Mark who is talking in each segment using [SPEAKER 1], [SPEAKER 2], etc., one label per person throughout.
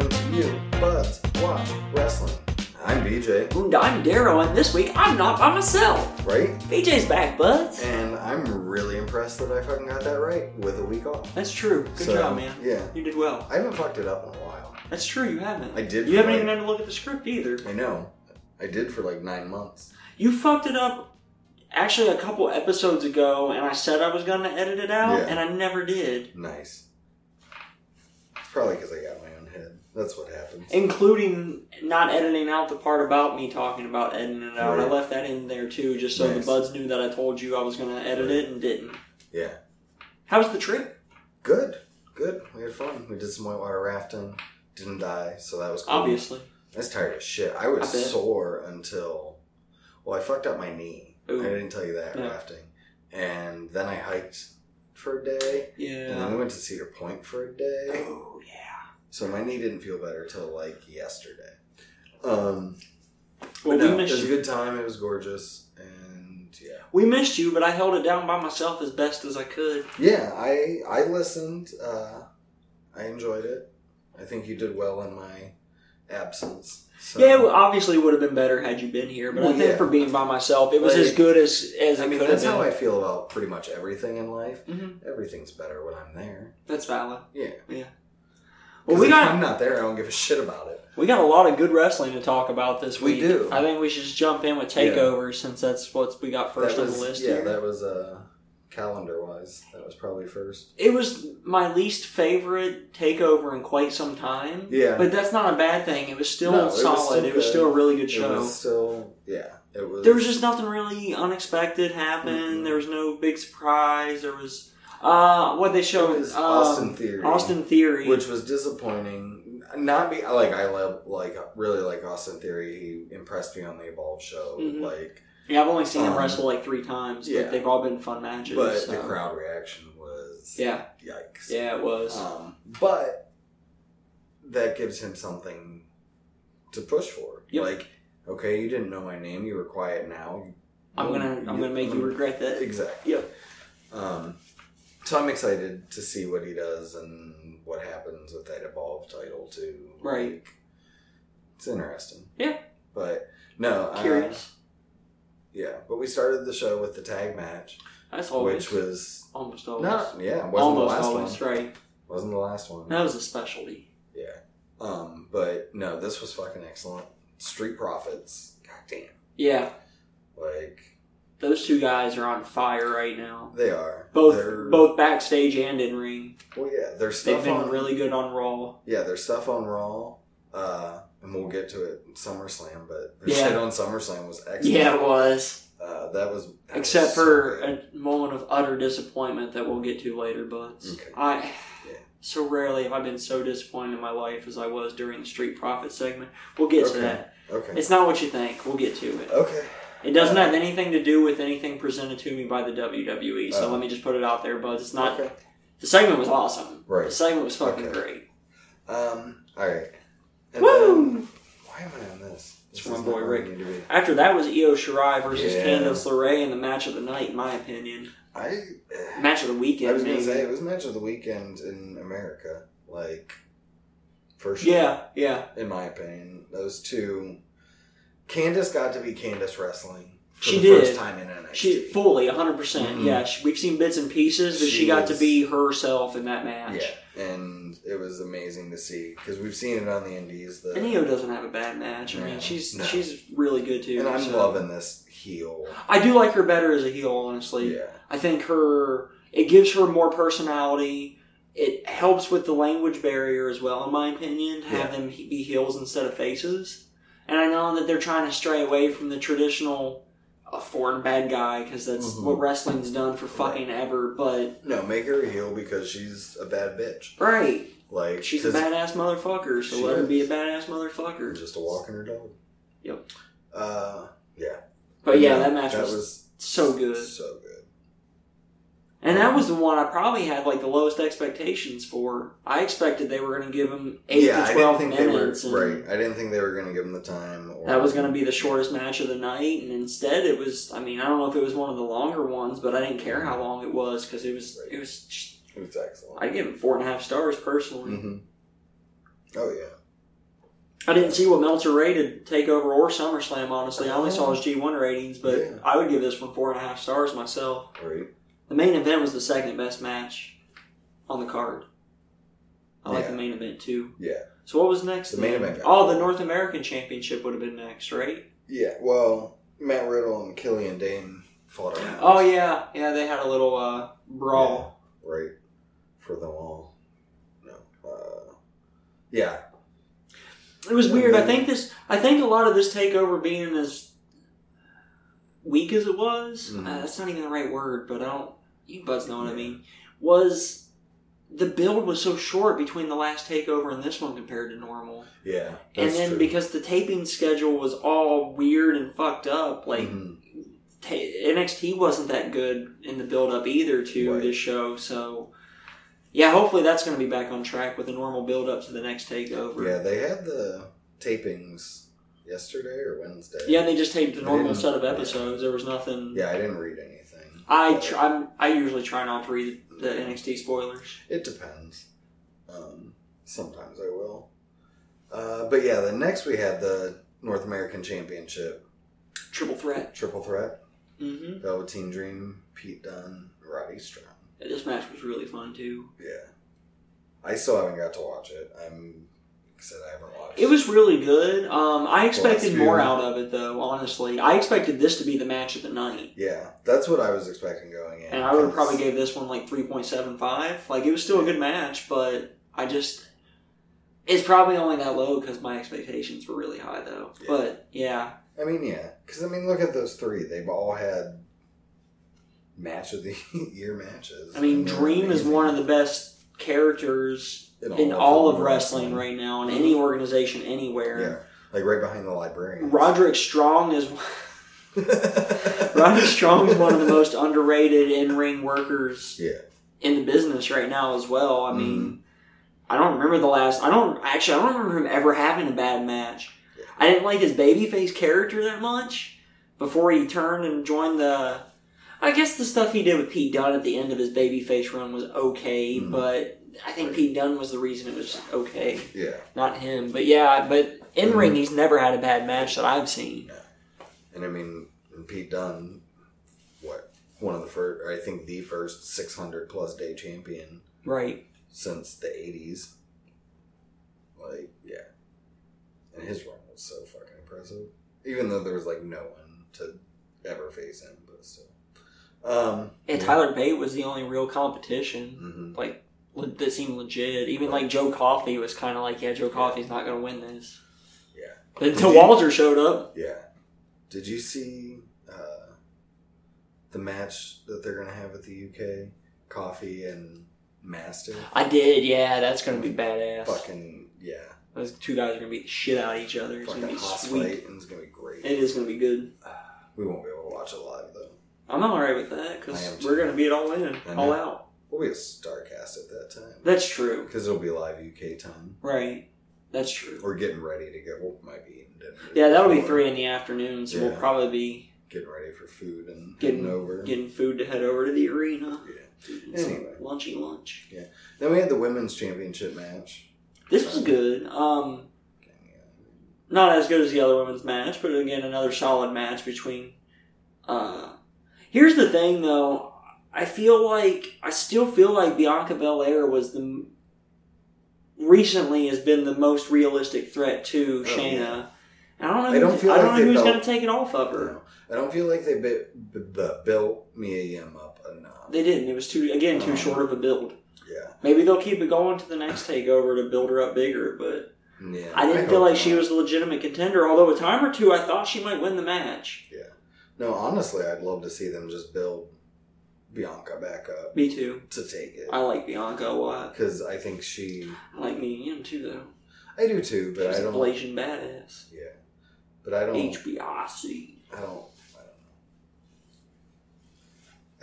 [SPEAKER 1] Wine, Buds, Watch, Wrestling. I'm BJ,
[SPEAKER 2] And I'm Darrow, and this week I'm not by myself.
[SPEAKER 1] right?
[SPEAKER 2] BJ's back, buds.
[SPEAKER 1] And I'm really impressed that I fucking got that right with a week off.
[SPEAKER 2] That's true. Good
[SPEAKER 1] So,
[SPEAKER 2] job, man.
[SPEAKER 1] Yeah.
[SPEAKER 2] You did well.
[SPEAKER 1] I haven't fucked it up in a while.
[SPEAKER 2] That's true. You haven't.
[SPEAKER 1] I did
[SPEAKER 2] You haven't
[SPEAKER 1] feel
[SPEAKER 2] even
[SPEAKER 1] like-
[SPEAKER 2] had to look at the script either.
[SPEAKER 1] I know. I did for like nine months.
[SPEAKER 2] You fucked it up. Actually, a couple episodes ago, and I said I was gonna edit it out,
[SPEAKER 1] Yeah.
[SPEAKER 2] and I never did,
[SPEAKER 1] Nice. It's probably because I got my own head. That's what happens.
[SPEAKER 2] including not editing out the part about me talking about editing it out. I
[SPEAKER 1] Right.
[SPEAKER 2] left that in there too, just so
[SPEAKER 1] Nice.
[SPEAKER 2] the buds knew that I told you I was gonna edit it and didn't.
[SPEAKER 1] Yeah.
[SPEAKER 2] How's the trip?
[SPEAKER 1] Good. Good. We had fun. We did some whitewater rafting. Didn't die, so that was cool.
[SPEAKER 2] Obviously.
[SPEAKER 1] I was tired as shit. I was
[SPEAKER 2] I bet.
[SPEAKER 1] sore until, well, I fucked up my knee.
[SPEAKER 2] Ooh.
[SPEAKER 1] I didn't tell you that
[SPEAKER 2] Yeah.
[SPEAKER 1] rafting, and then I hiked for a day, and then we
[SPEAKER 2] Yeah.
[SPEAKER 1] went to Cedar Point for a day.
[SPEAKER 2] Oh yeah.
[SPEAKER 1] So my knee didn't feel better till like yesterday. Um,
[SPEAKER 2] Well,
[SPEAKER 1] but no,
[SPEAKER 2] we
[SPEAKER 1] it
[SPEAKER 2] missed
[SPEAKER 1] was a
[SPEAKER 2] you.
[SPEAKER 1] good time. It was gorgeous, and yeah,
[SPEAKER 2] We missed you, but I held it down by myself as best as I could.
[SPEAKER 1] yeah. I I listened. Uh, I enjoyed it. I think you did well in my absence. So.
[SPEAKER 2] Yeah, it obviously would have been better had you been here, but
[SPEAKER 1] Well,
[SPEAKER 2] I think
[SPEAKER 1] yeah.
[SPEAKER 2] for being by myself, it was
[SPEAKER 1] Like,
[SPEAKER 2] as good as as it
[SPEAKER 1] I mean,
[SPEAKER 2] could have
[SPEAKER 1] that's
[SPEAKER 2] been.
[SPEAKER 1] how I feel about pretty much everything in life.
[SPEAKER 2] hmm
[SPEAKER 1] Everything's better when I'm there.
[SPEAKER 2] That's valid.
[SPEAKER 1] Yeah.
[SPEAKER 2] Well, we
[SPEAKER 1] if
[SPEAKER 2] got
[SPEAKER 1] I'm not there, I don't give a shit about it.
[SPEAKER 2] we got a lot of good wrestling to talk about this
[SPEAKER 1] We
[SPEAKER 2] week.
[SPEAKER 1] do.
[SPEAKER 2] I think we should just jump in with
[SPEAKER 1] Yeah.
[SPEAKER 2] takeover since that's what we got first
[SPEAKER 1] That
[SPEAKER 2] on
[SPEAKER 1] was,
[SPEAKER 2] the list.
[SPEAKER 1] Yeah,
[SPEAKER 2] here.
[SPEAKER 1] that was uh, calendar wise. That was probably first.
[SPEAKER 2] it was my least favorite takeover in quite some time.
[SPEAKER 1] Yeah.
[SPEAKER 2] but that's not a bad thing. It was still
[SPEAKER 1] No, it was
[SPEAKER 2] solid.
[SPEAKER 1] still
[SPEAKER 2] it was
[SPEAKER 1] good.
[SPEAKER 2] still a really good
[SPEAKER 1] It
[SPEAKER 2] show.
[SPEAKER 1] was still yeah. It was.
[SPEAKER 2] there was just nothing really unexpected happened.
[SPEAKER 1] Mhm.
[SPEAKER 2] There was no big surprise. There was uh, what they
[SPEAKER 1] it
[SPEAKER 2] showed
[SPEAKER 1] was
[SPEAKER 2] um,
[SPEAKER 1] Austin Theory.
[SPEAKER 2] Austin Theory.
[SPEAKER 1] which was disappointing. Not be like I love like really like Austin Theory. He impressed me on the Evolve show.
[SPEAKER 2] Mhm.
[SPEAKER 1] Like,
[SPEAKER 2] yeah, I've only seen him
[SPEAKER 1] um,
[SPEAKER 2] wrestle like three times,
[SPEAKER 1] yeah.
[SPEAKER 2] but they've all been fun matches.
[SPEAKER 1] but the
[SPEAKER 2] so.
[SPEAKER 1] crowd reaction was
[SPEAKER 2] Yeah,
[SPEAKER 1] yikes.
[SPEAKER 2] yeah, it was.
[SPEAKER 1] Um, but that gives him something to push for.
[SPEAKER 2] Yep.
[SPEAKER 1] Like, okay, you didn't know my name. You were quiet now.
[SPEAKER 2] I'm gonna, I'm gonna make you regret that.
[SPEAKER 1] Exactly.
[SPEAKER 2] Yep.
[SPEAKER 1] Um, so I'm excited to see what he does and what happens with that Evolve title too.
[SPEAKER 2] Right.
[SPEAKER 1] Like, it's interesting.
[SPEAKER 2] Yeah.
[SPEAKER 1] But no, uh,
[SPEAKER 2] Curious,
[SPEAKER 1] yeah, but we started the show with the tag match,
[SPEAKER 2] that's always
[SPEAKER 1] which was
[SPEAKER 2] almost always,
[SPEAKER 1] not yeah, it wasn't
[SPEAKER 2] almost
[SPEAKER 1] the last
[SPEAKER 2] always
[SPEAKER 1] one.
[SPEAKER 2] right.
[SPEAKER 1] Wasn't the last one.
[SPEAKER 2] That was a specialty.
[SPEAKER 1] Yeah. Um, but no, this was fucking excellent. Street Profits. God damn.
[SPEAKER 2] Yeah,
[SPEAKER 1] Like
[SPEAKER 2] those two guys are on fire right now.
[SPEAKER 1] they are.
[SPEAKER 2] Both,
[SPEAKER 1] They're-
[SPEAKER 2] both backstage and in ring.
[SPEAKER 1] Well yeah, their
[SPEAKER 2] They've
[SPEAKER 1] stuff
[SPEAKER 2] been
[SPEAKER 1] on
[SPEAKER 2] really good on Raw.
[SPEAKER 1] Yeah, their stuff on Raw. Uh and we'll get to it in SummerSlam, but their
[SPEAKER 2] Yeah.
[SPEAKER 1] shit on SummerSlam was excellent.
[SPEAKER 2] Yeah, it was.
[SPEAKER 1] Uh, that was that
[SPEAKER 2] Except
[SPEAKER 1] was so
[SPEAKER 2] for
[SPEAKER 1] good.
[SPEAKER 2] a moment of utter disappointment that we'll get to later, but
[SPEAKER 1] Okay.
[SPEAKER 2] I
[SPEAKER 1] Yeah.
[SPEAKER 2] so rarely have I been so disappointed in my life as I was during the Street Profit segment. We'll get
[SPEAKER 1] Okay.
[SPEAKER 2] to that.
[SPEAKER 1] Okay.
[SPEAKER 2] It's not what you think. We'll get to it.
[SPEAKER 1] Okay.
[SPEAKER 2] It doesn't have anything to do with anything presented to me by the WWE. So
[SPEAKER 1] Oh.
[SPEAKER 2] let me just put it out there, but it's not.
[SPEAKER 1] Okay.
[SPEAKER 2] The segment was awesome. The
[SPEAKER 1] Right.
[SPEAKER 2] segment was fucking
[SPEAKER 1] Okay.
[SPEAKER 2] great.
[SPEAKER 1] Um alright. And
[SPEAKER 2] Woo!
[SPEAKER 1] then- why am I on this?
[SPEAKER 2] It's
[SPEAKER 1] This
[SPEAKER 2] my
[SPEAKER 1] is not
[SPEAKER 2] boy
[SPEAKER 1] where I
[SPEAKER 2] Rick.
[SPEAKER 1] need to be.
[SPEAKER 2] After that was Io Shirai versus
[SPEAKER 1] Yeah.
[SPEAKER 2] Candice LeRae in the match of the night, in my opinion.
[SPEAKER 1] I eh.
[SPEAKER 2] Match of the weekend.
[SPEAKER 1] I was gonna
[SPEAKER 2] maybe.
[SPEAKER 1] say it was match of the weekend in America, like for sure.
[SPEAKER 2] Yeah, yeah.
[SPEAKER 1] in my opinion, those two. Candace got to be Candace wrestling for
[SPEAKER 2] She
[SPEAKER 1] the
[SPEAKER 2] did.
[SPEAKER 1] first time in NXT.
[SPEAKER 2] She fully, hundred percent.
[SPEAKER 1] Mhm.
[SPEAKER 2] Yeah, she, we've seen bits and pieces, but she,
[SPEAKER 1] She
[SPEAKER 2] got to
[SPEAKER 1] was-
[SPEAKER 2] be herself in that match.
[SPEAKER 1] yeah, and it was amazing to see because we've seen it on the Indies. The,
[SPEAKER 2] And Io doesn't have a bad match. I mean,
[SPEAKER 1] No,
[SPEAKER 2] she's
[SPEAKER 1] no.
[SPEAKER 2] she's really good too.
[SPEAKER 1] and I'm
[SPEAKER 2] so-
[SPEAKER 1] loving this heel.
[SPEAKER 2] I do like her better as a heel, honestly.
[SPEAKER 1] Yeah,
[SPEAKER 2] I think her it gives her more personality. It helps with the language barrier as well, in my opinion, to have them he- be heels instead of faces. And I know that they're trying to stray away from the traditional uh, foreign bad guy because that's
[SPEAKER 1] Mhm.
[SPEAKER 2] what wrestling's done for fucking ever. But
[SPEAKER 1] no, make her a heel because she's a bad bitch.
[SPEAKER 2] right,
[SPEAKER 1] Like
[SPEAKER 2] She's a
[SPEAKER 1] 'cause
[SPEAKER 2] badass motherfucker, so
[SPEAKER 1] She
[SPEAKER 2] let her
[SPEAKER 1] is.
[SPEAKER 2] be a badass motherfucker.
[SPEAKER 1] just a walking her dog.
[SPEAKER 2] Yep.
[SPEAKER 1] Uh, yeah.
[SPEAKER 2] But yeah,
[SPEAKER 1] No,
[SPEAKER 2] that match was,
[SPEAKER 1] was
[SPEAKER 2] so good.
[SPEAKER 1] So good.
[SPEAKER 2] And that was the one I probably had like the lowest expectations for. I expected they were going to give him 8
[SPEAKER 1] yeah,
[SPEAKER 2] to
[SPEAKER 1] I
[SPEAKER 2] 12
[SPEAKER 1] didn't think
[SPEAKER 2] minutes.
[SPEAKER 1] they were
[SPEAKER 2] and
[SPEAKER 1] right. I didn't think they were going to give him the time. Or,
[SPEAKER 2] That was going to be the shortest match of the night, and instead it was I mean, I don't know if it was one of the longer ones, but I didn't care how long it was because it was,
[SPEAKER 1] Right.
[SPEAKER 2] it was, just,
[SPEAKER 1] It was excellent. Mm.
[SPEAKER 2] I'd give it four and a half stars personally.
[SPEAKER 1] hmm Oh yeah.
[SPEAKER 2] I didn't see what Meltzer rated Takeover or SummerSlam. Honestly, I only saw his G1 ratings, but
[SPEAKER 1] Oh. Yeah.
[SPEAKER 2] I would give this one four and a half stars myself.
[SPEAKER 1] Right.
[SPEAKER 2] The main event was the second best match on the card. I like
[SPEAKER 1] Yeah.
[SPEAKER 2] the main event too.
[SPEAKER 1] Yeah.
[SPEAKER 2] So what was next?
[SPEAKER 1] The main
[SPEAKER 2] then?
[SPEAKER 1] event got
[SPEAKER 2] Oh, the
[SPEAKER 1] four.
[SPEAKER 2] North American Championship would have been next, right?
[SPEAKER 1] Yeah. Well, Matt Riddle and Killian Dane fought around.
[SPEAKER 2] Oh yeah, yeah. They had a little uh, brawl.
[SPEAKER 1] Right. For them all. No. Uh, yeah.
[SPEAKER 2] It was
[SPEAKER 1] Yeah,
[SPEAKER 2] weird. I
[SPEAKER 1] man.
[SPEAKER 2] think this. I think a lot of this takeover being as weak as it was.
[SPEAKER 1] Mhm.
[SPEAKER 2] Uh, that's not even the right word, but I don't. You buds know what I mean. Was the build was so short between the last takeover and this one compared to normal,
[SPEAKER 1] Yeah.
[SPEAKER 2] and
[SPEAKER 1] that's
[SPEAKER 2] then
[SPEAKER 1] true.
[SPEAKER 2] because the taping schedule was all weird and fucked up, like.
[SPEAKER 1] Mhm.
[SPEAKER 2] ta- NXT wasn't that good in the build up either to
[SPEAKER 1] Right.
[SPEAKER 2] this show, so yeah, hopefully that's going to be back on track with a normal build up to the next takeover.
[SPEAKER 1] Yeah, they had the tapings yesterday or Wednesday.
[SPEAKER 2] Yeah, and they just taped a
[SPEAKER 1] They
[SPEAKER 2] normal
[SPEAKER 1] didn't-
[SPEAKER 2] set of
[SPEAKER 1] yeah.
[SPEAKER 2] episodes. There was nothing.
[SPEAKER 1] Yeah, I didn't read anything.
[SPEAKER 2] I
[SPEAKER 1] but uh,
[SPEAKER 2] tr- I'm, I usually try not to read the NXT spoilers.
[SPEAKER 1] It depends. Um, sometimes I will. Uh, but yeah, the next we had the North American Championship
[SPEAKER 2] Triple threat.
[SPEAKER 1] triple threat:
[SPEAKER 2] Mm-hmm.
[SPEAKER 1] Velveteen Dream, Pete Dunne, Roddy Strong.
[SPEAKER 2] This match was really fun too.
[SPEAKER 1] Yeah, I still haven't got to watch it. I'm like I said I haven't watched.
[SPEAKER 2] It was really good. Um, I expected
[SPEAKER 1] Bless you.
[SPEAKER 2] more out of it though. Honestly, I expected this to be the match of the night.
[SPEAKER 1] Yeah, that's what I was expecting going in.
[SPEAKER 2] and I would have
[SPEAKER 1] 'cause-
[SPEAKER 2] probably gave this one like three point seven five. Like it was still a good match, but I just it's probably only that low because my expectations were really high though.
[SPEAKER 1] Yeah.
[SPEAKER 2] But yeah,
[SPEAKER 1] I mean, yeah, because I mean, look at those three. They've all had match of the year matches.
[SPEAKER 2] I mean,
[SPEAKER 1] and they're
[SPEAKER 2] Dream is
[SPEAKER 1] amazing
[SPEAKER 2] one of the best characters in
[SPEAKER 1] the
[SPEAKER 2] all of
[SPEAKER 1] world.
[SPEAKER 2] wrestling right now in any organization anywhere.
[SPEAKER 1] Yeah, like right behind the librarian.
[SPEAKER 2] Roderick Strong is Roderick Strong is one of the most underrated in ring workers
[SPEAKER 1] Yeah.
[SPEAKER 2] in the business right now as well. I mean, I don't remember the last. I don't actually. I don't remember him ever having a bad match.
[SPEAKER 1] Yeah.
[SPEAKER 2] I didn't like his babyface character that much before he turned and joined the. I guess the stuff he did with Pete Dunne at the end of his babyface run was okay,
[SPEAKER 1] Mhm.
[SPEAKER 2] but I think Pete Dunne was the reason it was okay,
[SPEAKER 1] yeah,
[SPEAKER 2] not him. But yeah, but in ring
[SPEAKER 1] Mhm.
[SPEAKER 2] he's never had a bad match that I've seen.
[SPEAKER 1] and I mean, and Pete Dunne, what one of the first, I think the first 600 plus day champion
[SPEAKER 2] Right.
[SPEAKER 1] since the 80s. Like, yeah, and his run was so fucking impressive. Even though there was like no one to ever face him, but still. Um,
[SPEAKER 2] And Tyler Bate was the only real competition
[SPEAKER 1] hmm
[SPEAKER 2] le- that seemed legit. Even like Joe Coffey was kind of like, yeah, Joe Coffey's not going to win this.
[SPEAKER 1] Yeah,
[SPEAKER 2] Then
[SPEAKER 1] Did you-
[SPEAKER 2] Walter showed up.
[SPEAKER 1] yeah. Did you see uh, the match that they're gonna have at the UK? Coffee and Mastiff.
[SPEAKER 2] I did, yeah. That's gonna be badass.
[SPEAKER 1] fucking yeah,
[SPEAKER 2] Those two guys are gonna beat the shit out of each other. It's gonna
[SPEAKER 1] fucking
[SPEAKER 2] be
[SPEAKER 1] hoss
[SPEAKER 2] sweet.
[SPEAKER 1] fight, and it's gonna be great.
[SPEAKER 2] It is gonna be good.
[SPEAKER 1] we won't be able to watch it live though.
[SPEAKER 2] I'm all right with that because
[SPEAKER 1] I am
[SPEAKER 2] we're
[SPEAKER 1] too.
[SPEAKER 2] gonna be it all in,
[SPEAKER 1] I know.
[SPEAKER 2] all out.
[SPEAKER 1] We'll be a Starcast at that time
[SPEAKER 2] That's true,
[SPEAKER 1] because it'll be live UK time.
[SPEAKER 2] right? That's true.
[SPEAKER 1] We're getting ready to go. We might be eating dinner.
[SPEAKER 2] Yeah, that'll be
[SPEAKER 1] before.
[SPEAKER 2] three in the afternoon, so we'll
[SPEAKER 1] Yeah.
[SPEAKER 2] probably be
[SPEAKER 1] Getting ready for food and
[SPEAKER 2] Getting-
[SPEAKER 1] getting over.
[SPEAKER 2] getting food to head over to the arena.
[SPEAKER 1] yeah.
[SPEAKER 2] Eating some
[SPEAKER 1] Anyway.
[SPEAKER 2] lunchy lunch.
[SPEAKER 1] Then we had the women's championship match.
[SPEAKER 2] This was good. Um,
[SPEAKER 1] Yeah.
[SPEAKER 2] not as good as the other women's match, but again, another solid match between. Uh, here's the thing, though. I feel like I still feel like Bianca Belair was the recently has been the most realistic threat to
[SPEAKER 1] Oh,
[SPEAKER 2] Shayna.
[SPEAKER 1] yeah.
[SPEAKER 2] And I don't know.
[SPEAKER 1] I
[SPEAKER 2] Who, I
[SPEAKER 1] don't
[SPEAKER 2] don't,
[SPEAKER 1] feel like
[SPEAKER 2] know
[SPEAKER 1] they
[SPEAKER 2] who's
[SPEAKER 1] built-
[SPEAKER 2] going to take it off of her.
[SPEAKER 1] No, I don't feel like they bit, b- b- built Mia Yim up enough.
[SPEAKER 2] They didn't. It was too again too
[SPEAKER 1] No.
[SPEAKER 2] short of a build.
[SPEAKER 1] yeah,
[SPEAKER 2] Maybe they'll keep it going to the next takeover to build her up bigger, but
[SPEAKER 1] yeah.
[SPEAKER 2] I didn't feel
[SPEAKER 1] hope
[SPEAKER 2] like she
[SPEAKER 1] not.
[SPEAKER 2] was a legitimate contender, although a time or two I thought she might win the match.
[SPEAKER 1] No, honestly, I'd love to see them just build Bianca back up
[SPEAKER 2] Me too.
[SPEAKER 1] to take it
[SPEAKER 2] I like Bianca a lot.
[SPEAKER 1] because I think she.
[SPEAKER 2] I like me and him too, though.
[SPEAKER 1] I do too, but
[SPEAKER 2] She's
[SPEAKER 1] I
[SPEAKER 2] a
[SPEAKER 1] don't.
[SPEAKER 2] Blasian badass.
[SPEAKER 1] Yeah, but I don't.
[SPEAKER 2] HBIC.
[SPEAKER 1] I don't. I don't know.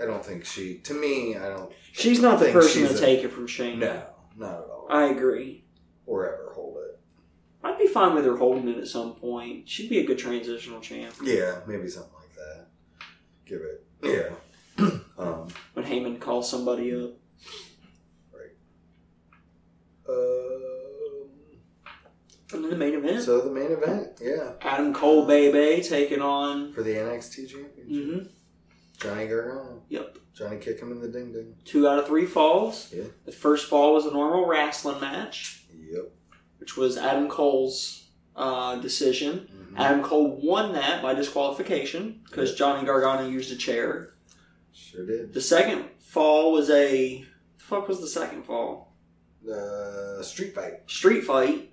[SPEAKER 1] I don't think she. To me, I don't.
[SPEAKER 2] She's not the
[SPEAKER 1] Think
[SPEAKER 2] person to
[SPEAKER 1] she's a-
[SPEAKER 2] take it from Shane.
[SPEAKER 1] No, not at all.
[SPEAKER 2] I agree.
[SPEAKER 1] or ever hold it.
[SPEAKER 2] I'd be fine with her holding it at some point. She'd be a good transitional champ
[SPEAKER 1] Yeah, maybe something like that. Give it. Yeah. um.
[SPEAKER 2] when Heyman calls somebody up.
[SPEAKER 1] Um.
[SPEAKER 2] from the main event.
[SPEAKER 1] So the main event, yeah,
[SPEAKER 2] Adam Cole, baby, taking on.
[SPEAKER 1] for the NXT championship,
[SPEAKER 2] hmm
[SPEAKER 1] Johnny Gargano,
[SPEAKER 2] Yep.
[SPEAKER 1] Johnny kick him in the ding ding.
[SPEAKER 2] Two out of three falls.
[SPEAKER 1] Yeah.
[SPEAKER 2] The first fall was a normal wrestling match,
[SPEAKER 1] Yep.
[SPEAKER 2] which was Adam Cole's uh, decision.
[SPEAKER 1] Mhm.
[SPEAKER 2] Adam Cole won that by disqualification because Johnny Gargano used a chair.
[SPEAKER 1] Sure did.
[SPEAKER 2] The second fall was a the fuck was the second fall
[SPEAKER 1] The street fight,
[SPEAKER 2] street fight,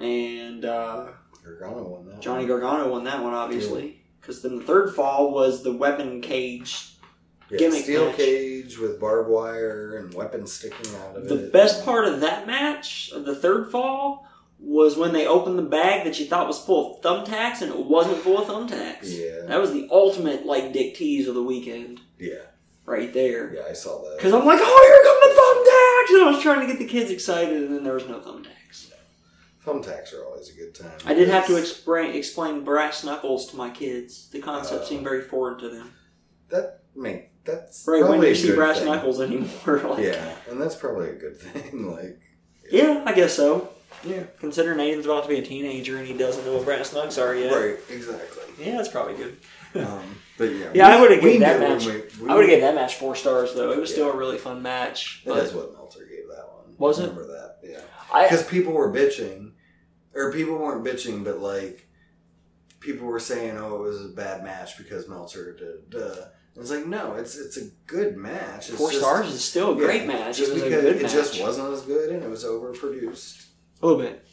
[SPEAKER 2] and uh,
[SPEAKER 1] Gargano won that.
[SPEAKER 2] Johnny Gargano won that one obviously. Because then the third fall was the weapon cage.
[SPEAKER 1] yeah,
[SPEAKER 2] gimmick
[SPEAKER 1] steel
[SPEAKER 2] match.
[SPEAKER 1] cage with barbed wire and weapons sticking out of it.
[SPEAKER 2] The best part of that match of the third fall was when they opened the bag that you thought was full of thumbtacks and it wasn't full of thumbtacks.
[SPEAKER 1] Yeah,
[SPEAKER 2] That was the ultimate like Dick tease of the weekend
[SPEAKER 1] yeah,
[SPEAKER 2] right there.
[SPEAKER 1] yeah. I saw that.
[SPEAKER 2] Because I'm like, oh, here come the thumbtacks! And I was trying to get the kids excited, and then there was no thumbtacks.
[SPEAKER 1] Thumbtacks are always a good time.
[SPEAKER 2] I did have to
[SPEAKER 1] because
[SPEAKER 2] explain, explain brass knuckles to my kids. The concept
[SPEAKER 1] Oh.
[SPEAKER 2] seemed very foreign to them.
[SPEAKER 1] That I mean, that's
[SPEAKER 2] Right, when
[SPEAKER 1] probably
[SPEAKER 2] do you
[SPEAKER 1] a
[SPEAKER 2] see
[SPEAKER 1] good
[SPEAKER 2] brass
[SPEAKER 1] thing.
[SPEAKER 2] knuckles anymore? like,
[SPEAKER 1] Yeah, and that's probably a good thing. Like,
[SPEAKER 2] Yeah, I guess so.
[SPEAKER 1] yeah,
[SPEAKER 2] Considering Aiden's about to be a teenager and he doesn't know what brass knucks are yet.
[SPEAKER 1] right, exactly.
[SPEAKER 2] Yeah, that's probably good.
[SPEAKER 1] Um, but yeah,
[SPEAKER 2] Yeah, I would've
[SPEAKER 1] we
[SPEAKER 2] given that
[SPEAKER 1] knew when
[SPEAKER 2] match-
[SPEAKER 1] we- we-
[SPEAKER 2] I would have given that match four stars, though. It was
[SPEAKER 1] Yeah.
[SPEAKER 2] still a really fun match.
[SPEAKER 1] That
[SPEAKER 2] But
[SPEAKER 1] is what Meltzer gave that one.
[SPEAKER 2] Was it?
[SPEAKER 1] I remember that? Yeah,
[SPEAKER 2] I,
[SPEAKER 1] because people were bitching, or people weren't bitching, but like people were saying, "Oh, it was a bad match because Meltzer." Duh, duh. And it's like no, it's it's a good match. It's
[SPEAKER 2] four
[SPEAKER 1] just-
[SPEAKER 2] stars is still a
[SPEAKER 1] yeah,
[SPEAKER 2] great match.
[SPEAKER 1] Just
[SPEAKER 2] it was a
[SPEAKER 1] because
[SPEAKER 2] good
[SPEAKER 1] it
[SPEAKER 2] match.
[SPEAKER 1] just wasn't as good, and it was overproduced
[SPEAKER 2] a little bit.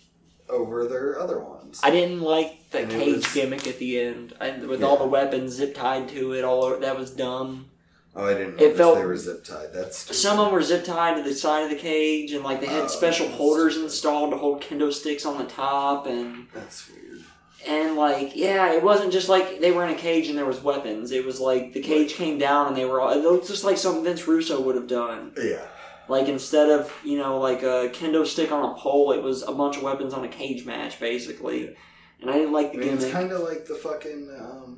[SPEAKER 1] over their other ones.
[SPEAKER 2] I didn't like the
[SPEAKER 1] And it
[SPEAKER 2] cage
[SPEAKER 1] was-
[SPEAKER 2] gimmick at the end I, with
[SPEAKER 1] Yeah.
[SPEAKER 2] all the weapons zip tied to it. All over, that was dumb.
[SPEAKER 1] Oh, I didn't
[SPEAKER 2] It
[SPEAKER 1] notice
[SPEAKER 2] felt-
[SPEAKER 1] they were zip tied. That's stupid.
[SPEAKER 2] Some of them were zip tied to the side of the cage, and like they had
[SPEAKER 1] Oh,
[SPEAKER 2] special
[SPEAKER 1] that's-
[SPEAKER 2] holders installed to hold kendo sticks on the top, and
[SPEAKER 1] That's weird.
[SPEAKER 2] and like yeah, it wasn't just like they were in a cage and there was weapons. It was like the cage came down and they were all. It looked just like something Vince Russo would have done.
[SPEAKER 1] Yeah,
[SPEAKER 2] Like instead of you know like a kendo stick on a pole, it was a bunch of weapons on a cage match basically. And I didn't like
[SPEAKER 1] I
[SPEAKER 2] the
[SPEAKER 1] mean
[SPEAKER 2] gimmick.
[SPEAKER 1] it's kind of like the fucking um,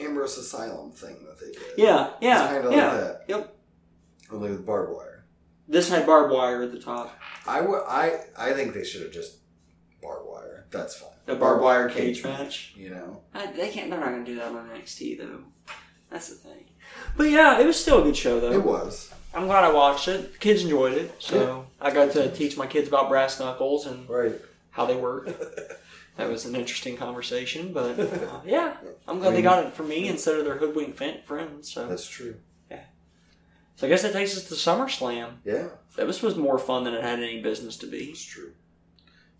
[SPEAKER 1] Ambrose Asylum thing that they did.
[SPEAKER 2] yeah,
[SPEAKER 1] it's
[SPEAKER 2] yeah,
[SPEAKER 1] kinda
[SPEAKER 2] yeah.
[SPEAKER 1] Like that.
[SPEAKER 2] Yep.
[SPEAKER 1] Only with barbed wire.
[SPEAKER 2] This had barbed wire at the top.
[SPEAKER 1] I would. I I think they should have just barbed wire. That's fine.
[SPEAKER 2] The barbed wire cage match.
[SPEAKER 1] You know.
[SPEAKER 2] I, they can't. They're not going to do that on NXT though. That's the thing. But yeah, it was still a good show though.
[SPEAKER 1] It was
[SPEAKER 2] I'm glad I watched it. The kids enjoyed it, so I got to teach my kids about brass knuckles and
[SPEAKER 1] right.
[SPEAKER 2] how they work. That was an interesting conversation, but uh, yeah, I'm glad
[SPEAKER 1] I
[SPEAKER 2] they
[SPEAKER 1] mean-
[SPEAKER 2] got it from me instead of their hoodwinked fan- friends. So,
[SPEAKER 1] That's true.
[SPEAKER 2] so I guess that takes us to SummerSlam.
[SPEAKER 1] Yeah,
[SPEAKER 2] This was more fun than it had any business to be.
[SPEAKER 1] it's true.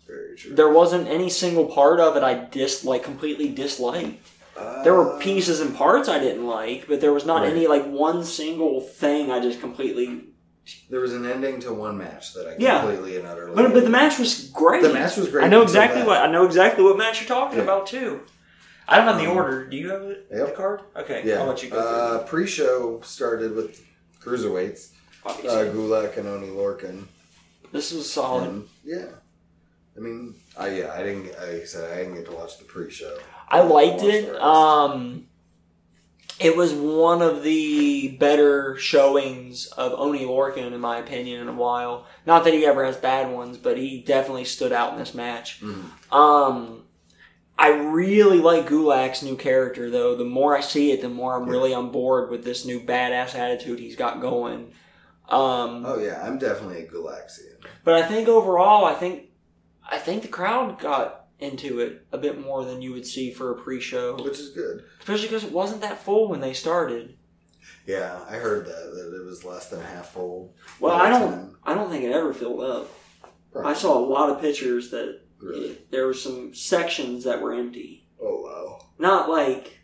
[SPEAKER 1] Very true.
[SPEAKER 2] There wasn't any single part of it I dis like completely disliked.
[SPEAKER 1] Uh,
[SPEAKER 2] There were pieces and parts I didn't like, but there was not
[SPEAKER 1] Right.
[SPEAKER 2] any like one single thing I just completely.
[SPEAKER 1] There was an ending to one match that I
[SPEAKER 2] Yeah.
[SPEAKER 1] completely and utterly.
[SPEAKER 2] But, but the match was great.
[SPEAKER 1] The match was great.
[SPEAKER 2] I know
[SPEAKER 1] until
[SPEAKER 2] exactly
[SPEAKER 1] that.
[SPEAKER 2] what I know exactly what match you're talking
[SPEAKER 1] Yeah.
[SPEAKER 2] about too. I don't have the
[SPEAKER 1] Um,
[SPEAKER 2] order. Do you have it? The
[SPEAKER 1] Yep.
[SPEAKER 2] card? Okay,
[SPEAKER 1] Yeah.
[SPEAKER 2] I'll let you go.
[SPEAKER 1] Uh, pre-show started with cruiserweights,
[SPEAKER 2] through it,
[SPEAKER 1] uh,
[SPEAKER 2] obviously.
[SPEAKER 1] Gulak and Oni Lorcan.
[SPEAKER 2] this was solid.
[SPEAKER 1] And, yeah, I mean, I yeah, I didn't. I said I didn't get to watch the pre-show.
[SPEAKER 2] I liked it.
[SPEAKER 1] Watched the rest.
[SPEAKER 2] Um, it was one of the better showings of Oni Lorcan, in my opinion, in a while. Not that he ever has bad ones, but he definitely stood out in this match. Um, I really like Gulak's new character, though. The more I see it, the more I'm
[SPEAKER 1] Yeah.
[SPEAKER 2] really on board with this new badass attitude he's got going. Um,
[SPEAKER 1] oh yeah, I'm definitely a Galaxian.
[SPEAKER 2] but I think overall, I think I think the crowd got into it a bit more than you would see for a pre-show
[SPEAKER 1] which is good.
[SPEAKER 2] especially because it wasn't that full when they started.
[SPEAKER 1] Yeah, I heard that that it was less than half full.
[SPEAKER 2] Well,
[SPEAKER 1] by
[SPEAKER 2] I
[SPEAKER 1] the
[SPEAKER 2] don't,
[SPEAKER 1] time.
[SPEAKER 2] I don't think it ever filled up.
[SPEAKER 1] Probably.
[SPEAKER 2] I saw a lot of pictures that
[SPEAKER 1] Really?
[SPEAKER 2] there were some sections that were empty.
[SPEAKER 1] Oh wow.
[SPEAKER 2] Not like,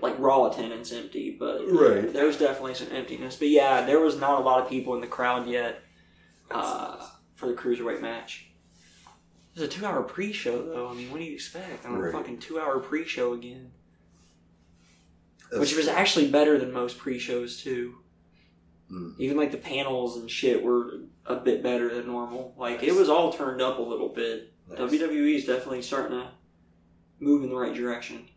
[SPEAKER 2] like raw attendance empty, but
[SPEAKER 1] Right.
[SPEAKER 2] there was definitely some emptiness. But yeah, there was not a lot of people in the crowd yet uh, for the cruiserweight match. It was a two-hour pre-show, though. I mean, what do you expect? I'm
[SPEAKER 1] Right.
[SPEAKER 2] a fucking two-hour pre-show again,
[SPEAKER 1] That's-
[SPEAKER 2] which was actually better than most pre-shows too.
[SPEAKER 1] Mm.
[SPEAKER 2] even like the panels and shit were a bit better than normal. Like it was all turned up a little bit.
[SPEAKER 1] Nice.
[SPEAKER 2] WWE is definitely starting to move in the right direction.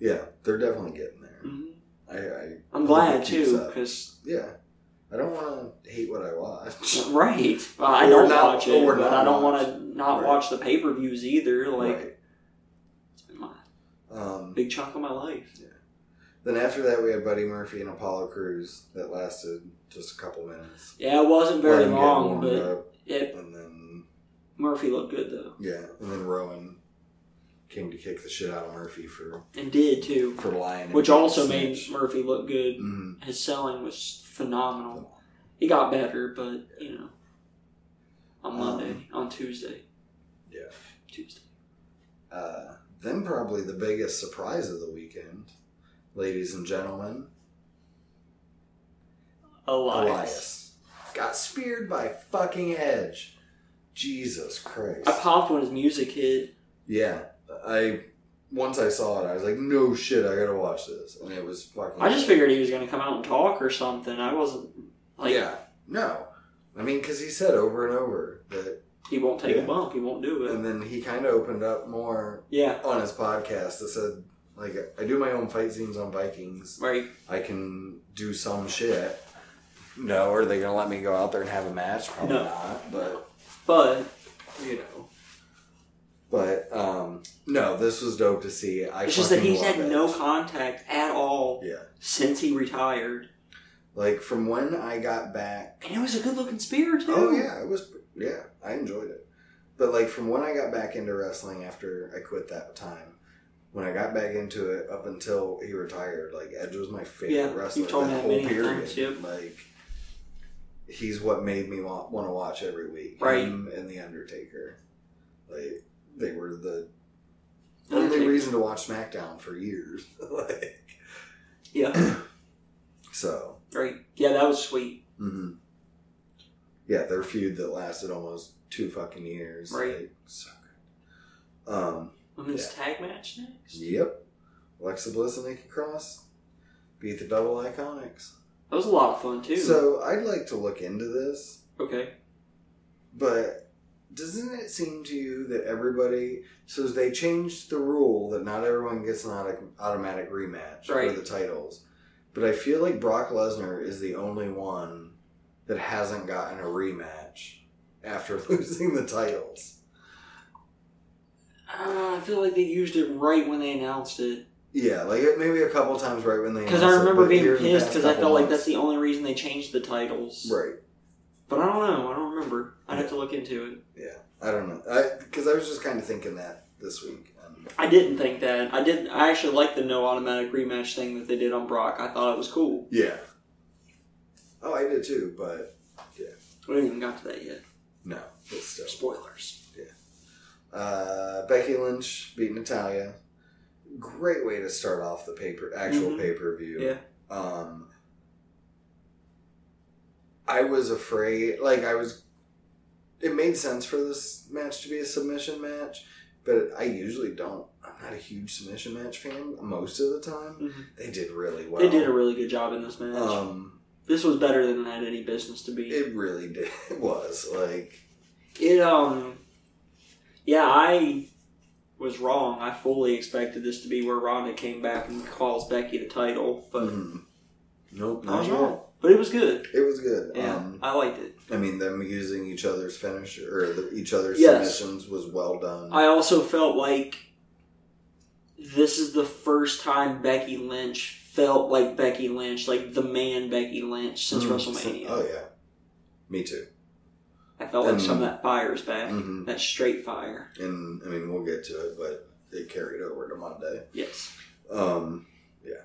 [SPEAKER 1] Yeah, they're definitely getting there.
[SPEAKER 2] hmm
[SPEAKER 1] I, I
[SPEAKER 2] I'm
[SPEAKER 1] hope
[SPEAKER 2] glad
[SPEAKER 1] it keeps
[SPEAKER 2] too
[SPEAKER 1] up.
[SPEAKER 2] because
[SPEAKER 1] Yeah, I don't want to hate what I watch.
[SPEAKER 2] Right. Well, I
[SPEAKER 1] Or
[SPEAKER 2] don't
[SPEAKER 1] not-
[SPEAKER 2] watch it,
[SPEAKER 1] or
[SPEAKER 2] but
[SPEAKER 1] not
[SPEAKER 2] I don't want
[SPEAKER 1] watch.
[SPEAKER 2] to not
[SPEAKER 1] Right.
[SPEAKER 2] watch the pay per views either. Like
[SPEAKER 1] right.
[SPEAKER 2] it's been my
[SPEAKER 1] Um,
[SPEAKER 2] big chunk of my life.
[SPEAKER 1] then after that, we had Buddy Murphy and Apollo Crews that lasted just a couple minutes.
[SPEAKER 2] Yeah, it wasn't very
[SPEAKER 1] Let 'em get
[SPEAKER 2] long,
[SPEAKER 1] warmed
[SPEAKER 2] but
[SPEAKER 1] up,
[SPEAKER 2] it,
[SPEAKER 1] and then
[SPEAKER 2] Murphy looked good though,
[SPEAKER 1] yeah, and then Rowan came to kick the shit out of Murphy for
[SPEAKER 2] and did too,
[SPEAKER 1] for lying, and
[SPEAKER 2] which
[SPEAKER 1] being a
[SPEAKER 2] also made
[SPEAKER 1] snitch.
[SPEAKER 2] Murphy look good.
[SPEAKER 1] Mhm.
[SPEAKER 2] His selling was phenomenal. He got better, but you know, on
[SPEAKER 1] Um,
[SPEAKER 2] Monday, on Tuesday,
[SPEAKER 1] Yeah.
[SPEAKER 2] Tuesday.
[SPEAKER 1] Uh, then probably the biggest surprise of the weekend, ladies and gentlemen,
[SPEAKER 2] Elias.
[SPEAKER 1] Elias got speared by fucking Edge. Jesus Christ!
[SPEAKER 2] I popped when his music hit.
[SPEAKER 1] Yeah, I once I saw it, I was like, no shit, I gotta watch this, and it was fucking.
[SPEAKER 2] I just figured he was going to come out and talk or something. I wasn't like
[SPEAKER 1] yeah, no, I mean, because he said over and over that,
[SPEAKER 2] he won't take
[SPEAKER 1] Yeah.
[SPEAKER 2] a bump. He won't do it.
[SPEAKER 1] and then he kind of opened up more
[SPEAKER 2] yeah.
[SPEAKER 1] on his podcast that said, like, I do my own fight scenes on Vikings.
[SPEAKER 2] Right.
[SPEAKER 1] I can do some shit. No, are they gonna let me go out there and have a match? Probably
[SPEAKER 2] No.
[SPEAKER 1] not. But
[SPEAKER 2] But
[SPEAKER 1] you know. But um no, this was dope to see. I
[SPEAKER 2] it's just that
[SPEAKER 1] fucking
[SPEAKER 2] he's had
[SPEAKER 1] love
[SPEAKER 2] no
[SPEAKER 1] Edge.
[SPEAKER 2] contact at all
[SPEAKER 1] Yeah.
[SPEAKER 2] since he retired.
[SPEAKER 1] Like from when I got back.
[SPEAKER 2] And it was a good looking spear too.
[SPEAKER 1] Oh yeah, it was. Yeah, I enjoyed it. But like from when I got back into wrestling after I quit that time, when I got back into it up until he retired, like Edge was my favorite
[SPEAKER 2] Yeah,
[SPEAKER 1] wrestler.
[SPEAKER 2] you've told me
[SPEAKER 1] that
[SPEAKER 2] that
[SPEAKER 1] whole
[SPEAKER 2] many
[SPEAKER 1] period,
[SPEAKER 2] times, yep.
[SPEAKER 1] like he's what made me want, want to watch every week.
[SPEAKER 2] Right.
[SPEAKER 1] Him and the Undertaker, like they were the only
[SPEAKER 2] Undertaker.
[SPEAKER 1] reason to watch SmackDown for years. like
[SPEAKER 2] Yeah.
[SPEAKER 1] so.
[SPEAKER 2] Right. Yeah, that was sweet.
[SPEAKER 1] Mm-hmm. Yeah, their feud that lasted almost two fucking years.
[SPEAKER 2] Right.
[SPEAKER 1] Like, so good. Um.
[SPEAKER 2] Women's tag match next.
[SPEAKER 1] Yep. Alexa Bliss and Nikki Cross beat the Double Iconics.
[SPEAKER 2] That was a lot of fun too.
[SPEAKER 1] So I'd like to look into this,
[SPEAKER 2] okay.
[SPEAKER 1] but doesn't it seem to you that everybody? So they changed the rule that not everyone gets an auto- automatic rematch
[SPEAKER 2] Right.
[SPEAKER 1] for the titles, but I feel like Brock Lesnar is the only one that hasn't gotten a rematch after losing the titles.
[SPEAKER 2] Uh, I feel like they used it right when they announced it
[SPEAKER 1] Yeah, like it maybe a couple times right when they
[SPEAKER 2] because I
[SPEAKER 1] announced it,
[SPEAKER 2] remember
[SPEAKER 1] but here
[SPEAKER 2] being
[SPEAKER 1] in the
[SPEAKER 2] pissed
[SPEAKER 1] past
[SPEAKER 2] because I
[SPEAKER 1] couple
[SPEAKER 2] felt like that's
[SPEAKER 1] months-
[SPEAKER 2] the only reason they changed the titles.
[SPEAKER 1] right.
[SPEAKER 2] But I don't know. I don't remember. I'd have to look into it.
[SPEAKER 1] Yeah, I don't know. I because I was just kind of thinking that this week. Um,
[SPEAKER 2] I didn't think that. I did. I actually liked the no automatic rematch thing that they did on Brock. I thought it was cool.
[SPEAKER 1] yeah. Oh, I did too, but
[SPEAKER 2] We haven't even got to that yet.
[SPEAKER 1] no, but still.
[SPEAKER 2] Spoilers.
[SPEAKER 1] Uh, Becky Lynch beat Natalia. Great way to start off the paper actual
[SPEAKER 2] Mhm.
[SPEAKER 1] pay per view.
[SPEAKER 2] Yeah.
[SPEAKER 1] Um, I was afraid. Like I was. It made sense for this match to be a submission match, but I usually don't. I'm not a huge submission match fan most of the time.
[SPEAKER 2] Mhm.
[SPEAKER 1] They did really well.
[SPEAKER 2] They did a really good job in this match.
[SPEAKER 1] Um,
[SPEAKER 2] this was better than it had any business to be. It,
[SPEAKER 1] it really did. It was like,
[SPEAKER 2] um, yeah, I was wrong. I fully expected this to be where Ronda came back and calls Becky the title, but
[SPEAKER 1] mhm. nope,
[SPEAKER 2] I
[SPEAKER 1] not
[SPEAKER 2] was
[SPEAKER 1] at all.
[SPEAKER 2] wrong. But it was good.
[SPEAKER 1] It was good.
[SPEAKER 2] Yeah,
[SPEAKER 1] Um,
[SPEAKER 2] I liked it.
[SPEAKER 1] I mean, them using each other's finish or the, each other's
[SPEAKER 2] Yes.
[SPEAKER 1] submissions was well done.
[SPEAKER 2] I also felt like this is the first time Becky Lynch felt like Becky Lynch, like the man Becky Lynch since
[SPEAKER 1] Mhm.
[SPEAKER 2] WrestleMania.
[SPEAKER 1] Oh yeah, me too.
[SPEAKER 2] I felt like
[SPEAKER 1] And-
[SPEAKER 2] some of that fire is back.
[SPEAKER 1] hmm
[SPEAKER 2] That straight fire.
[SPEAKER 1] And I mean, we'll get to it, but it carried over to Monday.
[SPEAKER 2] Yes.
[SPEAKER 1] Um, yeah.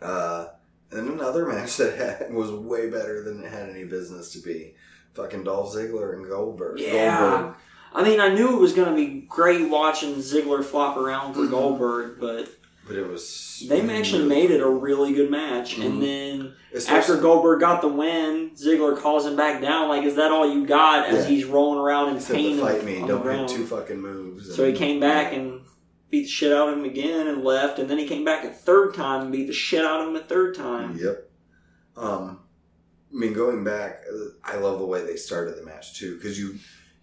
[SPEAKER 1] Uh, and another match that had, was way better than it had any business to be. Fucking Dolph Ziggler and Goldberg.
[SPEAKER 2] Yeah.
[SPEAKER 1] Goldberg
[SPEAKER 2] I mean, I knew it was going to be great watching Ziggler flop around for
[SPEAKER 1] Mhm.
[SPEAKER 2] Goldberg, but
[SPEAKER 1] But it was.
[SPEAKER 2] they actually made it a really good match.
[SPEAKER 1] Mhm.
[SPEAKER 2] And then after
[SPEAKER 1] Especially-
[SPEAKER 2] Goldberg got the win, Ziggler calls him back down. Like, is that all you got? As
[SPEAKER 1] Yeah.
[SPEAKER 2] he's rolling around
[SPEAKER 1] he
[SPEAKER 2] in
[SPEAKER 1] said
[SPEAKER 2] pain.
[SPEAKER 1] to fight
[SPEAKER 2] on-
[SPEAKER 1] me,
[SPEAKER 2] on the
[SPEAKER 1] don't hit
[SPEAKER 2] ground.
[SPEAKER 1] two fucking moves.
[SPEAKER 2] So he
[SPEAKER 1] and-
[SPEAKER 2] came back and beat the shit out of him again and left. And then he came back a third time and beat the shit out of him a third time.
[SPEAKER 1] Yep. Um, I mean, going back, uh, I love the way they started the match too, because you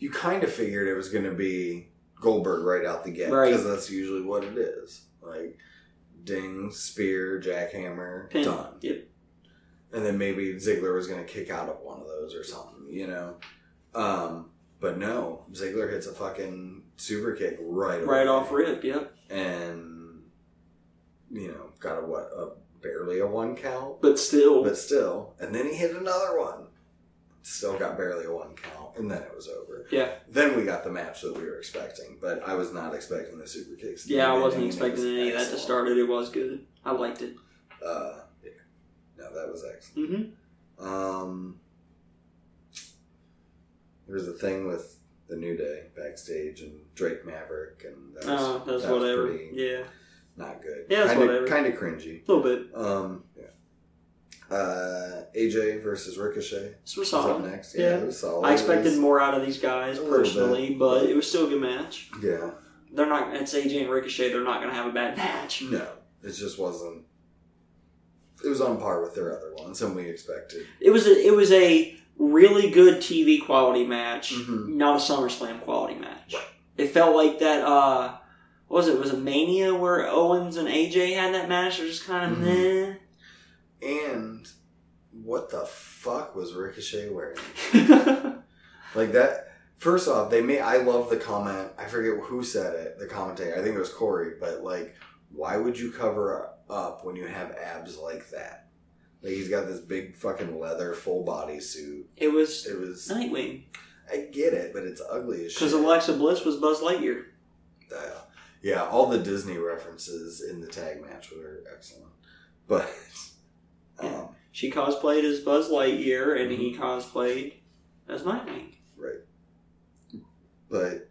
[SPEAKER 1] you kind of figured it was going to be Goldberg right out the gate,
[SPEAKER 2] Right.
[SPEAKER 1] because that's usually what it is. Like ding, spear, jackhammer,
[SPEAKER 2] Pin.
[SPEAKER 1] done.
[SPEAKER 2] Yep.
[SPEAKER 1] and then maybe Ziggler was going to kick out of one of those or something, you know. Um, but no, Ziggler hits a fucking super kick right
[SPEAKER 2] Right
[SPEAKER 1] away.
[SPEAKER 2] off rip, yep.
[SPEAKER 1] and you know got a what a barely a one count,
[SPEAKER 2] But still,
[SPEAKER 1] but still, and then he hit another one. Still got barely a one count, and then it was over.
[SPEAKER 2] Yeah.
[SPEAKER 1] Then we got the match that we were expecting, but I was not expecting the super kicks.
[SPEAKER 2] yeah, I wasn't
[SPEAKER 1] And it was
[SPEAKER 2] expecting any of that to
[SPEAKER 1] excellent.
[SPEAKER 2] start it. It was good. I liked it.
[SPEAKER 1] Uh, yeah. No, that was excellent.
[SPEAKER 2] Mm-hmm.
[SPEAKER 1] Um, there was a thing with the New Day backstage and Drake Maverick, and that was
[SPEAKER 2] Uh, that's
[SPEAKER 1] that was
[SPEAKER 2] whatever.
[SPEAKER 1] pretty-
[SPEAKER 2] yeah,
[SPEAKER 1] not good.
[SPEAKER 2] Yeah, it's
[SPEAKER 1] kinda,
[SPEAKER 2] whatever.
[SPEAKER 1] Kind of cringy.
[SPEAKER 2] a little bit.
[SPEAKER 1] Um, yeah. Uh, AJ versus Ricochet
[SPEAKER 2] This was
[SPEAKER 1] was up
[SPEAKER 2] solid.
[SPEAKER 1] next.
[SPEAKER 2] Yeah.
[SPEAKER 1] it was solid.
[SPEAKER 2] I expected
[SPEAKER 1] It
[SPEAKER 2] more out of these guys
[SPEAKER 1] a little bit.
[SPEAKER 2] personally, but it was still a good match.
[SPEAKER 1] was- yeah.
[SPEAKER 2] They're not. It's AJ and Ricochet. They're not going to have a bad match.
[SPEAKER 1] No, it just wasn't. It was on par with their other ones, and we expected.
[SPEAKER 2] It was a, it was a really good TV quality match,
[SPEAKER 1] Mhm.
[SPEAKER 2] not a SummerSlam quality match. It felt like that. uh what was it? Was it Mania where Owens and AJ had that match? They're just kind
[SPEAKER 1] Mm-hmm.
[SPEAKER 2] of
[SPEAKER 1] And what the fuck was Ricochet wearing?
[SPEAKER 2] meh.
[SPEAKER 1] Like that. First off, they made. I love the comment. I forget who said it. The commentator. I think it was Corey. But like, why would you cover up when you have abs like that? Like he's got this big fucking leather full body suit.
[SPEAKER 2] it was
[SPEAKER 1] It was.
[SPEAKER 2] Nightwing
[SPEAKER 1] I get it, but it's ugly as shit.
[SPEAKER 2] because Alexa Bliss was Buzz Lightyear.
[SPEAKER 1] Uh, yeah, all the Disney references in the tag match were excellent. But
[SPEAKER 2] Yeah.
[SPEAKER 1] um,
[SPEAKER 2] She cosplayed as Buzz Lightyear, and
[SPEAKER 1] Mm-hmm.
[SPEAKER 2] he cosplayed as Nightwing.
[SPEAKER 1] but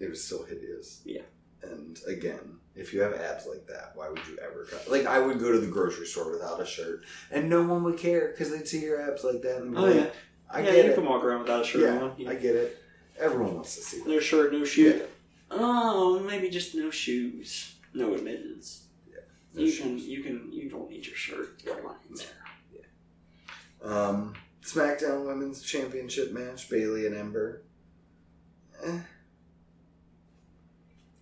[SPEAKER 1] it was still hideous.
[SPEAKER 2] Yeah.
[SPEAKER 1] And again, if you have abs like that, why would you ever cut? Like, I would go to the grocery store without a shirt, and no one would care because they'd see your abs like that. And be
[SPEAKER 2] Oh
[SPEAKER 1] like,
[SPEAKER 2] yeah,
[SPEAKER 1] I
[SPEAKER 2] yeah.
[SPEAKER 1] get
[SPEAKER 2] you
[SPEAKER 1] it.
[SPEAKER 2] can walk around without a shirt
[SPEAKER 1] yeah,
[SPEAKER 2] on. You
[SPEAKER 1] I
[SPEAKER 2] know,
[SPEAKER 1] get it. Everyone wants to see that.
[SPEAKER 2] no shirt, no shoe.
[SPEAKER 1] Yeah.
[SPEAKER 2] Oh, maybe just no shoes, no admittance.
[SPEAKER 1] No
[SPEAKER 2] you
[SPEAKER 1] shoes.
[SPEAKER 2] can, you can, you don't need your shirt. Come on, it's there.
[SPEAKER 1] Um, SmackDown Women's Championship match: Bailey and Ember. Eh.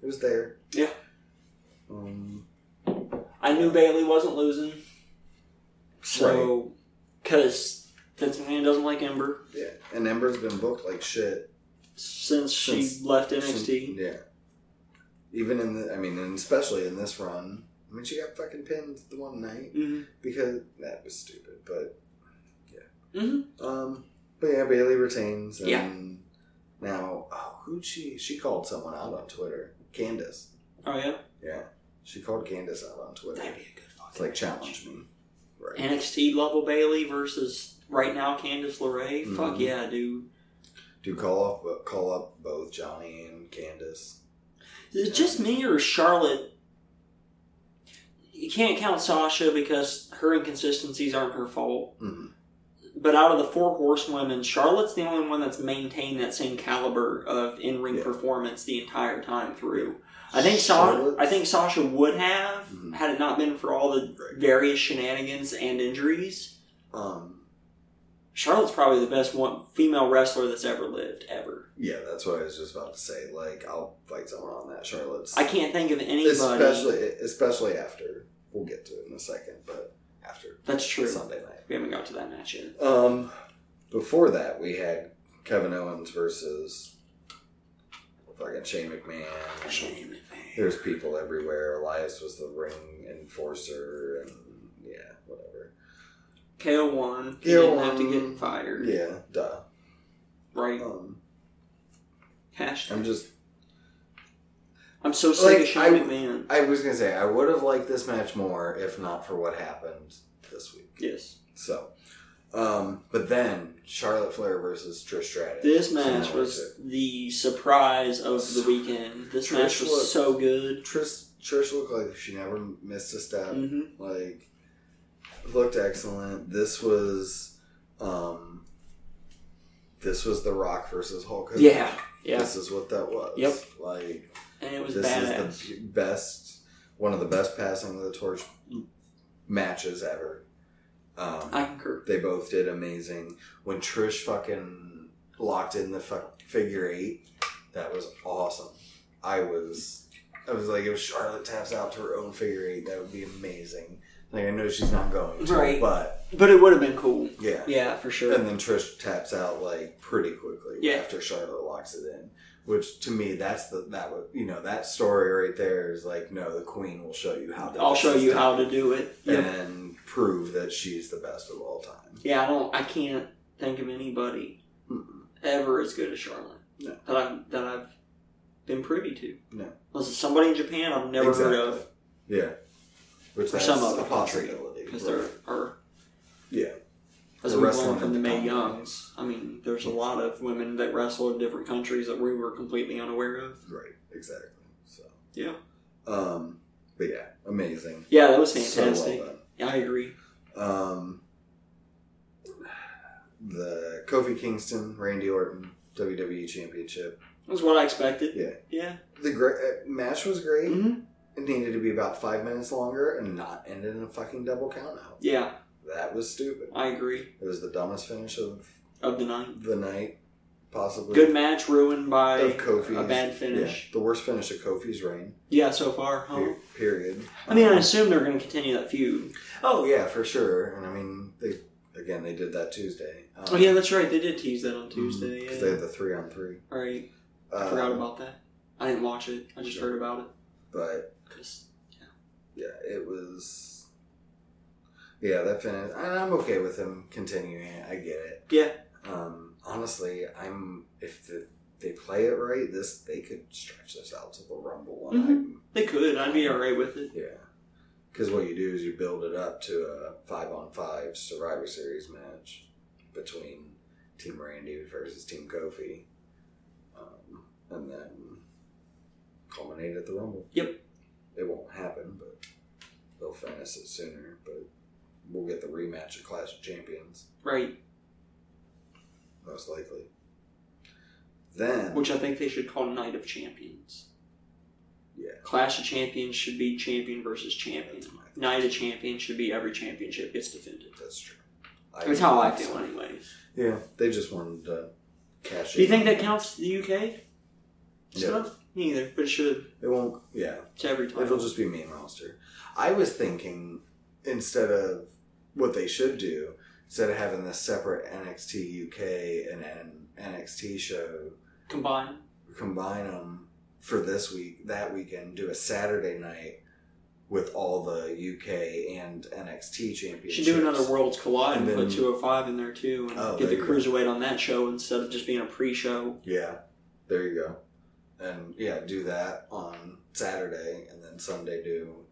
[SPEAKER 1] It was there.
[SPEAKER 2] Yeah.
[SPEAKER 1] Um,
[SPEAKER 2] I knew Bailey wasn't losing, so because Vince McMahon doesn't like Ember
[SPEAKER 1] Yeah, and Ember's been booked like shit.
[SPEAKER 2] since,
[SPEAKER 1] Since-
[SPEAKER 2] she left
[SPEAKER 1] Since-
[SPEAKER 2] NXT.
[SPEAKER 1] yeah. Even in the, I mean, and especially in this run. I mean, she got fucking pinned the one night
[SPEAKER 2] hmm
[SPEAKER 1] because that was stupid. But yeah.
[SPEAKER 2] Mhm.
[SPEAKER 1] Um. But yeah, Bailey retains. And
[SPEAKER 2] Yeah.
[SPEAKER 1] Now, oh, who'd she? She called someone out on Twitter. Candace.
[SPEAKER 2] Oh yeah,
[SPEAKER 1] Yeah. She called Candace out on Twitter.
[SPEAKER 2] that'd be a good fucking
[SPEAKER 1] It's like
[SPEAKER 2] match.
[SPEAKER 1] challenge me. Right.
[SPEAKER 2] NXT level Bailey versus right now Candice LeRae. Fuck
[SPEAKER 1] Mhm.
[SPEAKER 2] yeah, dude.
[SPEAKER 1] Do call off but call up both Johnny and Candace.
[SPEAKER 2] Is it just me or Charlotte? You can't count Sasha because her inconsistencies aren't her fault.
[SPEAKER 1] Mhm.
[SPEAKER 2] But out of the four horsewomen, Charlotte's the only one that's maintained that same caliber of in ring
[SPEAKER 1] Yeah.
[SPEAKER 2] performance the entire time through. I think Sasha, I think Sasha would have
[SPEAKER 1] Mhm.
[SPEAKER 2] had it not been for all the
[SPEAKER 1] Right.
[SPEAKER 2] various shenanigans and injuries.
[SPEAKER 1] Um
[SPEAKER 2] Charlotte's probably the best one female wrestler that's ever lived ever.
[SPEAKER 1] yeah, that's what I was just about to say. Like I'll fight someone on that, Charlotte's
[SPEAKER 2] I can't think of anybody.
[SPEAKER 1] especially especially after we'll get to it in a second, but after
[SPEAKER 2] That's true.
[SPEAKER 1] Sunday night.
[SPEAKER 2] We haven't got to that match yet.
[SPEAKER 1] Um before that we had Kevin Owens versus fucking Shane McMahon.
[SPEAKER 2] Shame.
[SPEAKER 1] there's people everywhere. Elias was the ring enforcer, and yeah, whatever.
[SPEAKER 2] KO won. He
[SPEAKER 1] KO
[SPEAKER 2] didn't have to
[SPEAKER 1] won.
[SPEAKER 2] get fired.
[SPEAKER 1] Yeah, duh.
[SPEAKER 2] Right.
[SPEAKER 1] Um,
[SPEAKER 2] Hashtag.
[SPEAKER 1] I'm just.
[SPEAKER 2] I'm so sick
[SPEAKER 1] Like,
[SPEAKER 2] of Shane
[SPEAKER 1] I-
[SPEAKER 2] McMahon.
[SPEAKER 1] I was gonna say I would have liked this match more if not for what happened this week.
[SPEAKER 2] Yes.
[SPEAKER 1] So, um, but then Charlotte Flair versus Trish Stratus.
[SPEAKER 2] This
[SPEAKER 1] Something
[SPEAKER 2] match
[SPEAKER 1] like
[SPEAKER 2] was
[SPEAKER 1] that.
[SPEAKER 2] the surprise of the weekend. This
[SPEAKER 1] Trish
[SPEAKER 2] match was
[SPEAKER 1] looked-
[SPEAKER 2] so good.
[SPEAKER 1] Trish. Trish looked like she never missed a step.
[SPEAKER 2] hmm
[SPEAKER 1] Like, looked excellent. This was, um, this was The Rock versus Hulk Hogan.
[SPEAKER 2] Yeah. Yeah.
[SPEAKER 1] This is what that was.
[SPEAKER 2] Yep.
[SPEAKER 1] Like
[SPEAKER 2] And it was
[SPEAKER 1] this
[SPEAKER 2] badass.
[SPEAKER 1] is the p- best, one of the best passing of the torch matches ever. Um,
[SPEAKER 2] I concur.
[SPEAKER 1] they both did amazing. When Trish fucking locked in the fuck figure eight, that was awesome. I was, I was like, if Charlotte taps out to her own figure eight, that would be amazing. Like I know she's not going to,
[SPEAKER 2] Right.
[SPEAKER 1] but
[SPEAKER 2] But it would have been cool.
[SPEAKER 1] yeah.
[SPEAKER 2] Yeah, for sure.
[SPEAKER 1] And then Trish taps out like pretty quickly
[SPEAKER 2] Yeah.
[SPEAKER 1] after Charlotte locks it in. Which to me, that's the that would you know that story right there is like no, the Queen will show you how. To
[SPEAKER 2] I'll
[SPEAKER 1] this
[SPEAKER 2] show
[SPEAKER 1] is
[SPEAKER 2] you
[SPEAKER 1] done
[SPEAKER 2] how to do it. Yep.
[SPEAKER 1] and prove that she's the best of all time.
[SPEAKER 2] Yeah, I don't. I can't think of anybody
[SPEAKER 1] Mm-mm.
[SPEAKER 2] ever as good as Charlotte
[SPEAKER 1] No.
[SPEAKER 2] that I've that I've been privy to.
[SPEAKER 1] No.
[SPEAKER 2] unless it's somebody in Japan I've never heard of
[SPEAKER 1] Yeah, which
[SPEAKER 2] Or
[SPEAKER 1] that's
[SPEAKER 2] some other
[SPEAKER 1] a
[SPEAKER 2] country,
[SPEAKER 1] possibility.
[SPEAKER 2] because
[SPEAKER 1] right.
[SPEAKER 2] there are
[SPEAKER 1] Yeah,
[SPEAKER 2] as
[SPEAKER 1] The
[SPEAKER 2] we
[SPEAKER 1] wrestling
[SPEAKER 2] learned from the
[SPEAKER 1] in the
[SPEAKER 2] Mae
[SPEAKER 1] continent.
[SPEAKER 2] Youngs. I mean, there's a lot of women that wrestle in different countries that we were completely unaware of.
[SPEAKER 1] right, exactly. So
[SPEAKER 2] Yeah.
[SPEAKER 1] um, but yeah, amazing.
[SPEAKER 2] Yeah, that was
[SPEAKER 1] So well
[SPEAKER 2] fantastic.
[SPEAKER 1] done.
[SPEAKER 2] Yeah, I agree.
[SPEAKER 1] Um, the Kofi Kingston, Randy Orton WWE Championship.
[SPEAKER 2] That was what I expected.
[SPEAKER 1] Yeah. Mm-hmm.
[SPEAKER 2] Yeah.
[SPEAKER 1] The great match was great.
[SPEAKER 2] Mhm.
[SPEAKER 1] It needed to be about five minutes longer and not end in a fucking double count out.
[SPEAKER 2] Yeah,
[SPEAKER 1] That was stupid.
[SPEAKER 2] I agree.
[SPEAKER 1] It was the dumbest finish of
[SPEAKER 2] Of the night.
[SPEAKER 1] the night, possibly.
[SPEAKER 2] Good match ruined by
[SPEAKER 1] Of Kofi's.
[SPEAKER 2] a bad
[SPEAKER 1] Yeah,
[SPEAKER 2] finish. Oh.
[SPEAKER 1] the worst finish of Kofi's reign.
[SPEAKER 2] Yeah, so far. Huh?
[SPEAKER 1] per- Period.
[SPEAKER 2] I mean, I
[SPEAKER 1] Um,
[SPEAKER 2] assume they're going to continue that feud.
[SPEAKER 1] oh yeah, for sure. And I mean, they again they did that Tuesday. Um,
[SPEAKER 2] Oh, yeah, that's right. They did tease that on Tuesday.
[SPEAKER 1] because
[SPEAKER 2] Yeah.
[SPEAKER 1] Mm-hmm. they had the three on three.
[SPEAKER 2] All right. I
[SPEAKER 1] Um,
[SPEAKER 2] forgot about that. I didn't watch it. I just heard about it.
[SPEAKER 1] But
[SPEAKER 2] 'Cause-
[SPEAKER 1] yeah, it was. Yeah, that finish. And I'm okay with him continuing. it. I get it.
[SPEAKER 2] Yeah.
[SPEAKER 1] Um, honestly, I'm if the, they play it right, this they could stretch this out to the Rumble. And I'm,
[SPEAKER 2] they could. I'd be all right with it.
[SPEAKER 1] yeah, because what you do is you build it up to a five on five Survivor Series match between Team Randy versus Team Kofi, um, and then culminate at the Rumble.
[SPEAKER 2] Yep.
[SPEAKER 1] It won't happen, but they'll finish it sooner. But we'll get the rematch of Clash of Champions
[SPEAKER 2] Right.
[SPEAKER 1] most likely. Then
[SPEAKER 2] Which I think they should call Night of Champions.
[SPEAKER 1] yeah,
[SPEAKER 2] Clash of Champions should be champion versus champion.
[SPEAKER 1] That's my thought.
[SPEAKER 2] Night of Champions should be every championship gets defended.
[SPEAKER 1] that's true.
[SPEAKER 2] That's how I feel, anyways.
[SPEAKER 1] Yeah, they just wanted to cash.
[SPEAKER 2] Do you
[SPEAKER 1] in.
[SPEAKER 2] think that counts the UK
[SPEAKER 1] Yeah.
[SPEAKER 2] stuff? Neither, but it should.
[SPEAKER 1] It won't. Yeah,
[SPEAKER 2] It's every time.
[SPEAKER 1] it'll just be main roster. I was thinking instead of what they should do, instead of having this separate NXT UK and N- NXT show,
[SPEAKER 2] combine.
[SPEAKER 1] combine them for this week, that weekend, do a Saturday night with all the UK and NXT championships.
[SPEAKER 2] Should do another Worlds Collide and,
[SPEAKER 1] And
[SPEAKER 2] put
[SPEAKER 1] then-
[SPEAKER 2] 205 in there too and
[SPEAKER 1] Oh,
[SPEAKER 2] get the
[SPEAKER 1] there you go.
[SPEAKER 2] cruiserweight on that show instead of just being a pre show.
[SPEAKER 1] Yeah, there you go. And yeah, do that on Saturday, and then Sunday do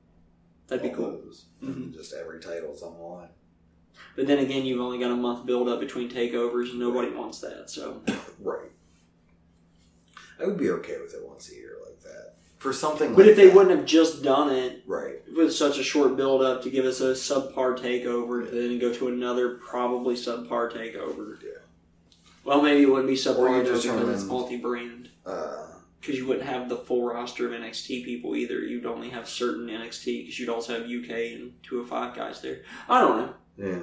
[SPEAKER 2] That'd be
[SPEAKER 1] all
[SPEAKER 2] cool. Mm-hmm.
[SPEAKER 1] those. And then Just every title's on the line.
[SPEAKER 2] But then again, you've only got a month build up between takeovers and nobody wants that. So,
[SPEAKER 1] Oh Right. I would be okay with it once a year like that for something.
[SPEAKER 2] But
[SPEAKER 1] like
[SPEAKER 2] if they
[SPEAKER 1] that.
[SPEAKER 2] wouldn't have just done it
[SPEAKER 1] right?
[SPEAKER 2] with such a short build up to give us a subpar takeover to then go to another probably subpar takeover.
[SPEAKER 1] Yeah.
[SPEAKER 2] Well, maybe it wouldn't be
[SPEAKER 1] Or you
[SPEAKER 2] subpar though,
[SPEAKER 1] just
[SPEAKER 2] because it's
[SPEAKER 1] determine-
[SPEAKER 2] multi brand.
[SPEAKER 1] Uh,
[SPEAKER 2] Because you wouldn't have the full roster of NXT people either. You'd only have certain NXT because you'd also have UK and 205 guys there. I don't know.
[SPEAKER 1] yeah.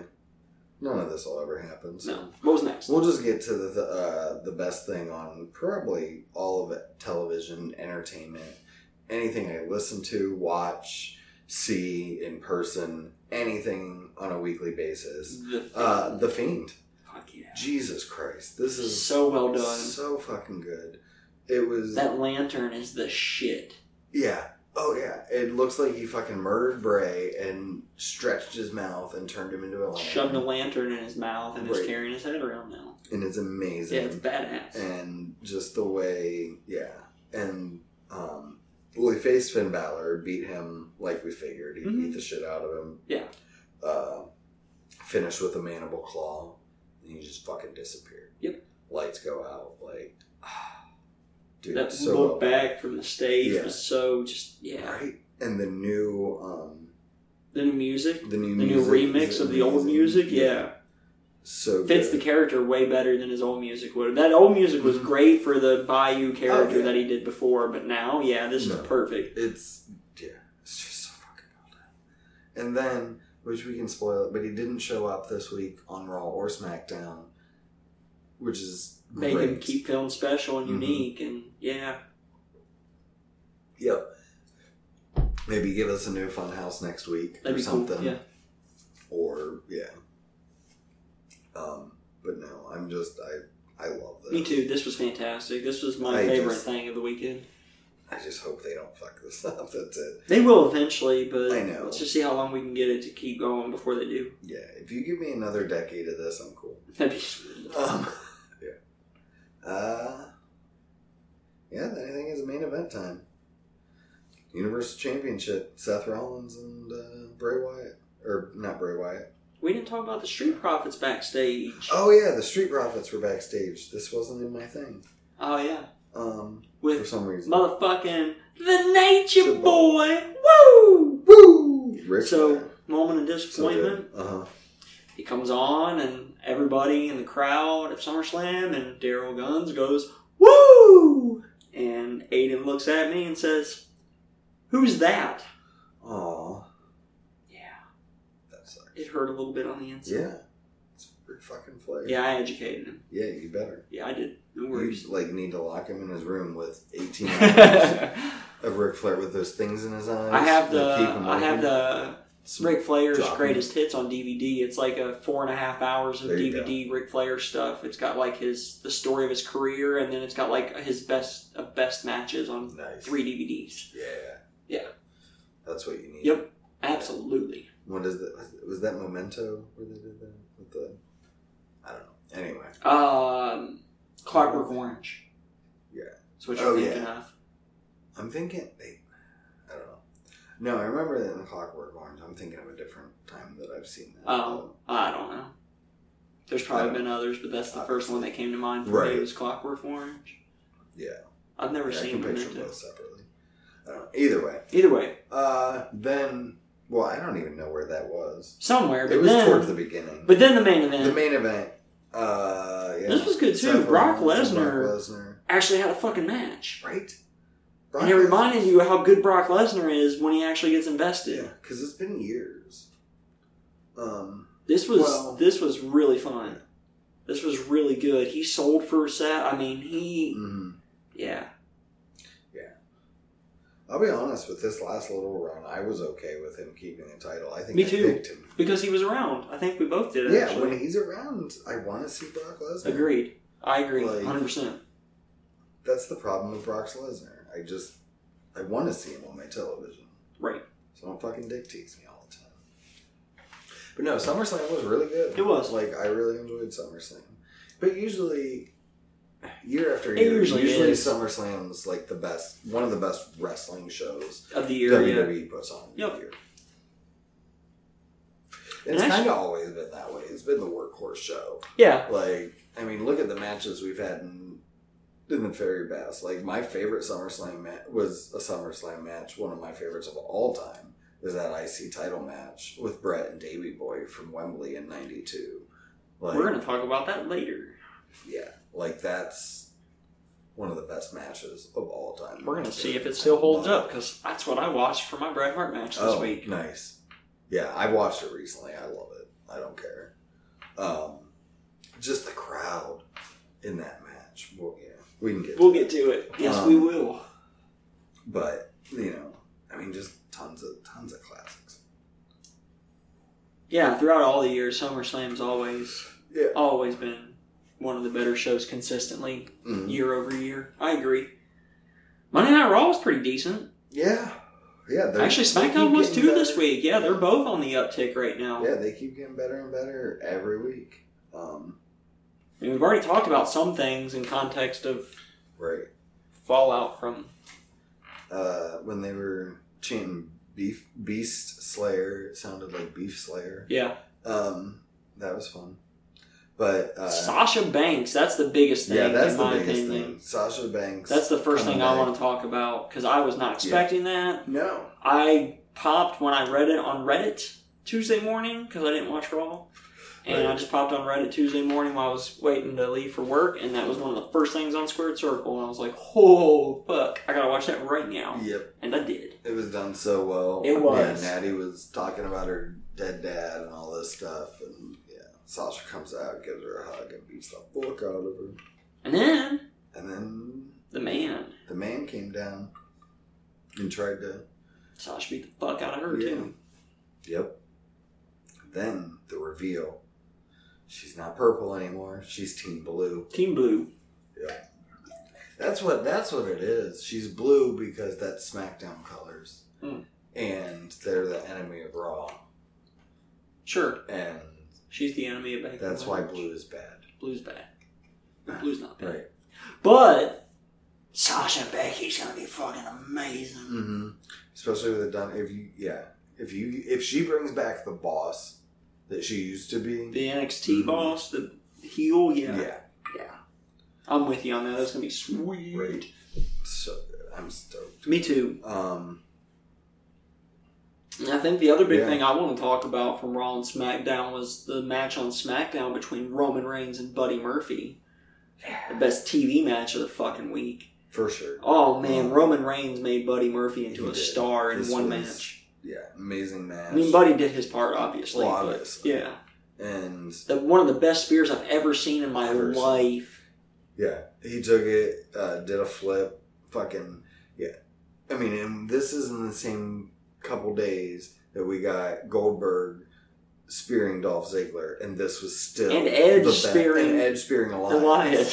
[SPEAKER 1] None of this will ever happen. so-
[SPEAKER 2] No. What was next?
[SPEAKER 1] We'll just get to the the, uh, the best thing on probably all of it: television, entertainment, anything I listen to, watch, see in person, anything on a weekly basis.
[SPEAKER 2] The,
[SPEAKER 1] Uh, the Fiend.
[SPEAKER 2] Fuck yeah.
[SPEAKER 1] Jesus Christ, this
[SPEAKER 2] This is
[SPEAKER 1] is
[SPEAKER 2] so well done.
[SPEAKER 1] so fucking good. It was
[SPEAKER 2] that lantern is the shit.
[SPEAKER 1] yeah. Oh yeah, it looks like he fucking murdered Bray and stretched his mouth and turned him into a lion.
[SPEAKER 2] Shoved a lantern in his mouth and is
[SPEAKER 1] Right.
[SPEAKER 2] carrying his head around now.
[SPEAKER 1] and it's amazing.
[SPEAKER 2] Yeah, it's badass.
[SPEAKER 1] and just the way, yeah, and um, well, he faced Finn Balor, beat him like we figured. He
[SPEAKER 2] Mhm.
[SPEAKER 1] beat the shit out of him.
[SPEAKER 2] Yeah.
[SPEAKER 1] Uh, finished with a mandible claw, and he just fucking disappeared.
[SPEAKER 2] Yep.
[SPEAKER 1] Lights go out. Like, dude,
[SPEAKER 2] that
[SPEAKER 1] so
[SPEAKER 2] look
[SPEAKER 1] well
[SPEAKER 2] back from the stage
[SPEAKER 1] Yeah.
[SPEAKER 2] was so just
[SPEAKER 1] done.
[SPEAKER 2] yeah.
[SPEAKER 1] right? And the new, um,
[SPEAKER 2] The new music,
[SPEAKER 1] the new,
[SPEAKER 2] the new
[SPEAKER 1] music
[SPEAKER 2] remix
[SPEAKER 1] is
[SPEAKER 2] of the old
[SPEAKER 1] amazing.
[SPEAKER 2] music, yeah,
[SPEAKER 1] so
[SPEAKER 2] fits the
[SPEAKER 1] good.
[SPEAKER 2] character way better than his old music would. That old music was
[SPEAKER 1] Mhm.
[SPEAKER 2] great for the Bayou character
[SPEAKER 1] Oh, yeah.
[SPEAKER 2] that he did before, but now, yeah, this
[SPEAKER 1] No.
[SPEAKER 2] is perfect.
[SPEAKER 1] It's yeah, it's just so fucking well done. And then, which we can spoil it, but he didn't show up this week on Raw or SmackDown, which is
[SPEAKER 2] Make him
[SPEAKER 1] great. Mm-hmm.
[SPEAKER 2] keep feeling special and
[SPEAKER 1] Mhm.
[SPEAKER 2] unique, and yeah,
[SPEAKER 1] Yep. Maybe give us a new fun house next week
[SPEAKER 2] That'd
[SPEAKER 1] or
[SPEAKER 2] be
[SPEAKER 1] something.
[SPEAKER 2] cool. Yeah.
[SPEAKER 1] Or yeah. Um, but no, I'm just I I love this.
[SPEAKER 2] Me too. This was fantastic. This was my
[SPEAKER 1] I
[SPEAKER 2] favorite
[SPEAKER 1] just-
[SPEAKER 2] thing of the weekend.
[SPEAKER 1] I just hope they don't fuck this up. That's it.
[SPEAKER 2] They will eventually, but
[SPEAKER 1] I know.
[SPEAKER 2] let's just see how long we can get it to keep going before they do.
[SPEAKER 1] Yeah, if you give me another decade of this, I'm cool.
[SPEAKER 2] That'd be
[SPEAKER 1] Um, yeah. Uh, yeah, then I think it's main event time. Universal Championship: Seth Rollins and uh, Bray Wyatt, or not Bray Wyatt.
[SPEAKER 2] We didn't talk about the Street Profits backstage.
[SPEAKER 1] Oh yeah, the Street Profits were backstage. This wasn't in my thing.
[SPEAKER 2] Oh, yeah.
[SPEAKER 1] Um, for
[SPEAKER 2] With
[SPEAKER 1] some reason.
[SPEAKER 2] motherfucking The Nature
[SPEAKER 1] Good
[SPEAKER 2] Boy. Woo!
[SPEAKER 1] Woo! Rick
[SPEAKER 2] So, moment of disappointment.
[SPEAKER 1] Uh huh.
[SPEAKER 2] he comes on, and everybody in the crowd at SummerSlam, and Daryl Guns goes, Woo! And Aiden looks at me and says, Who's that?
[SPEAKER 1] Aw,
[SPEAKER 2] Yeah.
[SPEAKER 1] that sucks.
[SPEAKER 2] It hurt a little bit on the inside.
[SPEAKER 1] Yeah, it's Rick fucking Flair.
[SPEAKER 2] Yeah, I educated him.
[SPEAKER 1] Yeah, you better.
[SPEAKER 2] Yeah, I did. No
[SPEAKER 1] You
[SPEAKER 2] worries.
[SPEAKER 1] like need to lock him in his room with eighteen hours
[SPEAKER 2] I
[SPEAKER 1] of Ric Flair with those things in his eyes.
[SPEAKER 2] have
[SPEAKER 1] that
[SPEAKER 2] the
[SPEAKER 1] keep him
[SPEAKER 2] I have
[SPEAKER 1] open.
[SPEAKER 2] the Ric Flair's
[SPEAKER 1] Drop 'em.
[SPEAKER 2] greatest hits on DVD. It's like a four and a half hours of
[SPEAKER 1] There you
[SPEAKER 2] DVD Ric Flair stuff. It's got like his the story of his career, and then it's got like his best of best matches on
[SPEAKER 1] nice.
[SPEAKER 2] three DVDs.
[SPEAKER 1] Yeah.
[SPEAKER 2] Yeah.
[SPEAKER 1] That's what you need.
[SPEAKER 2] Yep. Absolutely.
[SPEAKER 1] What is that? Was that Memento where they did that with the? I don't know. Anyway,
[SPEAKER 2] Um, Clockwork Orange.
[SPEAKER 1] Yeah.
[SPEAKER 2] That's what you're
[SPEAKER 1] Oh,
[SPEAKER 2] thinking of.
[SPEAKER 1] I'm thinking they. I don't know. No, I remember that in the Clockwork Orange. I'm thinking of a different time that I've seen that.
[SPEAKER 2] Oh, I don't know. There's
[SPEAKER 1] I
[SPEAKER 2] probably
[SPEAKER 1] don't-
[SPEAKER 2] been others, but that's the first one that came to mind for
[SPEAKER 1] Right.
[SPEAKER 2] me was Clockwork Orange.
[SPEAKER 1] Yeah.
[SPEAKER 2] I've never
[SPEAKER 1] Yeah, I
[SPEAKER 2] seen
[SPEAKER 1] can picture
[SPEAKER 2] Memento.
[SPEAKER 1] both separately. I don't know. Either way,
[SPEAKER 2] Either way,
[SPEAKER 1] uh, then well, I don't even know where that was.
[SPEAKER 2] somewhere. But
[SPEAKER 1] It was
[SPEAKER 2] then,
[SPEAKER 1] towards the beginning.
[SPEAKER 2] but then the main event
[SPEAKER 1] the main event. Uh, yeah.
[SPEAKER 2] This was good, too.
[SPEAKER 1] Seth
[SPEAKER 2] Brock
[SPEAKER 1] Rollins and
[SPEAKER 2] Lesnar.
[SPEAKER 1] Brock Lesnar,
[SPEAKER 2] actually had a fucking match,
[SPEAKER 1] right?
[SPEAKER 2] and it
[SPEAKER 1] Lesnar.
[SPEAKER 2] reminded you how good Brock Lesnar is when he actually gets invested.
[SPEAKER 1] Yeah, because it's been years. Um,
[SPEAKER 2] This was
[SPEAKER 1] Well-
[SPEAKER 2] this was really fun. This was really good. He sold for set. I mean, he
[SPEAKER 1] mhm.
[SPEAKER 2] yeah.
[SPEAKER 1] I'll be honest with this last little run. I was okay with him keeping the title. I think
[SPEAKER 2] Me
[SPEAKER 1] I
[SPEAKER 2] too.
[SPEAKER 1] picked him.
[SPEAKER 2] because he was around. I think we both did.
[SPEAKER 1] Yeah,
[SPEAKER 2] actually.
[SPEAKER 1] when he's around, I want to see Brock Lesnar.
[SPEAKER 2] agreed. I agree,
[SPEAKER 1] Like-
[SPEAKER 2] hundred percent.
[SPEAKER 1] That's the problem with Brock Lesnar. I just I want to see him on my television.
[SPEAKER 2] Right.
[SPEAKER 1] So don't fucking dick tease me all the time. But no, SummerSlam was really good.
[SPEAKER 2] It was.
[SPEAKER 1] like I really enjoyed SummerSlam. But usually, year after
[SPEAKER 2] It
[SPEAKER 1] year,
[SPEAKER 2] usually
[SPEAKER 1] usually
[SPEAKER 2] is.
[SPEAKER 1] SummerSlam's like the best, one of the best wrestling shows
[SPEAKER 2] Of the year, yeah.
[SPEAKER 1] WWE puts on
[SPEAKER 2] Yep.
[SPEAKER 1] the year.
[SPEAKER 2] And
[SPEAKER 1] It's
[SPEAKER 2] actually-
[SPEAKER 1] kind of always been that way. It's been the workhorse show.
[SPEAKER 2] yeah,
[SPEAKER 1] Like, I mean, look at the matches we've had in, in the very best. Like, my favorite SummerSlam match was a SummerSlam match. One of my favorites of all time is that IC title match with Brett and Davey Boy from Wembley in '92. Like,
[SPEAKER 2] we're gonna talk about that later.
[SPEAKER 1] yeah, like that's one of the best matches of all time.
[SPEAKER 2] We're gonna see if it still holds up because that's what I watched for my Bret Hart match this
[SPEAKER 1] oh,
[SPEAKER 2] week.
[SPEAKER 1] Nice. Yeah, I watched it recently. I love it. I don't care. Um, just the crowd in that match. Well, yeah, we can get.
[SPEAKER 2] We'll
[SPEAKER 1] to
[SPEAKER 2] get
[SPEAKER 1] that.
[SPEAKER 2] to it. Yes,
[SPEAKER 1] Um,
[SPEAKER 2] we will.
[SPEAKER 1] But you know, I mean, just tons of tons of classics.
[SPEAKER 2] Yeah, throughout all the years, SummerSlam's always
[SPEAKER 1] Yeah.
[SPEAKER 2] always been one of the better shows consistently
[SPEAKER 1] Mhm.
[SPEAKER 2] year over year. I agree. Monday Night Raw was pretty decent.
[SPEAKER 1] Yeah. Yeah. they're-
[SPEAKER 2] Actually,
[SPEAKER 1] they keep
[SPEAKER 2] SmackDown was
[SPEAKER 1] getting
[SPEAKER 2] too this
[SPEAKER 1] better.
[SPEAKER 2] week. Yeah, they're both on the uptick right now.
[SPEAKER 1] Yeah, they keep getting better and better every week. Um,
[SPEAKER 2] And we've already talked about some things in context of
[SPEAKER 1] right.
[SPEAKER 2] fallout from.
[SPEAKER 1] Uh, when they were chanting beef beast slayer, it sounded like beef slayer.
[SPEAKER 2] Yeah.
[SPEAKER 1] Um, that was fun. But uh,
[SPEAKER 2] Sasha Banks, that's the biggest thing,
[SPEAKER 1] yeah, that's
[SPEAKER 2] in
[SPEAKER 1] the
[SPEAKER 2] my
[SPEAKER 1] biggest
[SPEAKER 2] opinion.
[SPEAKER 1] thing. Sasha Banks.
[SPEAKER 2] That's the first
[SPEAKER 1] Coming
[SPEAKER 2] thing
[SPEAKER 1] back.
[SPEAKER 2] I want to talk about because I was not expecting that.
[SPEAKER 1] no.
[SPEAKER 2] I popped when I read it on Reddit Tuesday morning because I didn't watch Raw. And
[SPEAKER 1] Right.
[SPEAKER 2] I just popped on Reddit Tuesday morning while I was waiting to leave for work, and that was one of the first things on Squared Circle. And I was like, "Oh fuck, I gotta watch that right now,"
[SPEAKER 1] Yep,
[SPEAKER 2] and I did.
[SPEAKER 1] it was done so well.
[SPEAKER 2] It was.
[SPEAKER 1] Yeah, Natty was talking about her dead dad and all this stuff, and yeah, Sasha comes out, gives her a hug, and beats the fuck out of her.
[SPEAKER 2] And then
[SPEAKER 1] And then
[SPEAKER 2] the man,
[SPEAKER 1] the man came down and tried to
[SPEAKER 2] Sasha beat the fuck out of her
[SPEAKER 1] Yeah.
[SPEAKER 2] too.
[SPEAKER 1] Yep. Then the reveal. She's not purple anymore. She's team blue.
[SPEAKER 2] Team Blue.
[SPEAKER 1] That's what that's what it is. She's blue because that's SmackDown colors.
[SPEAKER 2] Hmm.
[SPEAKER 1] And they're the enemy of Raw.
[SPEAKER 2] Sure,
[SPEAKER 1] And
[SPEAKER 2] she's the enemy of Becky.
[SPEAKER 1] that's why
[SPEAKER 2] Lynch.
[SPEAKER 1] blue is bad.
[SPEAKER 2] Blue's bad. Blue's not bad.
[SPEAKER 1] Right.
[SPEAKER 2] But Sasha and Becky's gonna be fucking amazing.
[SPEAKER 1] hmm Especially with a done if you yeah. If you if she brings back the boss that she used to be.
[SPEAKER 2] The NXT
[SPEAKER 1] Mhm.
[SPEAKER 2] boss, the heel, yeah.
[SPEAKER 1] yeah.
[SPEAKER 2] I'm with you on that. That's gonna be sweet.
[SPEAKER 1] Right. So good. I'm stoked.
[SPEAKER 2] Me too.
[SPEAKER 1] Um
[SPEAKER 2] And I think the other big
[SPEAKER 1] Yeah.
[SPEAKER 2] thing I want to talk about from Raw and SmackDown was the match on SmackDown between Roman Reigns and Buddy Murphy. The best TV match of the fucking week.
[SPEAKER 1] for sure.
[SPEAKER 2] Oh man, Roman Reigns made Buddy Murphy into
[SPEAKER 1] He
[SPEAKER 2] a
[SPEAKER 1] did.
[SPEAKER 2] star in
[SPEAKER 1] This
[SPEAKER 2] one
[SPEAKER 1] was-
[SPEAKER 2] match.
[SPEAKER 1] Yeah, amazing match.
[SPEAKER 2] I mean, Buddy did his part, obviously.
[SPEAKER 1] Well,
[SPEAKER 2] but-
[SPEAKER 1] obviously.
[SPEAKER 2] yeah.
[SPEAKER 1] and
[SPEAKER 2] The, one of the best spears I've ever seen in my
[SPEAKER 1] Ever seen.
[SPEAKER 2] life.
[SPEAKER 1] yeah, he took it, uh, did a flip, fucking yeah. I mean, and this is in the same couple days that we got Goldberg spearing Dolph Ziggler, and this was still
[SPEAKER 2] And Edge
[SPEAKER 1] the best-
[SPEAKER 2] spearing
[SPEAKER 1] and Edge spearing Elias.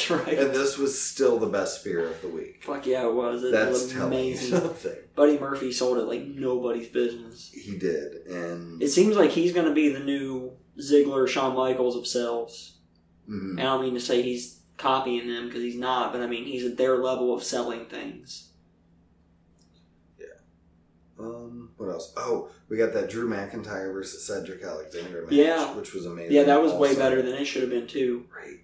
[SPEAKER 2] Elias, right?
[SPEAKER 1] and this was still the best spear of the week.
[SPEAKER 2] Fuck yeah, it was. It
[SPEAKER 1] That's
[SPEAKER 2] was
[SPEAKER 1] telling you
[SPEAKER 2] amazing.
[SPEAKER 1] something.
[SPEAKER 2] Buddy Murphy sold it like nobody's business.
[SPEAKER 1] He did, and
[SPEAKER 2] It seems like he's going to be the new Ziggler, Shawn Michaels of sales.
[SPEAKER 1] mhm.
[SPEAKER 2] And I don't mean to say he's copying them because he's not, but I mean he's at their level of selling things.
[SPEAKER 1] Um, what else? Oh, we got that Drew McIntyre versus Cedric Alexander match,
[SPEAKER 2] Yeah.
[SPEAKER 1] which was amazing.
[SPEAKER 2] Yeah, that was way
[SPEAKER 1] also.
[SPEAKER 2] better than it should have been too.
[SPEAKER 1] Right.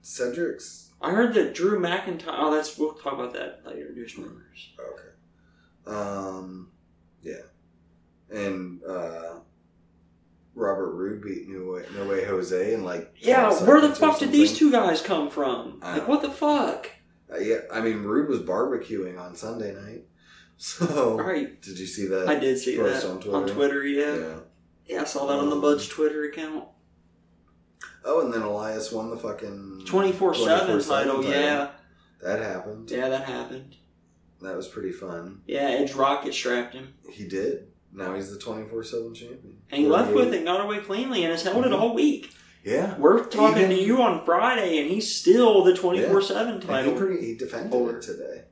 [SPEAKER 1] Cedric's
[SPEAKER 2] I heard that Drew McIntyre. Oh, that's we'll talk about that later. News rumors.
[SPEAKER 1] okay. Um, yeah, and uh, Robert Roode beat New Way, New Way Jose and like
[SPEAKER 2] Yeah,
[SPEAKER 1] 12
[SPEAKER 2] where the
[SPEAKER 1] seconds or
[SPEAKER 2] fuck did these
[SPEAKER 1] something.
[SPEAKER 2] two guys come from?
[SPEAKER 1] I
[SPEAKER 2] Like,
[SPEAKER 1] don't
[SPEAKER 2] what the fuck?
[SPEAKER 1] Uh, yeah, I mean Roode was barbecuing on Sunday night, so
[SPEAKER 2] Right,
[SPEAKER 1] did you see that?
[SPEAKER 2] I did see
[SPEAKER 1] Post
[SPEAKER 2] that
[SPEAKER 1] on
[SPEAKER 2] on Twitter.
[SPEAKER 1] Oh, Twitter.
[SPEAKER 2] yeah. yeah,
[SPEAKER 1] Yeah.
[SPEAKER 2] I saw that on the Bud's Twitter account.
[SPEAKER 1] Oh, and then Elias won the fucking
[SPEAKER 2] Twenty four seven
[SPEAKER 1] 24/7
[SPEAKER 2] title, yeah,
[SPEAKER 1] That happened.
[SPEAKER 2] yeah, that happened.
[SPEAKER 1] That was pretty fun.
[SPEAKER 2] Yeah, Edge Rocket strapped him,
[SPEAKER 1] He did. Now he's the 24 7 champion.
[SPEAKER 2] and he left with it, and got away cleanly, and has held it all week.
[SPEAKER 1] Yeah.
[SPEAKER 2] We're talking to
[SPEAKER 1] Even-
[SPEAKER 2] you on Friday, and he's still the twenty four seven
[SPEAKER 1] And he,
[SPEAKER 2] title
[SPEAKER 1] pretty, he defended
[SPEAKER 2] Over.
[SPEAKER 1] it today.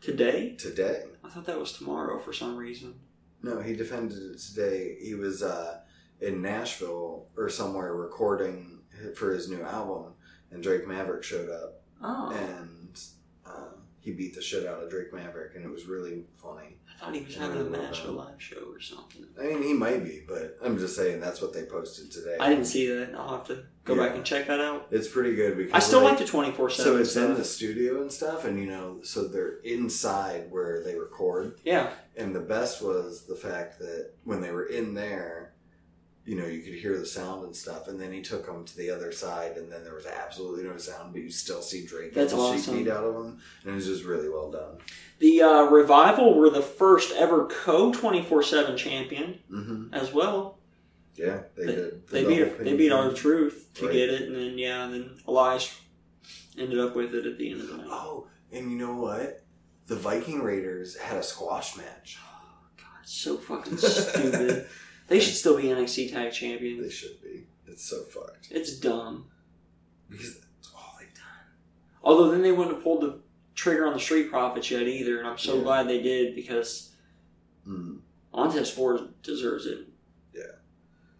[SPEAKER 2] today.
[SPEAKER 1] Today.
[SPEAKER 2] I thought that was tomorrow for some reason.
[SPEAKER 1] No, he defended it today. He was uh, in Nashville or somewhere recording for his new album, and Drake Maverick showed up,
[SPEAKER 2] Oh,
[SPEAKER 1] and uh, he beat the shit out of Drake Maverick, and it was really funny.
[SPEAKER 2] I thought he was
[SPEAKER 1] I
[SPEAKER 2] having a
[SPEAKER 1] don't know
[SPEAKER 2] match at a
[SPEAKER 1] about
[SPEAKER 2] live show or something.
[SPEAKER 1] I mean, he might be, but I'm just saying that's what they posted today.
[SPEAKER 2] I didn't see that. I'll have to go back
[SPEAKER 1] Yeah.
[SPEAKER 2] and check that out.
[SPEAKER 1] It's pretty good because
[SPEAKER 2] I still
[SPEAKER 1] like
[SPEAKER 2] like the twenty four seven.
[SPEAKER 1] So it's in the studio and stuff, and you know, so they're inside where they record.
[SPEAKER 2] yeah.
[SPEAKER 1] And the best was the fact that when they were in there, you know, you could hear the sound and stuff. And then he took them to the other side, and then there was absolutely no sound, but you still see Drake
[SPEAKER 2] That's
[SPEAKER 1] and the shit
[SPEAKER 2] awesome.
[SPEAKER 1] beat out of him, and it was just really well done.
[SPEAKER 2] The uh, Revival were the first ever co 24 7 champion
[SPEAKER 1] hmm
[SPEAKER 2] as well.
[SPEAKER 1] Yeah, they did. the
[SPEAKER 2] Mm-hmm. They beat
[SPEAKER 1] double
[SPEAKER 2] they
[SPEAKER 1] pin.
[SPEAKER 2] beat our truth to
[SPEAKER 1] Right.
[SPEAKER 2] get it, and then yeah, and then Elias ended up with it at the end of the night.
[SPEAKER 1] Oh, and you know what? The Viking Raiders had a squash match.
[SPEAKER 2] That's Oh, so fucking stupid. they should still be NXT
[SPEAKER 1] They
[SPEAKER 2] Tag Champions.
[SPEAKER 1] should be. It's so fucked
[SPEAKER 2] It's dumb.
[SPEAKER 1] because that's all they've done.
[SPEAKER 2] Although then they wouldn't have pulled the trigger on the Street Profits yet either, and I'm so
[SPEAKER 1] Yeah.
[SPEAKER 2] glad they did because
[SPEAKER 1] Mm.
[SPEAKER 2] Montez Ford deserves it.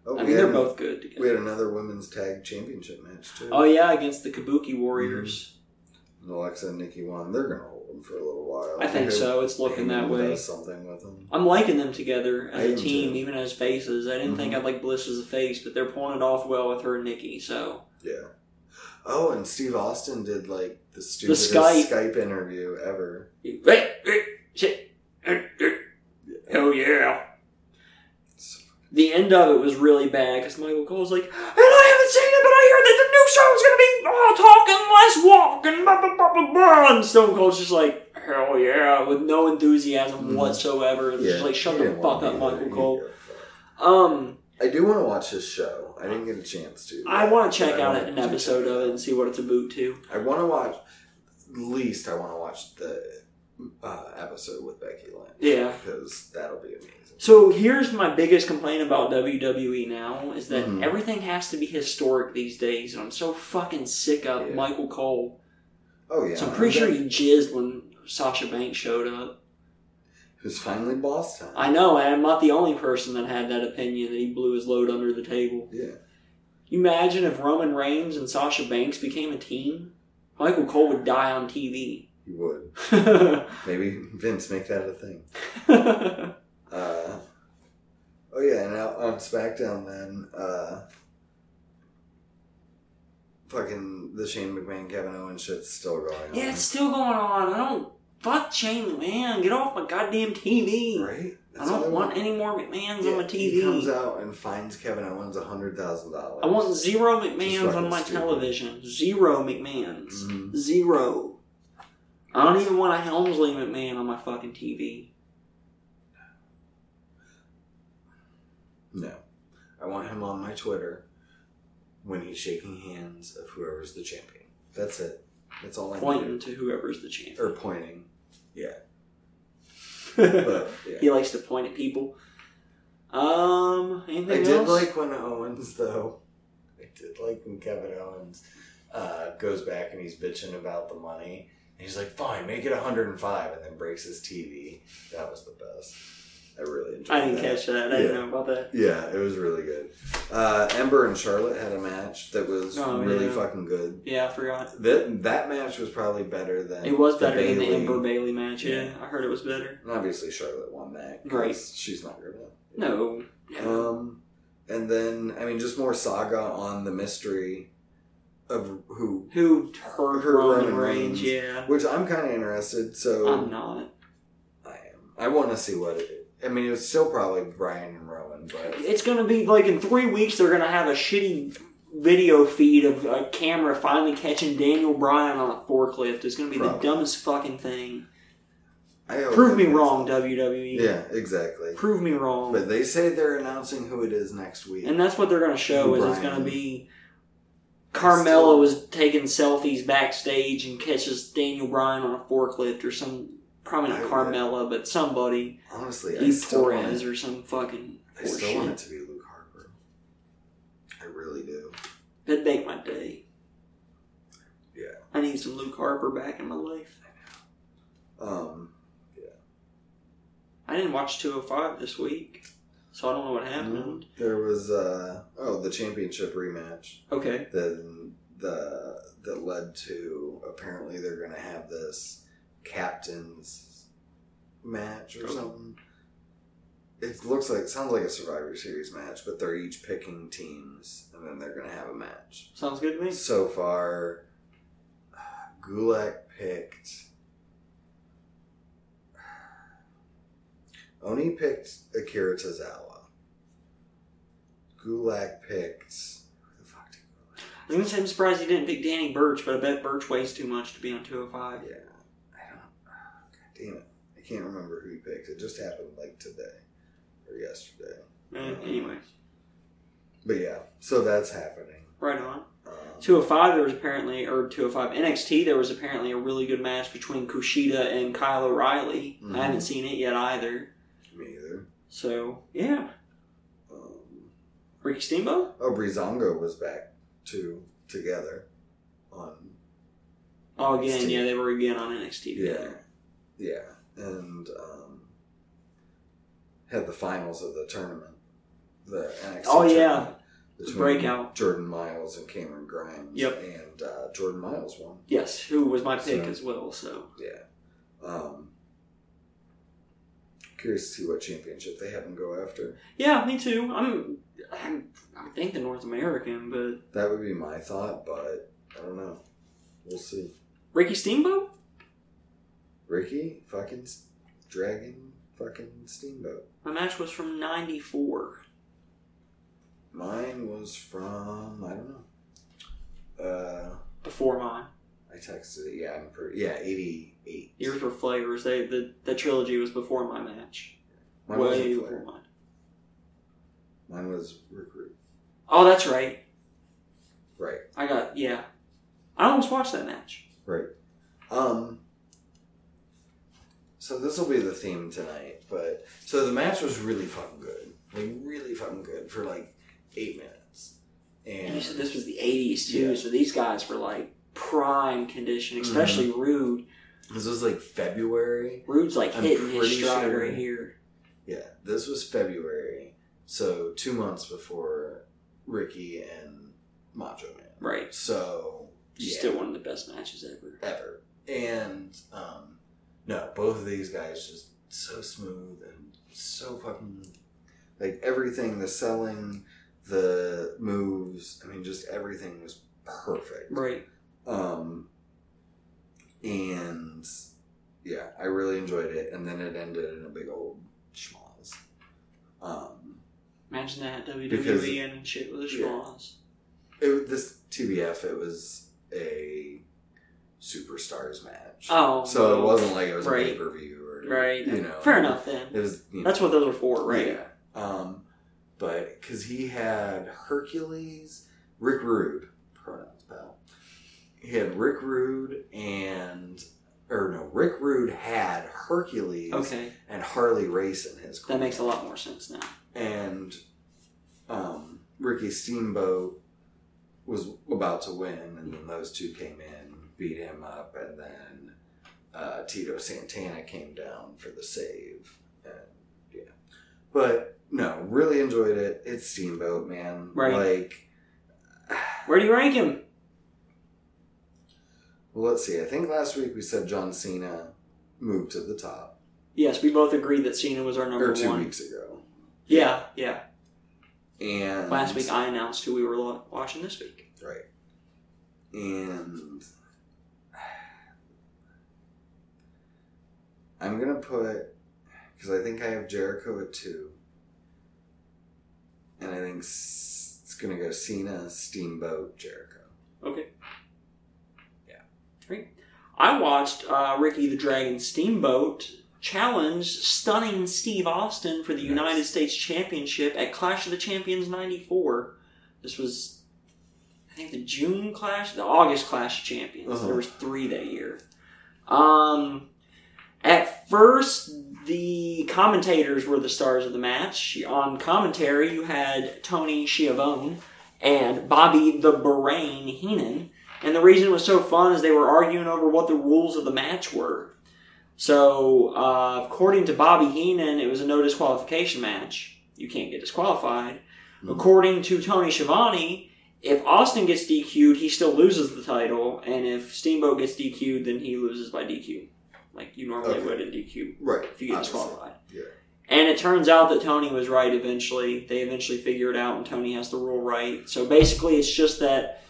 [SPEAKER 1] Oh,
[SPEAKER 2] I
[SPEAKER 1] we
[SPEAKER 2] mean,
[SPEAKER 1] had
[SPEAKER 2] they're
[SPEAKER 1] an-
[SPEAKER 2] both good together.
[SPEAKER 1] We had another women's tag championship match too.
[SPEAKER 2] Oh yeah, against the Kabuki Warriors.
[SPEAKER 1] And Alexa and Nikki won. They're gonna hold them for a little while.
[SPEAKER 2] I think
[SPEAKER 1] Maybe
[SPEAKER 2] so. It's looking that
[SPEAKER 1] Heyman
[SPEAKER 2] way.
[SPEAKER 1] Does something with them.
[SPEAKER 2] I'm liking them together
[SPEAKER 1] I
[SPEAKER 2] as a
[SPEAKER 1] am
[SPEAKER 2] team,
[SPEAKER 1] too.
[SPEAKER 2] even as faces. I didn't think
[SPEAKER 1] Mhm.
[SPEAKER 2] I'd like Bliss as a face, but they're pulling it off well with her and Nikki. So
[SPEAKER 1] Yeah. Oh, and Steve Austin did like the stupidest
[SPEAKER 2] Skype.
[SPEAKER 1] Skype. interview ever.
[SPEAKER 2] hell yeah!
[SPEAKER 1] So-
[SPEAKER 2] The end of it was really bad because Michael Cole's like, and I haven't seen it, but I hear that the new show is gonna be all oh, talking, less walking, blah blah blah blah blah. And Stone Cold's just like, hell yeah, with no enthusiasm
[SPEAKER 1] Mhm.
[SPEAKER 2] whatsoever. It's just like, shut
[SPEAKER 1] he
[SPEAKER 2] the
[SPEAKER 1] didn't
[SPEAKER 2] fuck
[SPEAKER 1] want
[SPEAKER 2] up,
[SPEAKER 1] me either. He
[SPEAKER 2] Michael Cole.
[SPEAKER 1] didn't give a fuck.
[SPEAKER 2] Um.
[SPEAKER 1] I do want to watch his show. I didn't get a chance to.
[SPEAKER 2] I want to check
[SPEAKER 1] But I
[SPEAKER 2] out
[SPEAKER 1] wanna
[SPEAKER 2] an
[SPEAKER 1] check
[SPEAKER 2] episode
[SPEAKER 1] it out.
[SPEAKER 2] of it and see what it's about to.
[SPEAKER 1] I want to watch. Least I want to watch the uh, episode with Becky Lynch.
[SPEAKER 2] Yeah.
[SPEAKER 1] Because that'll be amazing.
[SPEAKER 2] So here's my biggest complaint about WWE now is that
[SPEAKER 1] Mhm.
[SPEAKER 2] everything has to be historic these days, and I'm so fucking sick of
[SPEAKER 1] Yeah.
[SPEAKER 2] Michael Cole.
[SPEAKER 1] oh, yeah.
[SPEAKER 2] so I'm pretty sure
[SPEAKER 1] that-
[SPEAKER 2] he jizzed when Sasha Banks showed up.
[SPEAKER 1] It was finally boss time.
[SPEAKER 2] I know, and I'm not the only person that had that opinion that he blew his load under the table.
[SPEAKER 1] Yeah.
[SPEAKER 2] You imagine if Roman Reigns and Sasha Banks became a team? Michael Cole would die on TV.
[SPEAKER 1] You would. Maybe Vince make that a thing. Uh, oh yeah, and out on SmackDown then, uh, fucking the Shane McMahon Kevin Owens shit's still going on.
[SPEAKER 2] yeah, it's still going on. I don't. Fuck Shane McMahon. Get off my goddamn TV.
[SPEAKER 1] right.
[SPEAKER 2] I
[SPEAKER 1] That's all
[SPEAKER 2] don't want any more McMahons on my
[SPEAKER 1] He comes
[SPEAKER 2] TV.
[SPEAKER 1] out and finds Kevin Owens a hundred thousand dollars.
[SPEAKER 2] I want zero
[SPEAKER 1] Just
[SPEAKER 2] McMahons
[SPEAKER 1] fucking
[SPEAKER 2] on my
[SPEAKER 1] stupid.
[SPEAKER 2] television. Zero McMahons.
[SPEAKER 1] Mhm.
[SPEAKER 2] Zero. I don't even want a Helmsley McMahon on my fucking TV.
[SPEAKER 1] No, I want him on my Twitter when he's shaking hands of whoever's the champion. That's it. That's all I
[SPEAKER 2] Pointing
[SPEAKER 1] need.
[SPEAKER 2] to whoever's the
[SPEAKER 1] Or
[SPEAKER 2] champion.
[SPEAKER 1] pointing. But yeah.
[SPEAKER 2] He likes to point at people. Um,
[SPEAKER 1] I
[SPEAKER 2] anything
[SPEAKER 1] did
[SPEAKER 2] else?
[SPEAKER 1] like when Owens though. I did like when Kevin Owens uh, goes back and he's bitching about the money. And he's like, "Fine, make it 105," and then breaks his TV. That was the best. I really enjoyed.
[SPEAKER 2] I didn't
[SPEAKER 1] that.
[SPEAKER 2] catch that. I didn't
[SPEAKER 1] Yeah.
[SPEAKER 2] know about that.
[SPEAKER 1] Yeah, it was really good. Uh, Ember and Charlotte had a match that was
[SPEAKER 2] Oh,
[SPEAKER 1] really
[SPEAKER 2] yeah.
[SPEAKER 1] fucking good.
[SPEAKER 2] Yeah, I forgot.
[SPEAKER 1] That that match was probably better than
[SPEAKER 2] It was
[SPEAKER 1] the
[SPEAKER 2] better than the
[SPEAKER 1] Bayley.
[SPEAKER 2] Ember Bailey match. Yeah.
[SPEAKER 1] Yeah.
[SPEAKER 2] I heard it was better.
[SPEAKER 1] And obviously, Charlotte won that. 'cause
[SPEAKER 2] Right.
[SPEAKER 1] She's not gonna.
[SPEAKER 2] No.
[SPEAKER 1] Um, and then I mean, just more saga on the mystery of who,
[SPEAKER 2] Who heard
[SPEAKER 1] Heard
[SPEAKER 2] Roman
[SPEAKER 1] Roman
[SPEAKER 2] Reigns?
[SPEAKER 1] Reigns.
[SPEAKER 2] Yeah,
[SPEAKER 1] which I'm kind of interested. So
[SPEAKER 2] I'm not.
[SPEAKER 1] I am. I want to see what. It, I mean, it's still probably Brian and Rowan, but
[SPEAKER 2] It's gonna be like in three weeks they're gonna have a shitty video feed of a camera finally catching Daniel Bryan on a forklift. It's gonna be the
[SPEAKER 1] Probably.
[SPEAKER 2] dumbest fucking thing.
[SPEAKER 1] I hope
[SPEAKER 2] Prove me
[SPEAKER 1] it is.
[SPEAKER 2] wrong, WWE.
[SPEAKER 1] Yeah, exactly.
[SPEAKER 2] Prove me wrong.
[SPEAKER 1] But they say they're announcing who it is next week.
[SPEAKER 2] And that's what they're going to show is it's
[SPEAKER 1] Brian.
[SPEAKER 2] going to be Carmelo is taking selfies backstage and catches Daniel Bryan on a forklift or some probably
[SPEAKER 1] I
[SPEAKER 2] not
[SPEAKER 1] would-
[SPEAKER 2] Carmelo but somebody
[SPEAKER 1] Honestly, I
[SPEAKER 2] Eve
[SPEAKER 1] still want
[SPEAKER 2] Torres
[SPEAKER 1] it,
[SPEAKER 2] or some fucking
[SPEAKER 1] I still want it
[SPEAKER 2] horseshit.
[SPEAKER 1] to be Luke Harper. I really do.
[SPEAKER 2] That'd make my day.
[SPEAKER 1] Yeah.
[SPEAKER 2] I need some Luke Harper back in my life.
[SPEAKER 1] Um,
[SPEAKER 2] I didn't watch 205 this week, so I don't know what happened.
[SPEAKER 1] there was uh oh the championship rematch.
[SPEAKER 2] Okay.
[SPEAKER 1] then the that led to apparently they're gonna have this captain's match or
[SPEAKER 2] Okay.
[SPEAKER 1] something. It looks like sounds like a Survivor Series match, but they're each picking teams and then they're gonna have a match.
[SPEAKER 2] Sounds good to me.
[SPEAKER 1] So far, uh, Gulak picked. Oni picked Akira Tozawa. Gulak picked. Who the fuck did Gulak
[SPEAKER 2] I was going to say I'm surprised he didn't pick Danny Birch, but I bet Birch weighs too much to be on 205.
[SPEAKER 1] Yeah, I don't. God damn it! I can't remember who he picked. It just happened like today or yesterday.
[SPEAKER 2] Eh, anyway,
[SPEAKER 1] But yeah, so that's happening.
[SPEAKER 2] right on.
[SPEAKER 1] Um,
[SPEAKER 2] 205 there was apparently or 205 NXT there was apparently a really good match between Kushida and Kyle O'Reilly.
[SPEAKER 1] Mhm.
[SPEAKER 2] I haven't seen it yet either.
[SPEAKER 1] me either.
[SPEAKER 2] So, yeah.
[SPEAKER 1] Um,
[SPEAKER 2] Ricky Steamboat
[SPEAKER 1] oh, Brizongo was back too together on
[SPEAKER 2] Oh, again,
[SPEAKER 1] NXT.
[SPEAKER 2] yeah, they were again on NXT
[SPEAKER 1] yeah,
[SPEAKER 2] together.
[SPEAKER 1] yeah, and um, had the finals of the tournament. The NXT
[SPEAKER 2] Oh, yeah.
[SPEAKER 1] tournament between
[SPEAKER 2] breakout.
[SPEAKER 1] Jordan Miles and Cameron Grimes.
[SPEAKER 2] Yep.
[SPEAKER 1] and uh, Jordan Miles won.
[SPEAKER 2] Yes, who was my pick
[SPEAKER 1] So-
[SPEAKER 2] as well, so.
[SPEAKER 1] Yeah. Um, curious to see what championship they have them go after.
[SPEAKER 2] Yeah, me too. I'm I'm I think the North American, but
[SPEAKER 1] That would be my thought, but I don't know. We'll see.
[SPEAKER 2] Ricky Steamboat?
[SPEAKER 1] Ricky, fucking s- Dragon, fucking Steamboat.
[SPEAKER 2] My match was from 94.
[SPEAKER 1] Mine was from I don't know. Uh,
[SPEAKER 2] Before mine.
[SPEAKER 1] I texted it. Yeah, I'm pretty. Yeah, eighty eight.
[SPEAKER 2] Yours were flavors. They the, the trilogy was before my match.
[SPEAKER 1] Mine
[SPEAKER 2] Way
[SPEAKER 1] wasn't
[SPEAKER 2] before
[SPEAKER 1] Flair.
[SPEAKER 2] mine.
[SPEAKER 1] Mine was recruit.
[SPEAKER 2] Oh, that's right.
[SPEAKER 1] Right.
[SPEAKER 2] I got yeah. I almost watched that match.
[SPEAKER 1] Right. Um. So this will be the theme tonight. But so the match was really fucking good, like really fucking good for like eight minutes.
[SPEAKER 2] And
[SPEAKER 1] And
[SPEAKER 2] you said this was the 80s, too,
[SPEAKER 1] Yeah. Mm-hmm.
[SPEAKER 2] so these guys were like prime condition, especially Rude.
[SPEAKER 1] this was like February.
[SPEAKER 2] Rude's like
[SPEAKER 1] I'm
[SPEAKER 2] hitting his
[SPEAKER 1] pretty
[SPEAKER 2] stride
[SPEAKER 1] sure.
[SPEAKER 2] right here.
[SPEAKER 1] Yeah, this was February. So two months before Ricky and Macho Man.
[SPEAKER 2] Right.
[SPEAKER 1] So
[SPEAKER 2] Just
[SPEAKER 1] yeah.
[SPEAKER 2] still one of the best matches ever.
[SPEAKER 1] ever. And um, no, both of these guys just so smooth and so fucking like everything the selling, the moves, I mean, just everything was perfect.
[SPEAKER 2] Right.
[SPEAKER 1] Um, and yeah, I really enjoyed it. And then it ended in a big old schmoz. Um,
[SPEAKER 2] Imagine that WWE
[SPEAKER 1] Because-
[SPEAKER 2] and shit with the
[SPEAKER 1] Yeah.
[SPEAKER 2] Schwaz.
[SPEAKER 1] it, this TBF, it was a superstars match.
[SPEAKER 2] Oh.
[SPEAKER 1] So it wasn't like it was
[SPEAKER 2] Right.
[SPEAKER 1] a pay per view or
[SPEAKER 2] Right.
[SPEAKER 1] You know,
[SPEAKER 2] Fair enough then.
[SPEAKER 1] It was you know,
[SPEAKER 2] That's what those were for, right?
[SPEAKER 1] Yeah. Um, but because he had Hercules, Rick Rude pronouns, pal. He had Rick Rude and or no, Rick Rude had Hercules
[SPEAKER 2] Okay,
[SPEAKER 1] and Harley Race in his.
[SPEAKER 2] that makes a lot more sense now.
[SPEAKER 1] And um, Ricky Steamboat was about to win, and then those two came in, beat him up, and then uh, Tito Santana came down for the save. And yeah, but no, really enjoyed it. It's Steamboat, man.
[SPEAKER 2] Right.
[SPEAKER 1] Like,
[SPEAKER 2] Where do you rank him?
[SPEAKER 1] well, let's see. I think last week we said John Cena moved to the top,
[SPEAKER 2] Yes, we both agreed that Cena was our number
[SPEAKER 1] or two
[SPEAKER 2] one.
[SPEAKER 1] weeks ago.
[SPEAKER 2] Yeah, yeah.
[SPEAKER 1] And
[SPEAKER 2] Last week I announced who we were lo- watching this week.
[SPEAKER 1] Right. And I'm gonna put because I think I have Jericho at two, and I think s- it's gonna go Cena, Steamboat, Jericho.
[SPEAKER 2] Okay.
[SPEAKER 1] Yeah.
[SPEAKER 2] Great. I watched uh, Ricky the Dragon Steamboat challenge stunning Steve Austin for the
[SPEAKER 1] Nice.
[SPEAKER 2] United States Championship at Clash of the Champions 94. This was, I think, the June Clash, the August Clash of Champions.
[SPEAKER 1] Uh-huh.
[SPEAKER 2] There was three that year. Um, at first, the commentators were the stars of the match. On commentary, you had Tony Schiavone and Bobby the Bahrain Heenan. And the reason it was so fun is they were arguing over what the rules of the match were. So, uh, according to Bobby Heenan, it was a no disqualification match. You can't get disqualified.
[SPEAKER 1] Mhm.
[SPEAKER 2] According to Tony Schiavone, if Austin gets DQ'd, he still loses the title, and if Steamboat gets DQ'd, then he loses by DQ, like you normally
[SPEAKER 1] Okay.
[SPEAKER 2] would in DQ
[SPEAKER 1] Right.
[SPEAKER 2] if you get
[SPEAKER 1] obviously.
[SPEAKER 2] disqualified.
[SPEAKER 1] Yeah.
[SPEAKER 2] And it turns out that Tony was right eventually. They eventually figure it out, and Tony has the rule right. So basically, it's just that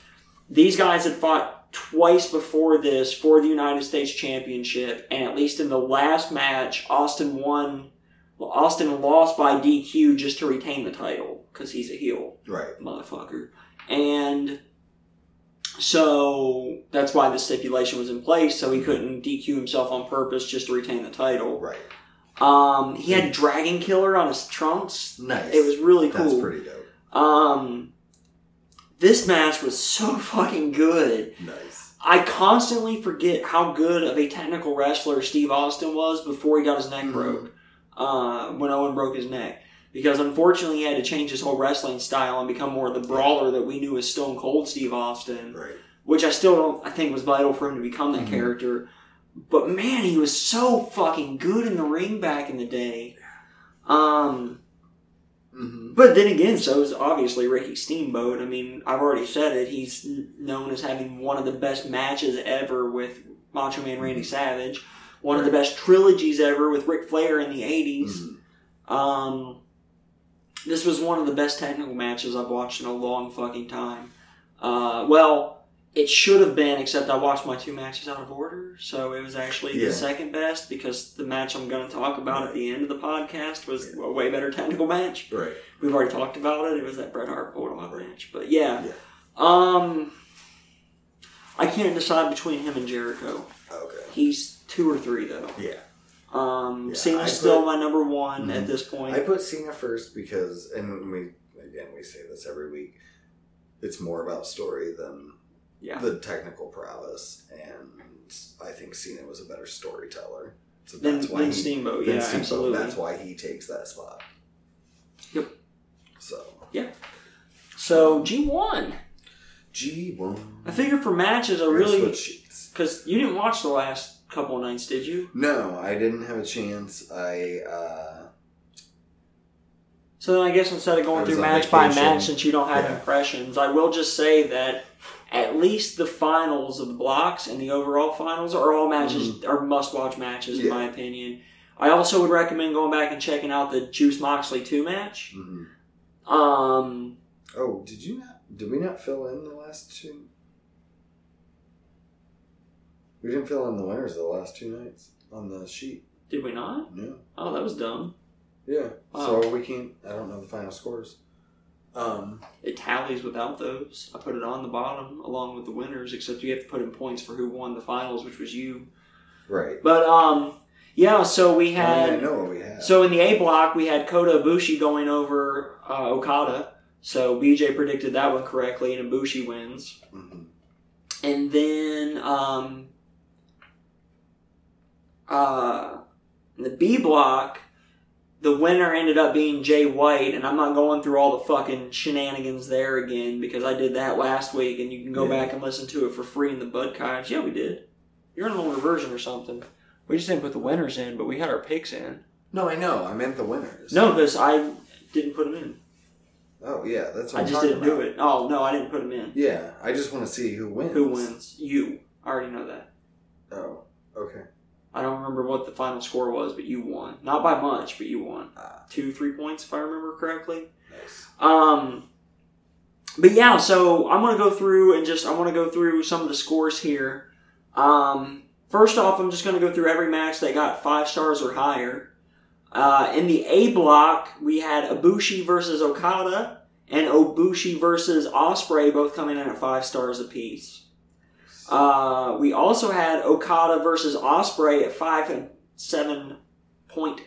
[SPEAKER 2] these guys had fought twice before this for the United States Championship, and at least in the last match, Austin won. Well, Austin lost by DQ just to retain the title because he's a heel
[SPEAKER 1] Right.
[SPEAKER 2] motherfucker. And so that's why the stipulation was in place, so he couldn't DQ himself on purpose just to retain the title.
[SPEAKER 1] Right.
[SPEAKER 2] Um, he had Dragon Killer on his trunks.
[SPEAKER 1] Nice.
[SPEAKER 2] It was really cool.
[SPEAKER 1] That's pretty dope.
[SPEAKER 2] um, this match was so fucking good.
[SPEAKER 1] Nice.
[SPEAKER 2] I constantly forget how good of a technical wrestler Steve Austin was before he got his neck
[SPEAKER 1] Mhm.
[SPEAKER 2] broke. Uh, when Owen broke his neck, because unfortunately he had to change his whole wrestling style and become more of the brawler that we knew as Stone Cold Steve Austin
[SPEAKER 1] Right.
[SPEAKER 2] which I still don't I think was vital for him to become that
[SPEAKER 1] Mhm.
[SPEAKER 2] character. But man, he was so fucking good in the ring back in the day. Um,
[SPEAKER 1] Mm-hmm.
[SPEAKER 2] but then again, so is obviously Ricky Steamboat. I mean, I've already said it. He's n- known as having one of the best matches ever with Macho Man Randy Savage, one of the best trilogies ever with Ric Flair in the 80s.
[SPEAKER 1] Mm-hmm.
[SPEAKER 2] Um, this was one of the best technical matches I've watched in a long fucking time. Uh, well, it should have been, except I watched my two matches out of order, so it was actually
[SPEAKER 1] Yeah.
[SPEAKER 2] the second best because the match I'm going to talk about at
[SPEAKER 1] Right.
[SPEAKER 2] the end of the podcast was
[SPEAKER 1] Yeah.
[SPEAKER 2] a way better technical match.
[SPEAKER 1] Mm-hmm. Right.
[SPEAKER 2] We've already talked about it. It was that Bret Hart Bulldog
[SPEAKER 1] Right.
[SPEAKER 2] match, but yeah,
[SPEAKER 1] Yeah.
[SPEAKER 2] um, I can't decide between him and Jericho.
[SPEAKER 1] Okay.
[SPEAKER 2] He's two or three though.
[SPEAKER 1] Yeah.
[SPEAKER 2] Um,
[SPEAKER 1] Yeah, I
[SPEAKER 2] Cena's
[SPEAKER 1] put-
[SPEAKER 2] still my number one at
[SPEAKER 1] Mhm.
[SPEAKER 2] this point.
[SPEAKER 1] I put Cena first because, and we again we say this every week, it's more about story than
[SPEAKER 2] Yeah.
[SPEAKER 1] the technical prowess, and I think Cena was a better storyteller. So
[SPEAKER 2] than,
[SPEAKER 1] that's why
[SPEAKER 2] than
[SPEAKER 1] he,
[SPEAKER 2] Steamboat.
[SPEAKER 1] than
[SPEAKER 2] yeah,
[SPEAKER 1] Steamboat.
[SPEAKER 2] absolutely.
[SPEAKER 1] That's why he takes that spot.
[SPEAKER 2] Yep.
[SPEAKER 1] So
[SPEAKER 2] So G1.
[SPEAKER 1] G one.
[SPEAKER 2] I figure for matches, I
[SPEAKER 1] We're gonna
[SPEAKER 2] really
[SPEAKER 1] switch sheets.
[SPEAKER 2] because you didn't watch the last couple of nights, did you?
[SPEAKER 1] No, I didn't have a chance. I uh
[SPEAKER 2] So then I guess instead of
[SPEAKER 1] I
[SPEAKER 2] going
[SPEAKER 1] was
[SPEAKER 2] through
[SPEAKER 1] on
[SPEAKER 2] match by
[SPEAKER 1] vacation.
[SPEAKER 2] match, since you don't have
[SPEAKER 1] Yeah.
[SPEAKER 2] impressions, I will just say that at least the finals of the blocks and the overall finals are all matches are must watch matches in
[SPEAKER 1] Mm. Yeah.
[SPEAKER 2] my opinion. I also would recommend going back and checking out the Juice Moxley two match.
[SPEAKER 1] mhm.
[SPEAKER 2] Um,
[SPEAKER 1] Oh, did you not did we not fill in the last two We didn't fill in the winners of the last two nights on the sheet.
[SPEAKER 2] did we not?
[SPEAKER 1] No.
[SPEAKER 2] Oh, that was dumb.
[SPEAKER 1] Yeah.
[SPEAKER 2] Wow.
[SPEAKER 1] So we can't I don't know the final scores. Um
[SPEAKER 2] It tallies without those. I put it on the bottom along with the winners, except you have to put in points for who won the finals, which was you.
[SPEAKER 1] Right.
[SPEAKER 2] But um, yeah. So we
[SPEAKER 1] I,
[SPEAKER 2] had.
[SPEAKER 1] mean, I know what we had.
[SPEAKER 2] So in the A block, we had Kota Ibushi going over uh, Okada. So BJ predicted that one correctly, and Ibushi wins.
[SPEAKER 1] Mhm.
[SPEAKER 2] And then um, uh, in the B block, the winner ended up being Jay White, and I'm not going through all the fucking shenanigans there again because I did that last week, and you can go
[SPEAKER 1] Yeah.
[SPEAKER 2] back and listen to it for free in the Bud Kives. Yeah, we did. You're in an older version or something. We just didn't put the winners in, but we had our picks in.
[SPEAKER 1] No, I know. I meant the winners.
[SPEAKER 2] No, because I didn't put them in.
[SPEAKER 1] Oh yeah, that's what
[SPEAKER 2] I
[SPEAKER 1] I'm
[SPEAKER 2] just
[SPEAKER 1] talking
[SPEAKER 2] didn't do
[SPEAKER 1] about.
[SPEAKER 2] it. Oh no, I didn't put them in.
[SPEAKER 1] Yeah, I just want to see who wins.
[SPEAKER 2] Who wins? You. I already know that.
[SPEAKER 1] Oh, okay.
[SPEAKER 2] I don't remember what the final score was, but you won. Not by much, but you won.
[SPEAKER 1] Ah.
[SPEAKER 2] Two, three points, if I remember correctly.
[SPEAKER 1] Nice.
[SPEAKER 2] Um, but yeah, so I'm gonna go through and just I want to go through some of the scores here. Um, first off, I'm just gonna go through every match that got five stars or higher. Uh, in the A block, we had Ibushi versus Okada and Obushi versus Osprey, both coming in at five stars apiece. Uh, we also had Okada versus Osprey at five and seven point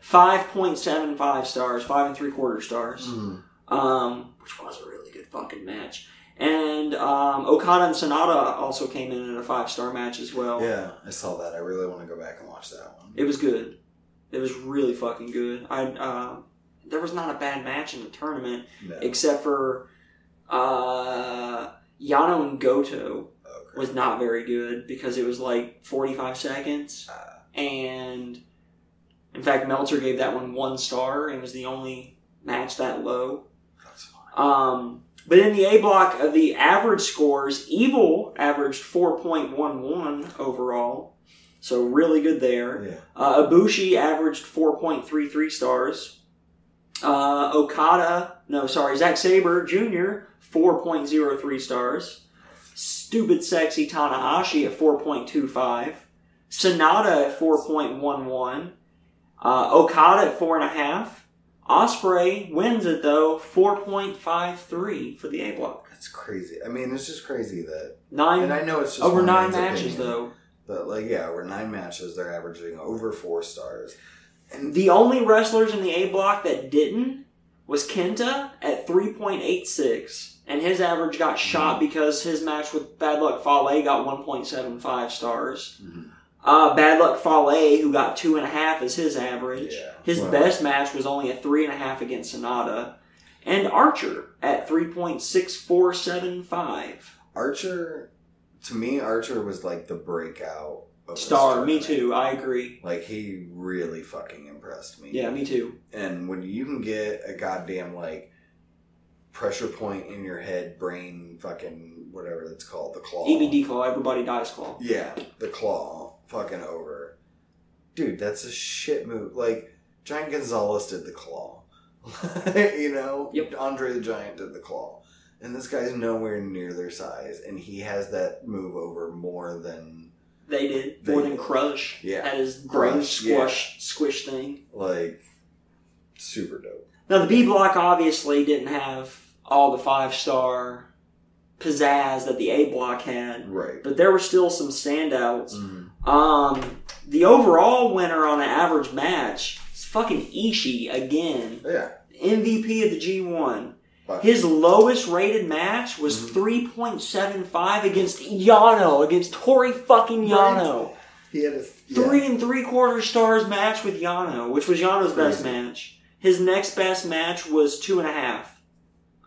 [SPEAKER 2] five point seven five stars, five and three quarter stars
[SPEAKER 1] Mhm.
[SPEAKER 2] um, which was a really good fucking match. And um, Okada and Sonata also came in in a five star match as well.
[SPEAKER 1] Yeah, I saw that. I really want to go back and watch that one.
[SPEAKER 2] It was good. It was really fucking good. I uh, there was not a bad match in the tournament
[SPEAKER 1] No.
[SPEAKER 2] except for uh, Yano and Goto
[SPEAKER 1] Okay.
[SPEAKER 2] was not very good because it was like forty five seconds
[SPEAKER 1] Ah.
[SPEAKER 2] and in fact Meltzer gave that one one star and was the only match that low.
[SPEAKER 1] That's fine.
[SPEAKER 2] Um, but in the A block of the average scores, Evil averaged 4.11 overall. So really good there.
[SPEAKER 1] Yeah.
[SPEAKER 2] Uh, Ibushi averaged 4.33 stars. Uh, Okada, no, sorry, Zack Sabre Jr., 4.03 stars. Stupid Sexy Tanahashi at 4.25. Sonata at 4.11. Uh, Okada at 4.5. Osprey wins it though, 4.53 for the A block.
[SPEAKER 1] That's crazy. I mean, it's just crazy that. And
[SPEAKER 2] Nine,
[SPEAKER 1] I know it's just
[SPEAKER 2] over
[SPEAKER 1] one
[SPEAKER 2] nine
[SPEAKER 1] man's
[SPEAKER 2] matches
[SPEAKER 1] opinion,
[SPEAKER 2] though.
[SPEAKER 1] But like, yeah, we're nine matches. They're averaging over four stars. And
[SPEAKER 2] The only wrestlers in the A block that didn't was Kenta at 3.86, and his average got shot because his match with Bad Luck Fale got 1.75 stars.
[SPEAKER 1] Mhm.
[SPEAKER 2] Uh, Bad Luck Fale, who got 2.5 as his average.
[SPEAKER 1] yeah,
[SPEAKER 2] His
[SPEAKER 1] well,
[SPEAKER 2] best match was only a 3.5 against Sonata. And Archer at 3.6475.
[SPEAKER 1] Archer, to me, Archer was like the breakout. Of this
[SPEAKER 2] Star, me
[SPEAKER 1] tournament.
[SPEAKER 2] too, I agree.
[SPEAKER 1] Like he really fucking impressed me.
[SPEAKER 2] Yeah, me too.
[SPEAKER 1] And when you can get a goddamn like pressure point in your head, brain, fucking whatever that's called, the claw.
[SPEAKER 2] EBD call, everybody dies call.
[SPEAKER 1] Yeah, the claw, fucking over. Dude, that's a shit move. Like, Giant Gonzalez did the claw. you know?
[SPEAKER 2] Yep.
[SPEAKER 1] Andre the Giant did the claw. And this guy's nowhere near their size, and he has that move over more than,
[SPEAKER 2] They did.
[SPEAKER 1] They
[SPEAKER 2] More than
[SPEAKER 1] did.
[SPEAKER 2] Crush.
[SPEAKER 1] Yeah.
[SPEAKER 2] That is brain
[SPEAKER 1] Crush, yeah.
[SPEAKER 2] squash squish thing.
[SPEAKER 1] like, super dope.
[SPEAKER 2] Now the B block obviously didn't have all the five star pizzazz that the A block had,
[SPEAKER 1] Right.
[SPEAKER 2] but there were still some standouts.
[SPEAKER 1] Mhm.
[SPEAKER 2] Um the overall winner on an average match is fucking Ishii again.
[SPEAKER 1] Yeah.
[SPEAKER 2] MVP of the G1.
[SPEAKER 1] But,
[SPEAKER 2] His lowest rated match was
[SPEAKER 1] Mhm.
[SPEAKER 2] 3.75 against Yano, against Tori fucking Yano.
[SPEAKER 1] He had a
[SPEAKER 2] Three and three quarter stars match with Yano, which was Yano's best
[SPEAKER 1] Crazy.
[SPEAKER 2] match. His next best match was two and a half,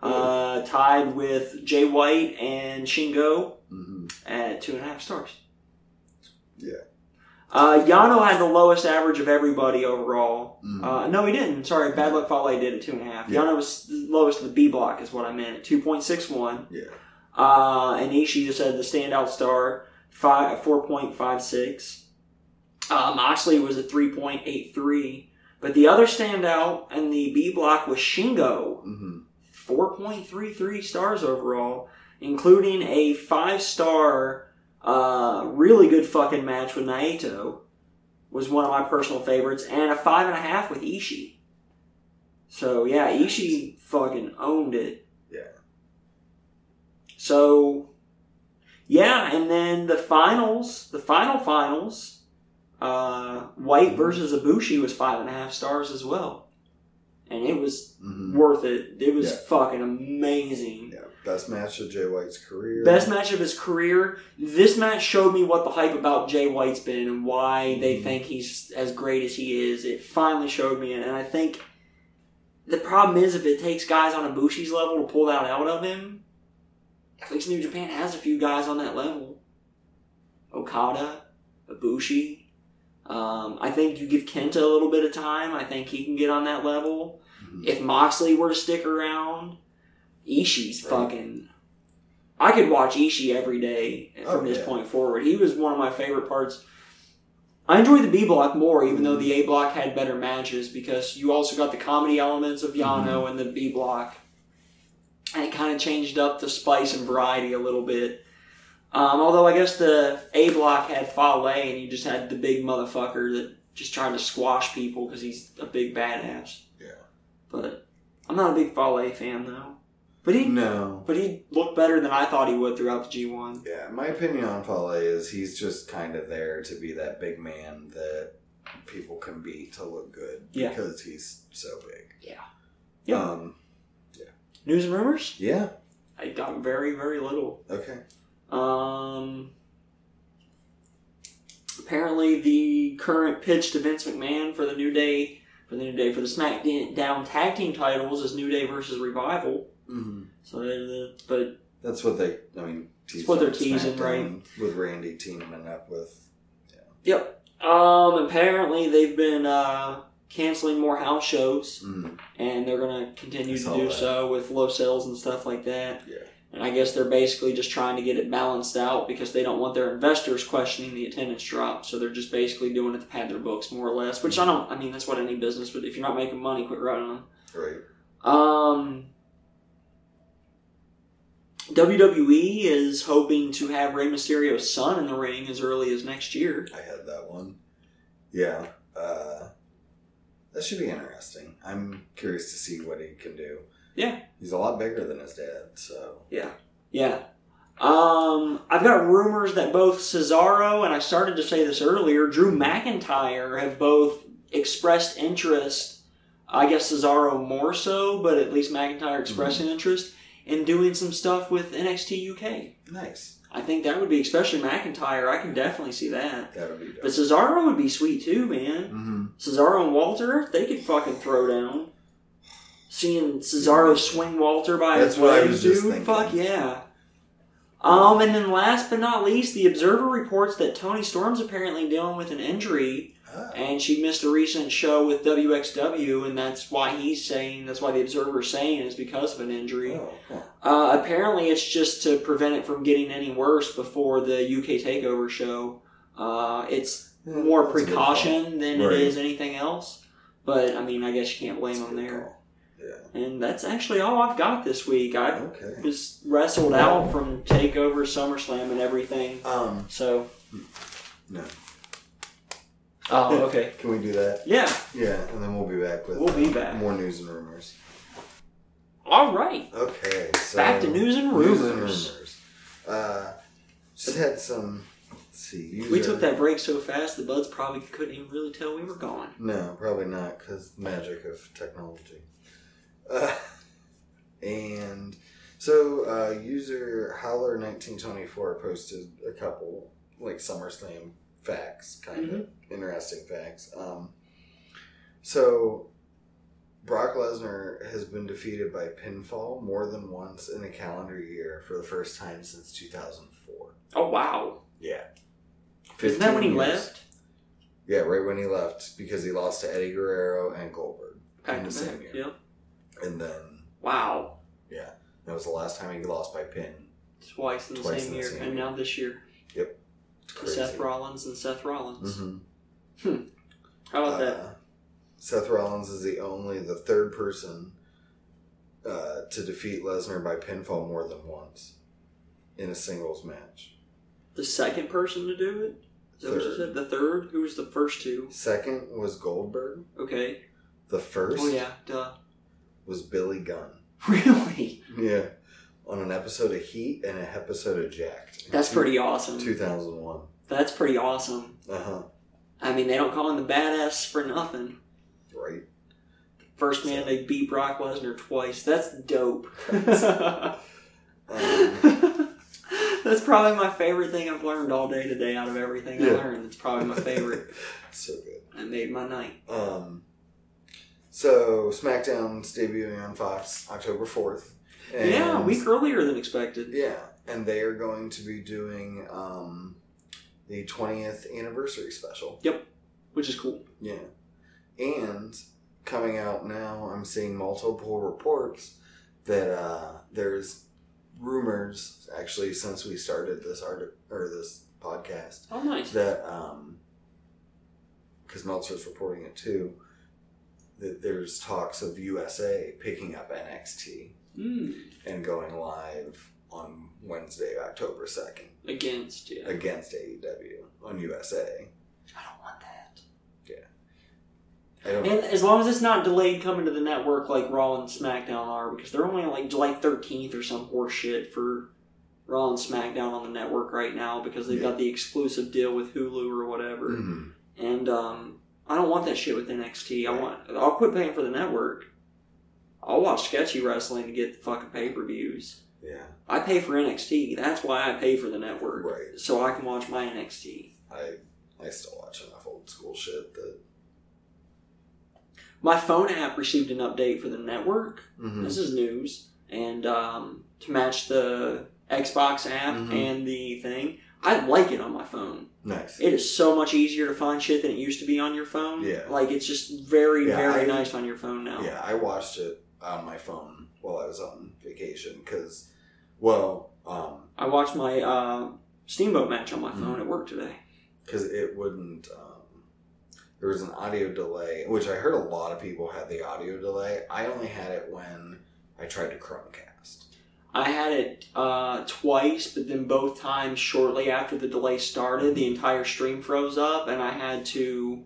[SPEAKER 2] uh, tied with Jay White and Shingo
[SPEAKER 1] hmm
[SPEAKER 2] at two and a half stars.
[SPEAKER 1] Yeah.
[SPEAKER 2] Uh, Yano had the lowest average of everybody overall.
[SPEAKER 1] hmm
[SPEAKER 2] Uh, no, he didn't. Sorry, Bad Luck Fale did at two and a half.
[SPEAKER 1] Yeah.
[SPEAKER 2] Yano was the lowest of the B block, is what I meant, at two point six one.
[SPEAKER 1] yeah.
[SPEAKER 2] Uh, and Ishii just had the standout star, five four point five six. Uh, Moxley was at three point eight three, but the other standout in the B block was Shingo,
[SPEAKER 1] hmm
[SPEAKER 2] four point three three stars overall, including a five star, uh, really good fucking match with Naito, was one of my personal favorites, and a five and a half with Ishii. So yeah, Ishii fucking owned it.
[SPEAKER 1] Yeah.
[SPEAKER 2] So yeah, and then the finals, the final finals, uh, White versus Ibushi was five and a half stars as well, and it was
[SPEAKER 1] hmm
[SPEAKER 2] worth it. It was
[SPEAKER 1] Yeah.
[SPEAKER 2] fucking amazing.
[SPEAKER 1] Yeah. Best match of Jay White's career.
[SPEAKER 2] Best match of his career. This match showed me what the hype about Jay White's been and why they
[SPEAKER 1] Mhm.
[SPEAKER 2] think he's as great as he is. It finally showed me it, and I think the problem is if it takes guys on Ibushi's level to pull that out of him. At least New Japan has a few guys on that level. Okada, Ibushi. Um, I think you give Kenta a little bit of time. I think he can get on that level
[SPEAKER 1] Mhm.
[SPEAKER 2] if Moxley were to stick around, Ishii's
[SPEAKER 1] Right.
[SPEAKER 2] fucking. I could watch Ishii every day from
[SPEAKER 1] Oh,
[SPEAKER 2] this
[SPEAKER 1] yeah.
[SPEAKER 2] point forward. He was one of my favorite parts. I enjoyed the B block more, even though
[SPEAKER 1] Mhm.
[SPEAKER 2] the A block had better matches because you also got the comedy elements of Yano
[SPEAKER 1] Mhm.
[SPEAKER 2] and the B block, and it kind of changed up the spice and variety a little bit. Um, although I guess the A block had Fale, and you just had the big motherfucker that just tried to squash people because he's a big badass.
[SPEAKER 1] Yeah.
[SPEAKER 2] But I'm not a big Fale fan though. But he
[SPEAKER 1] No.
[SPEAKER 2] but he looked better than I thought he would throughout the G1.
[SPEAKER 1] Yeah, my opinion on Fale is he's just kind of there to be that big man that people can be to look good
[SPEAKER 2] Yeah.
[SPEAKER 1] because he's so big.
[SPEAKER 2] Yeah. Yeah.
[SPEAKER 1] Um,
[SPEAKER 2] News and rumors?
[SPEAKER 1] yeah.
[SPEAKER 2] I got very very little.
[SPEAKER 1] Okay.
[SPEAKER 2] Um. Apparently, the current pitch to Vince McMahon for the New Day for the New Day for the SmackDown Tag Team titles is New Day versus Revival.
[SPEAKER 1] Mm-hmm.
[SPEAKER 2] So, uh, but
[SPEAKER 1] That's what they. I mean, teased
[SPEAKER 2] what they're
[SPEAKER 1] on
[SPEAKER 2] teasing,
[SPEAKER 1] SmackDown With Randy teaming up with.
[SPEAKER 2] um, apparently they've been uh, canceling more house shows.
[SPEAKER 1] Mm,
[SPEAKER 2] and they're going to continue
[SPEAKER 1] I
[SPEAKER 2] to
[SPEAKER 1] saw
[SPEAKER 2] do
[SPEAKER 1] that.
[SPEAKER 2] so with low sales and stuff like that.
[SPEAKER 1] Yeah.
[SPEAKER 2] And I guess they're basically just trying to get it balanced out because they don't want their investors questioning the attendance drop. So they're just basically doing it to pad their books more or less, which I don't, I mean, that's what any business would, if you're not making money, quit running them.
[SPEAKER 1] right.
[SPEAKER 2] Um, WWE E is hoping to have Rey Mysterio's son in the ring as early as next year.
[SPEAKER 1] I had that one. Yeah. Uh, that should be interesting. I'm curious to see what he can do.
[SPEAKER 2] Yeah.
[SPEAKER 1] He's a lot bigger than his dad, so.
[SPEAKER 2] Yeah. Um, I've got rumors that both Cesaro and I started to say this earlier, Drew McIntyre have both expressed interest. I guess Cesaro more so, but at least McIntyre expressing interest in doing some stuff with NXT UK.
[SPEAKER 1] Nice.
[SPEAKER 2] I think that would be especially McIntyre. I can definitely see that.
[SPEAKER 1] That would be
[SPEAKER 2] But
[SPEAKER 1] dope.
[SPEAKER 2] Cesaro would be sweet too, man.
[SPEAKER 1] Mm-hmm.
[SPEAKER 2] Cesaro and Walter, they could fucking throw down. Seeing Cesaro swing Walter by
[SPEAKER 1] That's
[SPEAKER 2] his
[SPEAKER 1] what I
[SPEAKER 2] leg,
[SPEAKER 1] was
[SPEAKER 2] dude.
[SPEAKER 1] just thinking.
[SPEAKER 2] Fuck yeah. Um, and then last but not least, the Observer reports that Tony Storm's apparently dealing with an injury,
[SPEAKER 1] Ah.
[SPEAKER 2] and she missed a recent show with WXW, and that's why he's saying, that's why the Observer's saying is because of an injury.
[SPEAKER 1] Oh, cool.
[SPEAKER 2] Uh, apparently, it's just to prevent it from getting any worse before the UK Takeover show. Uh, it's
[SPEAKER 1] Yeah,
[SPEAKER 2] more
[SPEAKER 1] that's a good
[SPEAKER 2] precaution than
[SPEAKER 1] Right.
[SPEAKER 2] it is anything else. But I mean, I guess you can't
[SPEAKER 1] call.
[SPEAKER 2] blame
[SPEAKER 1] That's a
[SPEAKER 2] them
[SPEAKER 1] good
[SPEAKER 2] there.
[SPEAKER 1] call. Yeah.
[SPEAKER 2] And that's actually all I've got this week. I
[SPEAKER 1] Okay.
[SPEAKER 2] was wrestled out from Takeover, SummerSlam, and everything.
[SPEAKER 1] Um.
[SPEAKER 2] So.
[SPEAKER 1] No.
[SPEAKER 2] Oh, okay.
[SPEAKER 1] Can we do that?
[SPEAKER 2] Yeah,
[SPEAKER 1] Yeah, and then we'll be back with uh,
[SPEAKER 2] we'll be back.
[SPEAKER 1] more news and rumors.
[SPEAKER 2] All right,
[SPEAKER 1] Okay. So
[SPEAKER 2] back to news and rumors.
[SPEAKER 1] and rumors. Uh, just had some. Let's see.
[SPEAKER 2] We
[SPEAKER 1] user-
[SPEAKER 2] took that break so fast the buds probably couldn't even really tell we were gone.
[SPEAKER 1] No, probably not, because magic of technology. Uh, and so, uh, user Howler1924 posted a couple like SummerSlam facts, kind of
[SPEAKER 2] Mm-hmm.
[SPEAKER 1] interesting facts. Um, so Brock Lesnar has been defeated by pinfall more than once in a calendar year for the first time since 2004.
[SPEAKER 2] Oh wow!
[SPEAKER 1] Yeah.
[SPEAKER 2] Isn't that when he
[SPEAKER 1] 15 years.
[SPEAKER 2] left?
[SPEAKER 1] Yeah, right when he left because he lost to Eddie Guerrero and Goldberg.
[SPEAKER 2] Back
[SPEAKER 1] In the
[SPEAKER 2] to
[SPEAKER 1] same year.
[SPEAKER 2] back. Yeah.
[SPEAKER 1] And then
[SPEAKER 2] Wow.
[SPEAKER 1] that was the last time he lost by pin.
[SPEAKER 2] Twice in the
[SPEAKER 1] Twice
[SPEAKER 2] same
[SPEAKER 1] in the
[SPEAKER 2] year,
[SPEAKER 1] same
[SPEAKER 2] and
[SPEAKER 1] year.
[SPEAKER 2] now this year,
[SPEAKER 1] It's crazy.
[SPEAKER 2] Seth Rollins and Seth Rollins.
[SPEAKER 1] Mhm.
[SPEAKER 2] How about that?
[SPEAKER 1] Uh, Seth Rollins is the only the third person uh, to defeat Lesnar by pinfall more than once in a singles match.
[SPEAKER 2] The second person to do it. Is that what you
[SPEAKER 1] Third.
[SPEAKER 2] said? The third? Who was the first two?
[SPEAKER 1] Second was Goldberg.
[SPEAKER 2] Okay.
[SPEAKER 1] The first
[SPEAKER 2] Oh yeah, duh.
[SPEAKER 1] was Billy Gunn.
[SPEAKER 2] Really?
[SPEAKER 1] Yeah, on an episode of Heat and an episode of Jacked. in
[SPEAKER 2] That's
[SPEAKER 1] two-
[SPEAKER 2] pretty awesome.
[SPEAKER 1] 2001.
[SPEAKER 2] That's pretty awesome.
[SPEAKER 1] Uh huh.
[SPEAKER 2] I mean, they don't call him the badass for nothing.
[SPEAKER 1] Right.
[SPEAKER 2] First man to beat Brock Lesnar twice. That's dope.
[SPEAKER 1] Um,
[SPEAKER 2] That's probably my favorite thing I've learned all day today out of everything I
[SPEAKER 1] Yeah.
[SPEAKER 2] learned. It's probably my favorite.
[SPEAKER 1] so good.
[SPEAKER 2] I made my night.
[SPEAKER 1] Um, so SmackDown's debuting on Fox October 4th.
[SPEAKER 2] yeah, a
[SPEAKER 1] and-
[SPEAKER 2] week earlier than expected.
[SPEAKER 1] Yeah, and they are going to be doing um, the 20th anniversary special.
[SPEAKER 2] Which is cool.
[SPEAKER 1] Yeah. And coming out now, I'm seeing multiple reports that uh, there's rumors, actually, since we started this art or this podcast,
[SPEAKER 2] Oh, nice.
[SPEAKER 1] that because Meltzer's reporting it too, that there's talks of USA picking up NXT
[SPEAKER 2] Mm.
[SPEAKER 1] and going live on Wednesday, October 2nd.
[SPEAKER 2] Against, yeah.
[SPEAKER 1] against AEW on USA.
[SPEAKER 2] I don't want that.
[SPEAKER 1] I don't
[SPEAKER 2] And as long as it's not delayed coming to the network like Raw and SmackDown are, because they're only like July 13th or some horse shit for Raw and SmackDown on the network right now because they've
[SPEAKER 1] Yeah.
[SPEAKER 2] got the exclusive deal with Hulu or whatever.
[SPEAKER 1] Mhm.
[SPEAKER 2] And um, I don't want that shit with NXT. I
[SPEAKER 1] Right.
[SPEAKER 2] want. I'll quit paying for the network. I'll watch sketchy wrestling to get the fucking pay per views.
[SPEAKER 1] Yeah,
[SPEAKER 2] I pay for NXT. That's why I pay for the network,
[SPEAKER 1] right.
[SPEAKER 2] so I can watch my NXT.
[SPEAKER 1] I I still watch enough old school shit that
[SPEAKER 2] My phone app received an update for the network.
[SPEAKER 1] Mhm.
[SPEAKER 2] This is news, and um, to match the Xbox app
[SPEAKER 1] Mhm.
[SPEAKER 2] and the thing, I like it on my phone.
[SPEAKER 1] nice.
[SPEAKER 2] It is so much easier to find shit than it used to be on your phone.
[SPEAKER 1] Yeah.
[SPEAKER 2] like it's just very,
[SPEAKER 1] Yeah,
[SPEAKER 2] very
[SPEAKER 1] I-
[SPEAKER 2] nice on your phone now.
[SPEAKER 1] Yeah, I watched it on my phone while I was on vacation because, well, um,
[SPEAKER 2] I watched my uh, Steamboat match on my phone
[SPEAKER 1] Mm-hmm.
[SPEAKER 2] at work today.
[SPEAKER 1] because it wouldn't. Um, there was an audio delay, which I heard a lot of people had the audio delay. I only had it when I tried to Chromecast.
[SPEAKER 2] I had it uh, twice, but then both times shortly after the delay started, the entire stream froze up, and I had to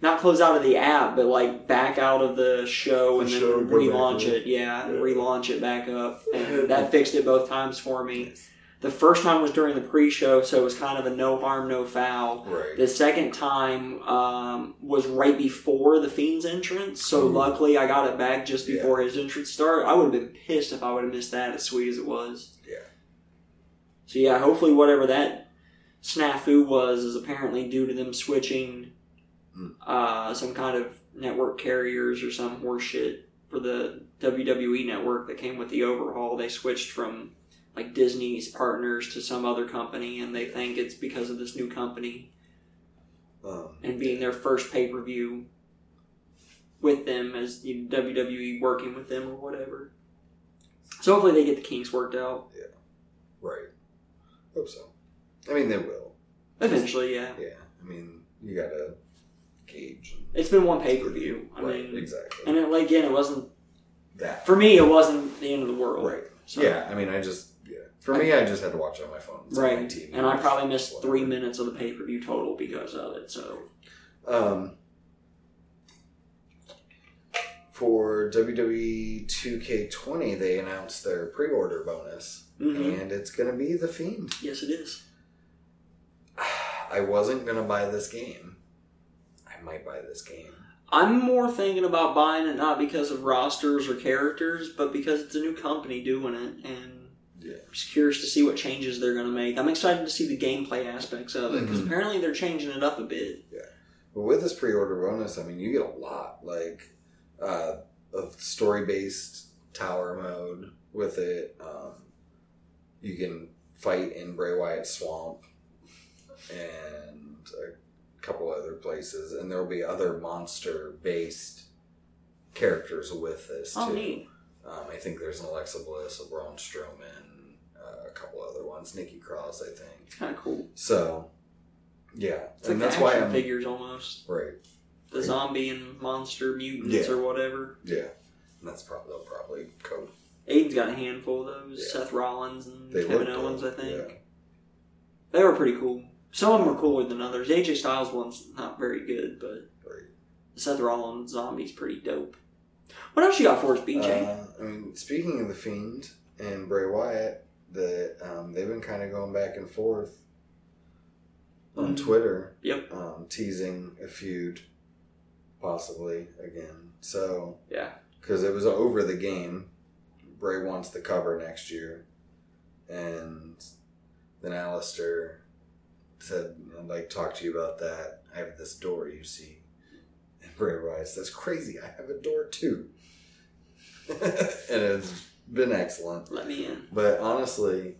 [SPEAKER 2] not close out of the app, but like back out of the show
[SPEAKER 1] The
[SPEAKER 2] and
[SPEAKER 1] show,
[SPEAKER 2] then
[SPEAKER 1] go back
[SPEAKER 2] relaunch
[SPEAKER 1] in.
[SPEAKER 2] it. Yeah, and
[SPEAKER 1] Yeah.
[SPEAKER 2] relaunch it back up, and that fixed it both times for me. The first time was during the pre-show, so it was kind of a no harm, no foul.
[SPEAKER 1] Right.
[SPEAKER 2] The second time um, was right before the Fiend's entrance, so
[SPEAKER 1] Ooh.
[SPEAKER 2] luckily I got it back just
[SPEAKER 1] Hmm. Yeah.
[SPEAKER 2] before his entrance started. I would have been pissed if I would have missed that, as sweet as it was.
[SPEAKER 1] Yeah.
[SPEAKER 2] So yeah, hopefully whatever that snafu was is apparently due to them switching
[SPEAKER 1] Mm.
[SPEAKER 2] uh, some kind of network carriers or some horseshit for the WWE network that came with the overhaul. They switched from like Disney's partners to some other company, and they think it's because of this new company
[SPEAKER 1] Um,
[SPEAKER 2] and being their first pay per view with them as you know, WWE working with them or whatever. So hopefully they get the kinks worked out
[SPEAKER 1] right. Hope so. I mean, they will.
[SPEAKER 2] eventually. Yeah,
[SPEAKER 1] Yeah, I mean, you gotta gauge. And,
[SPEAKER 2] it's been one pay per view. I
[SPEAKER 1] right,
[SPEAKER 2] mean,
[SPEAKER 1] exactly.
[SPEAKER 2] and it, like again, it wasn't
[SPEAKER 1] that.
[SPEAKER 2] for me. It wasn't the end of the world.
[SPEAKER 1] right.
[SPEAKER 2] So,
[SPEAKER 1] yeah, I mean, I just, yeah. For me, I just had to watch it on my phone. It's on my
[SPEAKER 2] Right.
[SPEAKER 1] TV.
[SPEAKER 2] And I probably missed
[SPEAKER 1] Whatever.
[SPEAKER 2] three minutes of the pay per view total because of it. So
[SPEAKER 1] Um, for E WWE 2K20, they announced their pre order bonus,
[SPEAKER 2] mhm.
[SPEAKER 1] and it's gonna be The Fiend.
[SPEAKER 2] yes, it is.
[SPEAKER 1] I wasn't gonna buy this game. I might buy this game.
[SPEAKER 2] I'm more thinking about buying it not because of rosters or characters, but because it's a new company doing it, and
[SPEAKER 1] Yeah.
[SPEAKER 2] Just curious to see what changes they're going to make. I'm excited to see the gameplay aspects of it because
[SPEAKER 1] Mhm.
[SPEAKER 2] apparently they're changing it up a bit.
[SPEAKER 1] But with this pre-order bonus, I mean, you get a lot like uh, of story-based tower mode with it. Um, you can fight in Bray Wyatt's swamp and a couple other places, and there will be other monster-based characters with this
[SPEAKER 2] Oh,
[SPEAKER 1] too.
[SPEAKER 2] neat.
[SPEAKER 1] Um, I think there's an Alexa Bliss, a Braun Strowman, uh, a couple other ones, Nikki Cross, I think.
[SPEAKER 2] It's kind of cool.
[SPEAKER 1] So, yeah,
[SPEAKER 2] It's like
[SPEAKER 1] and
[SPEAKER 2] the
[SPEAKER 1] that's why
[SPEAKER 2] action
[SPEAKER 1] I'm
[SPEAKER 2] figures almost.
[SPEAKER 1] right.
[SPEAKER 2] The zombie and monster mutants
[SPEAKER 1] Yeah.
[SPEAKER 2] or whatever.
[SPEAKER 1] Yeah, and that's probably they'll probably code.
[SPEAKER 2] Aiden's got a handful of those.
[SPEAKER 1] Yeah.
[SPEAKER 2] Seth Rollins and
[SPEAKER 1] They
[SPEAKER 2] Kevin
[SPEAKER 1] look
[SPEAKER 2] Owens, I
[SPEAKER 1] dope,
[SPEAKER 2] think.
[SPEAKER 1] yeah.
[SPEAKER 2] They were pretty cool. Some of them were cooler than others. AJ Styles one's not very good, but
[SPEAKER 1] Right.
[SPEAKER 2] Seth Rollins zombie's pretty dope. What else you got for us, BJ?
[SPEAKER 1] Uh, I mean, speaking of the Fiend and Bray Wyatt, that um, they've been kind of going back and forth on
[SPEAKER 2] Mhm.
[SPEAKER 1] Twitter,
[SPEAKER 2] Yep.
[SPEAKER 1] um, teasing a feud, possibly again. So
[SPEAKER 2] yeah.
[SPEAKER 1] because it was over the game. Bray wants the cover next year, and then Alistair said, "I'd like to talk to you about that. I have this door, you see." And Bray Wyatt says, "Crazy! I have a door too," and it's been excellent.
[SPEAKER 2] Let me in.
[SPEAKER 1] But honestly,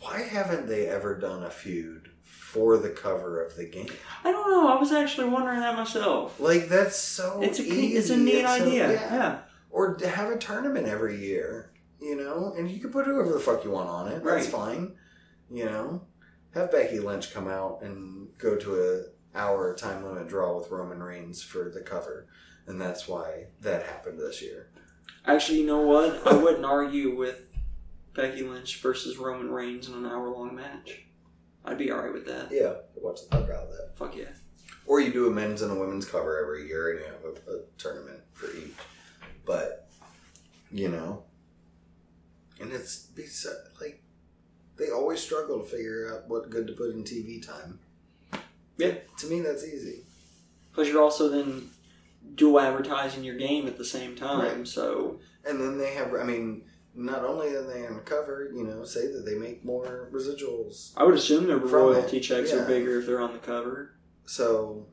[SPEAKER 1] why haven't they ever done a feud for the cover of the game?
[SPEAKER 2] I don't know. I was actually wondering that myself.
[SPEAKER 1] Like that's so
[SPEAKER 2] It's a
[SPEAKER 1] easy.
[SPEAKER 2] it's a neat
[SPEAKER 1] It's so-
[SPEAKER 2] idea.
[SPEAKER 1] yeah.
[SPEAKER 2] yeah.
[SPEAKER 1] or to have a tournament every year, you know, and you can put whoever the fuck you want on it. That's
[SPEAKER 2] Right.
[SPEAKER 1] fine, you know. Have Becky Lynch come out and go to a hour time limit draw with Roman Reigns for the cover, and that's why that happened this year.
[SPEAKER 2] Actually, you know what? I wouldn't argue with Becky Lynch versus Roman Reigns in an hour long match. I'd be alright with that.
[SPEAKER 1] Yeah, watch the fuck out of that.
[SPEAKER 2] Fuck yeah.
[SPEAKER 1] Or you do a men's and a women's cover every year, and you have a, a tournament for each. But you know, and it's be so- like they always struggle to figure out what good to put in TV time.
[SPEAKER 2] Yeah.
[SPEAKER 1] to me that's easy.
[SPEAKER 2] Plus, you're also then dual advertising your game at the same time.
[SPEAKER 1] Right.
[SPEAKER 2] So,
[SPEAKER 1] And then they have, I mean, not only are they uncover, you know, say that they make more residuals.
[SPEAKER 2] I would assume their
[SPEAKER 1] From
[SPEAKER 2] royalty
[SPEAKER 1] it,
[SPEAKER 2] checks
[SPEAKER 1] yeah.
[SPEAKER 2] are bigger if they're on the cover.
[SPEAKER 1] So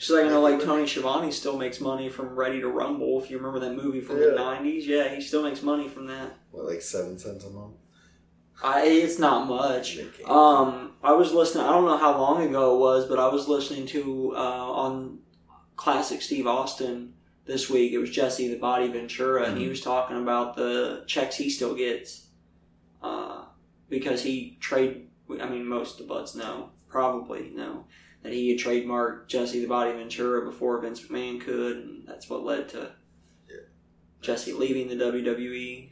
[SPEAKER 2] She's like, I know, like
[SPEAKER 1] Yeah.
[SPEAKER 2] Tony Schiavone still makes money from Ready to Rumble. If you remember that movie from the
[SPEAKER 1] Yeah.
[SPEAKER 2] '90s, yeah, he still makes money from that.
[SPEAKER 1] what, like seven cents a month?
[SPEAKER 2] I, it's not much.
[SPEAKER 1] They can't-
[SPEAKER 2] Um, I was listening. I don't know how long ago it was, but I was listening to uh, on classic Steve Austin this week. It was Jesse the Body Ventura, and he
[SPEAKER 1] Mhm.
[SPEAKER 2] was talking about the checks he still gets uh, because he trade. I mean, most of the buds know, probably know that he had trademarked Jesse the Body Ventura before Vince McMahon could, and that's what led to
[SPEAKER 1] Yeah.
[SPEAKER 2] Jesse leaving the WWE in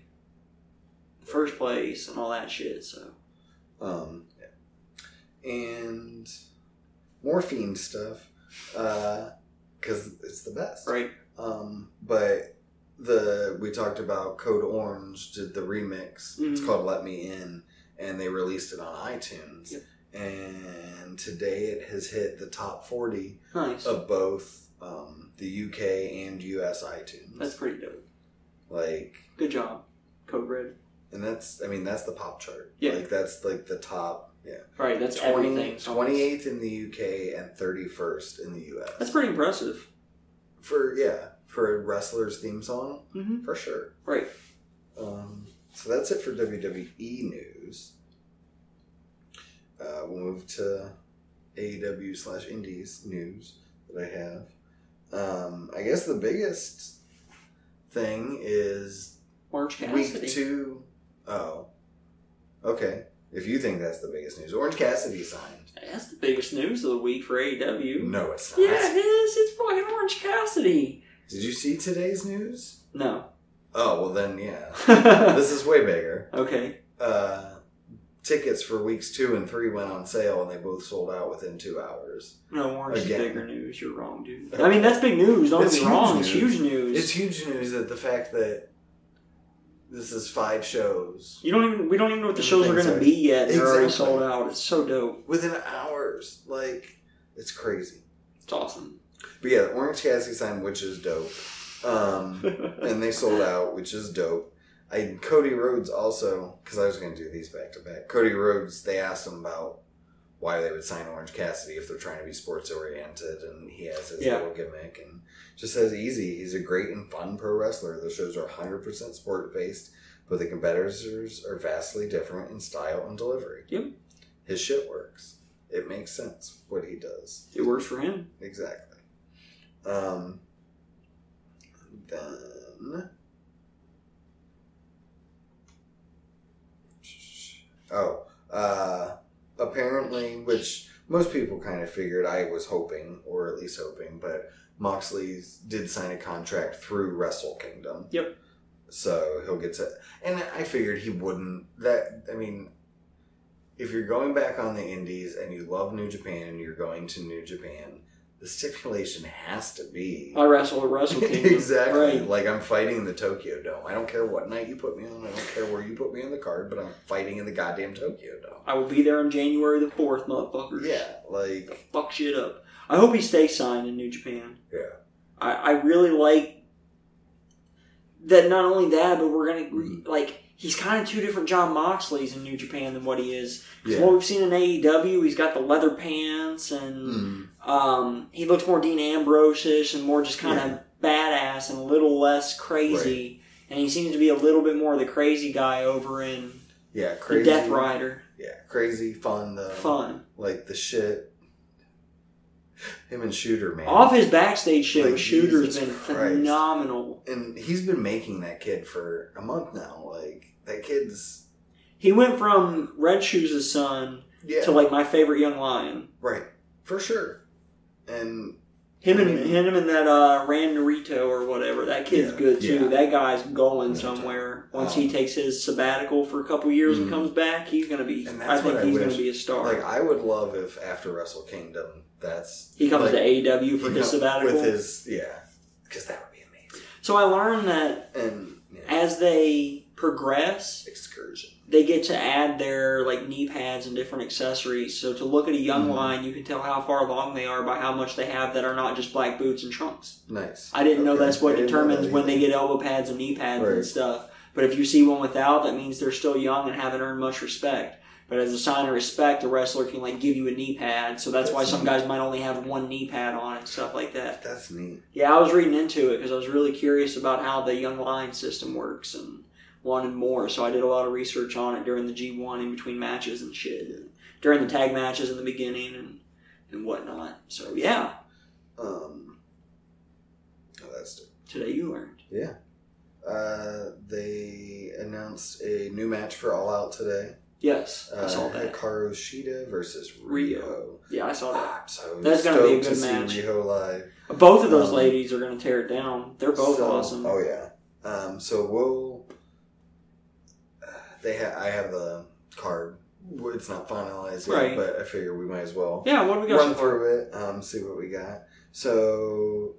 [SPEAKER 2] the first place and all that shit. So.
[SPEAKER 1] Um, and morphine stuff, because it's the best.
[SPEAKER 2] Right.
[SPEAKER 1] Um, but the we talked about Code Orange did the remix. It's
[SPEAKER 2] Mhm.
[SPEAKER 1] called "Let Me In," and they released it on iTunes.
[SPEAKER 2] Yep.
[SPEAKER 1] And today it has hit the top forty
[SPEAKER 2] Nice.
[SPEAKER 1] of both um, the UK and US iTunes.
[SPEAKER 2] That's pretty dope.
[SPEAKER 1] like,
[SPEAKER 2] Good job, Code Red.
[SPEAKER 1] and that's I mean that's the pop chart.
[SPEAKER 2] Yeah.
[SPEAKER 1] like that's like the top. Yeah.
[SPEAKER 2] Right, that's
[SPEAKER 1] 20
[SPEAKER 2] everything.
[SPEAKER 1] 28th in the UK and 31st in the US.
[SPEAKER 2] That's pretty impressive.
[SPEAKER 1] for yeah, for a wrestler's theme song,
[SPEAKER 2] Mm-hmm.
[SPEAKER 1] for sure.
[SPEAKER 2] Right.
[SPEAKER 1] Um, so that's it for WWE news. Uh, we'll move to AEW slash Indies news that I have. Um, I guess the biggest thing is
[SPEAKER 2] Orange Cassidy.
[SPEAKER 1] week two oh Okay. If you think that's the biggest news, Orange Cassidy signed.
[SPEAKER 2] That's the biggest news of the week for AEW.
[SPEAKER 1] No, it's not.
[SPEAKER 2] Yeah, it is. It's fucking Orange Cassidy.
[SPEAKER 1] Did you see today's news?
[SPEAKER 2] No.
[SPEAKER 1] Oh, well then, yeah. this is way bigger.
[SPEAKER 2] okay.
[SPEAKER 1] Uh, tickets for weeks two and three went on sale and they both sold out within two hours.
[SPEAKER 2] No, Orange
[SPEAKER 1] Again.
[SPEAKER 2] is bigger news. You're wrong, dude. I mean, that's big news. Don't
[SPEAKER 1] It's
[SPEAKER 2] be
[SPEAKER 1] huge
[SPEAKER 2] wrong. It's
[SPEAKER 1] news.
[SPEAKER 2] huge news.
[SPEAKER 1] It's huge news that the fact that this is five shows
[SPEAKER 2] you don't even. We don't even know what the
[SPEAKER 1] I
[SPEAKER 2] shows are
[SPEAKER 1] think
[SPEAKER 2] going to
[SPEAKER 1] so.
[SPEAKER 2] be yet. They're already
[SPEAKER 1] Exactly.
[SPEAKER 2] sold out. It's so dope.
[SPEAKER 1] within hours. Like, it's crazy.
[SPEAKER 2] It's awesome.
[SPEAKER 1] But yeah, Orange Cassidy sign, which is dope. Um, and they sold out, which is dope. I Cody Rhodes also because I was going to do these back to back. Cody Rhodes, they asked him about why they would sign Orange Cassidy if they're trying to be sports oriented, and he has his
[SPEAKER 2] Yeah.
[SPEAKER 1] little gimmick and just says easy. He's a great and fun pro wrestler. The shows are hundred percent sport based, but the competitors are vastly different in style and delivery.
[SPEAKER 2] Yep.
[SPEAKER 1] His shit works. It makes sense what he does.
[SPEAKER 2] It works for him.
[SPEAKER 1] Exactly. Um, then. Oh, uh, apparently, which most people kind of figured, I was hoping, or at least hoping, but Moxley did sign a contract through Wrestle Kingdom.
[SPEAKER 2] Yep.
[SPEAKER 1] So he'll get to. And I figured he wouldn't. That, I mean, if you're going back on the indies and you love New Japan and you're going to New Japan, the stipulation has to be
[SPEAKER 2] I wrestled at Wrestle Kingdom.
[SPEAKER 1] exactly
[SPEAKER 2] Right.
[SPEAKER 1] like I'm fighting the Tokyo Dome. I don't care what night you put me on. I don't care where you put me on the card, but I'm fighting in the goddamn Tokyo Dome.
[SPEAKER 2] I will be there on January the fourth, motherfuckers.
[SPEAKER 1] Yeah, like
[SPEAKER 2] Fuck shit up. I hope he stays signed in New Japan.
[SPEAKER 1] Yeah.
[SPEAKER 2] I, I really like that. Not only that, but we're gonna re-
[SPEAKER 1] Mm-hmm.
[SPEAKER 2] like he's kind of two different John Moxleys in New Japan than what he is. 'Cause
[SPEAKER 1] yeah.
[SPEAKER 2] What we've seen in AEW, he's got the leather pants and.
[SPEAKER 1] Mm.
[SPEAKER 2] Um, he looks more Dean Ambrose-ish and more just kind of badass and a little less crazy. And he seems to be a little bit more of the crazy guy over in
[SPEAKER 1] yeah, crazy. Um,
[SPEAKER 2] the Death Rider.
[SPEAKER 1] Yeah, crazy fun though.
[SPEAKER 2] Fun.
[SPEAKER 1] like the shit. Him and Shooter man.
[SPEAKER 2] Off his backstage shit
[SPEAKER 1] Like,
[SPEAKER 2] with Shooter has
[SPEAKER 1] Jesus
[SPEAKER 2] been
[SPEAKER 1] Christ.
[SPEAKER 2] phenomenal.
[SPEAKER 1] and he's been making that kid for a month now. Like that kid's
[SPEAKER 2] He went from Red Shoes' son
[SPEAKER 1] yeah,
[SPEAKER 2] to like my favorite young lion.
[SPEAKER 1] right for sure. And
[SPEAKER 2] Him and
[SPEAKER 1] I mean-
[SPEAKER 2] him and that uh, Ran Narito or whatever. That kid's
[SPEAKER 1] Mm-hmm. Yeah.
[SPEAKER 2] good too.
[SPEAKER 1] Yeah.
[SPEAKER 2] That guy's going
[SPEAKER 1] Yeah.
[SPEAKER 2] somewhere. Once
[SPEAKER 1] Um,
[SPEAKER 2] he takes his sabbatical for a couple years
[SPEAKER 1] Mhm.
[SPEAKER 2] and comes back, he's gonna be.
[SPEAKER 1] And
[SPEAKER 2] I
[SPEAKER 1] that's
[SPEAKER 2] think
[SPEAKER 1] what I
[SPEAKER 2] he's gonna
[SPEAKER 1] wish.
[SPEAKER 2] be a star.
[SPEAKER 1] like I would love if after Wrestle Kingdom, that's
[SPEAKER 2] He comes
[SPEAKER 1] like,
[SPEAKER 2] to AEW for
[SPEAKER 1] you
[SPEAKER 2] his
[SPEAKER 1] know,
[SPEAKER 2] sabbatical.
[SPEAKER 1] with his yeah, because that would be amazing.
[SPEAKER 2] so I learned that
[SPEAKER 1] And yeah,
[SPEAKER 2] as they progress,
[SPEAKER 1] excursion,
[SPEAKER 2] they get to add their like knee pads and different accessories. So to look at a young
[SPEAKER 1] Mhm.
[SPEAKER 2] line, you can tell how far along they are by how much they have that are not just black boots and trunks.
[SPEAKER 1] nice.
[SPEAKER 2] I didn't know
[SPEAKER 1] Okay.
[SPEAKER 2] that's what
[SPEAKER 1] I didn't know
[SPEAKER 2] determines
[SPEAKER 1] that
[SPEAKER 2] when they
[SPEAKER 1] either.
[SPEAKER 2] get elbow pads and knee pads
[SPEAKER 1] Right.
[SPEAKER 2] and stuff. But if you see one without, that means they're still young and haven't earned much respect. But as a sign of respect, a wrestler can like give you a knee pad. So that's why
[SPEAKER 1] That's
[SPEAKER 2] some
[SPEAKER 1] neat.
[SPEAKER 2] guys might only have one knee pad on and stuff like that.
[SPEAKER 1] That's neat.
[SPEAKER 2] Yeah, I was reading into it because I was really curious about how the Young Lion system works and wanted more. So I did a lot of research on it during the G1 in between matches and shit, and during the tag matches in the beginning and, and whatnot. So yeah,
[SPEAKER 1] Um, oh, that's dope.
[SPEAKER 2] today you learned.
[SPEAKER 1] Yeah. Uh, they announced a new match for All Out today.
[SPEAKER 2] Yes,
[SPEAKER 1] Uh,
[SPEAKER 2] I saw that.
[SPEAKER 1] Hikaru Shida versus Rio.
[SPEAKER 2] Rio. Yeah, I saw that.
[SPEAKER 1] Ah, I'm so
[SPEAKER 2] That's gonna be a
[SPEAKER 1] stoked
[SPEAKER 2] good
[SPEAKER 1] to
[SPEAKER 2] match.
[SPEAKER 1] See Rio live.
[SPEAKER 2] Both of those
[SPEAKER 1] um,
[SPEAKER 2] ladies are going to tear it down. They're both
[SPEAKER 1] So-
[SPEAKER 2] awesome.
[SPEAKER 1] Oh yeah. Um, so we'll. Uh, they ha- I have the card. It's not finalized yet,
[SPEAKER 2] Right.
[SPEAKER 1] but I figure we might as well
[SPEAKER 2] Yeah, what do we got
[SPEAKER 1] run
[SPEAKER 2] so far?
[SPEAKER 1] through it, um, see what we got. So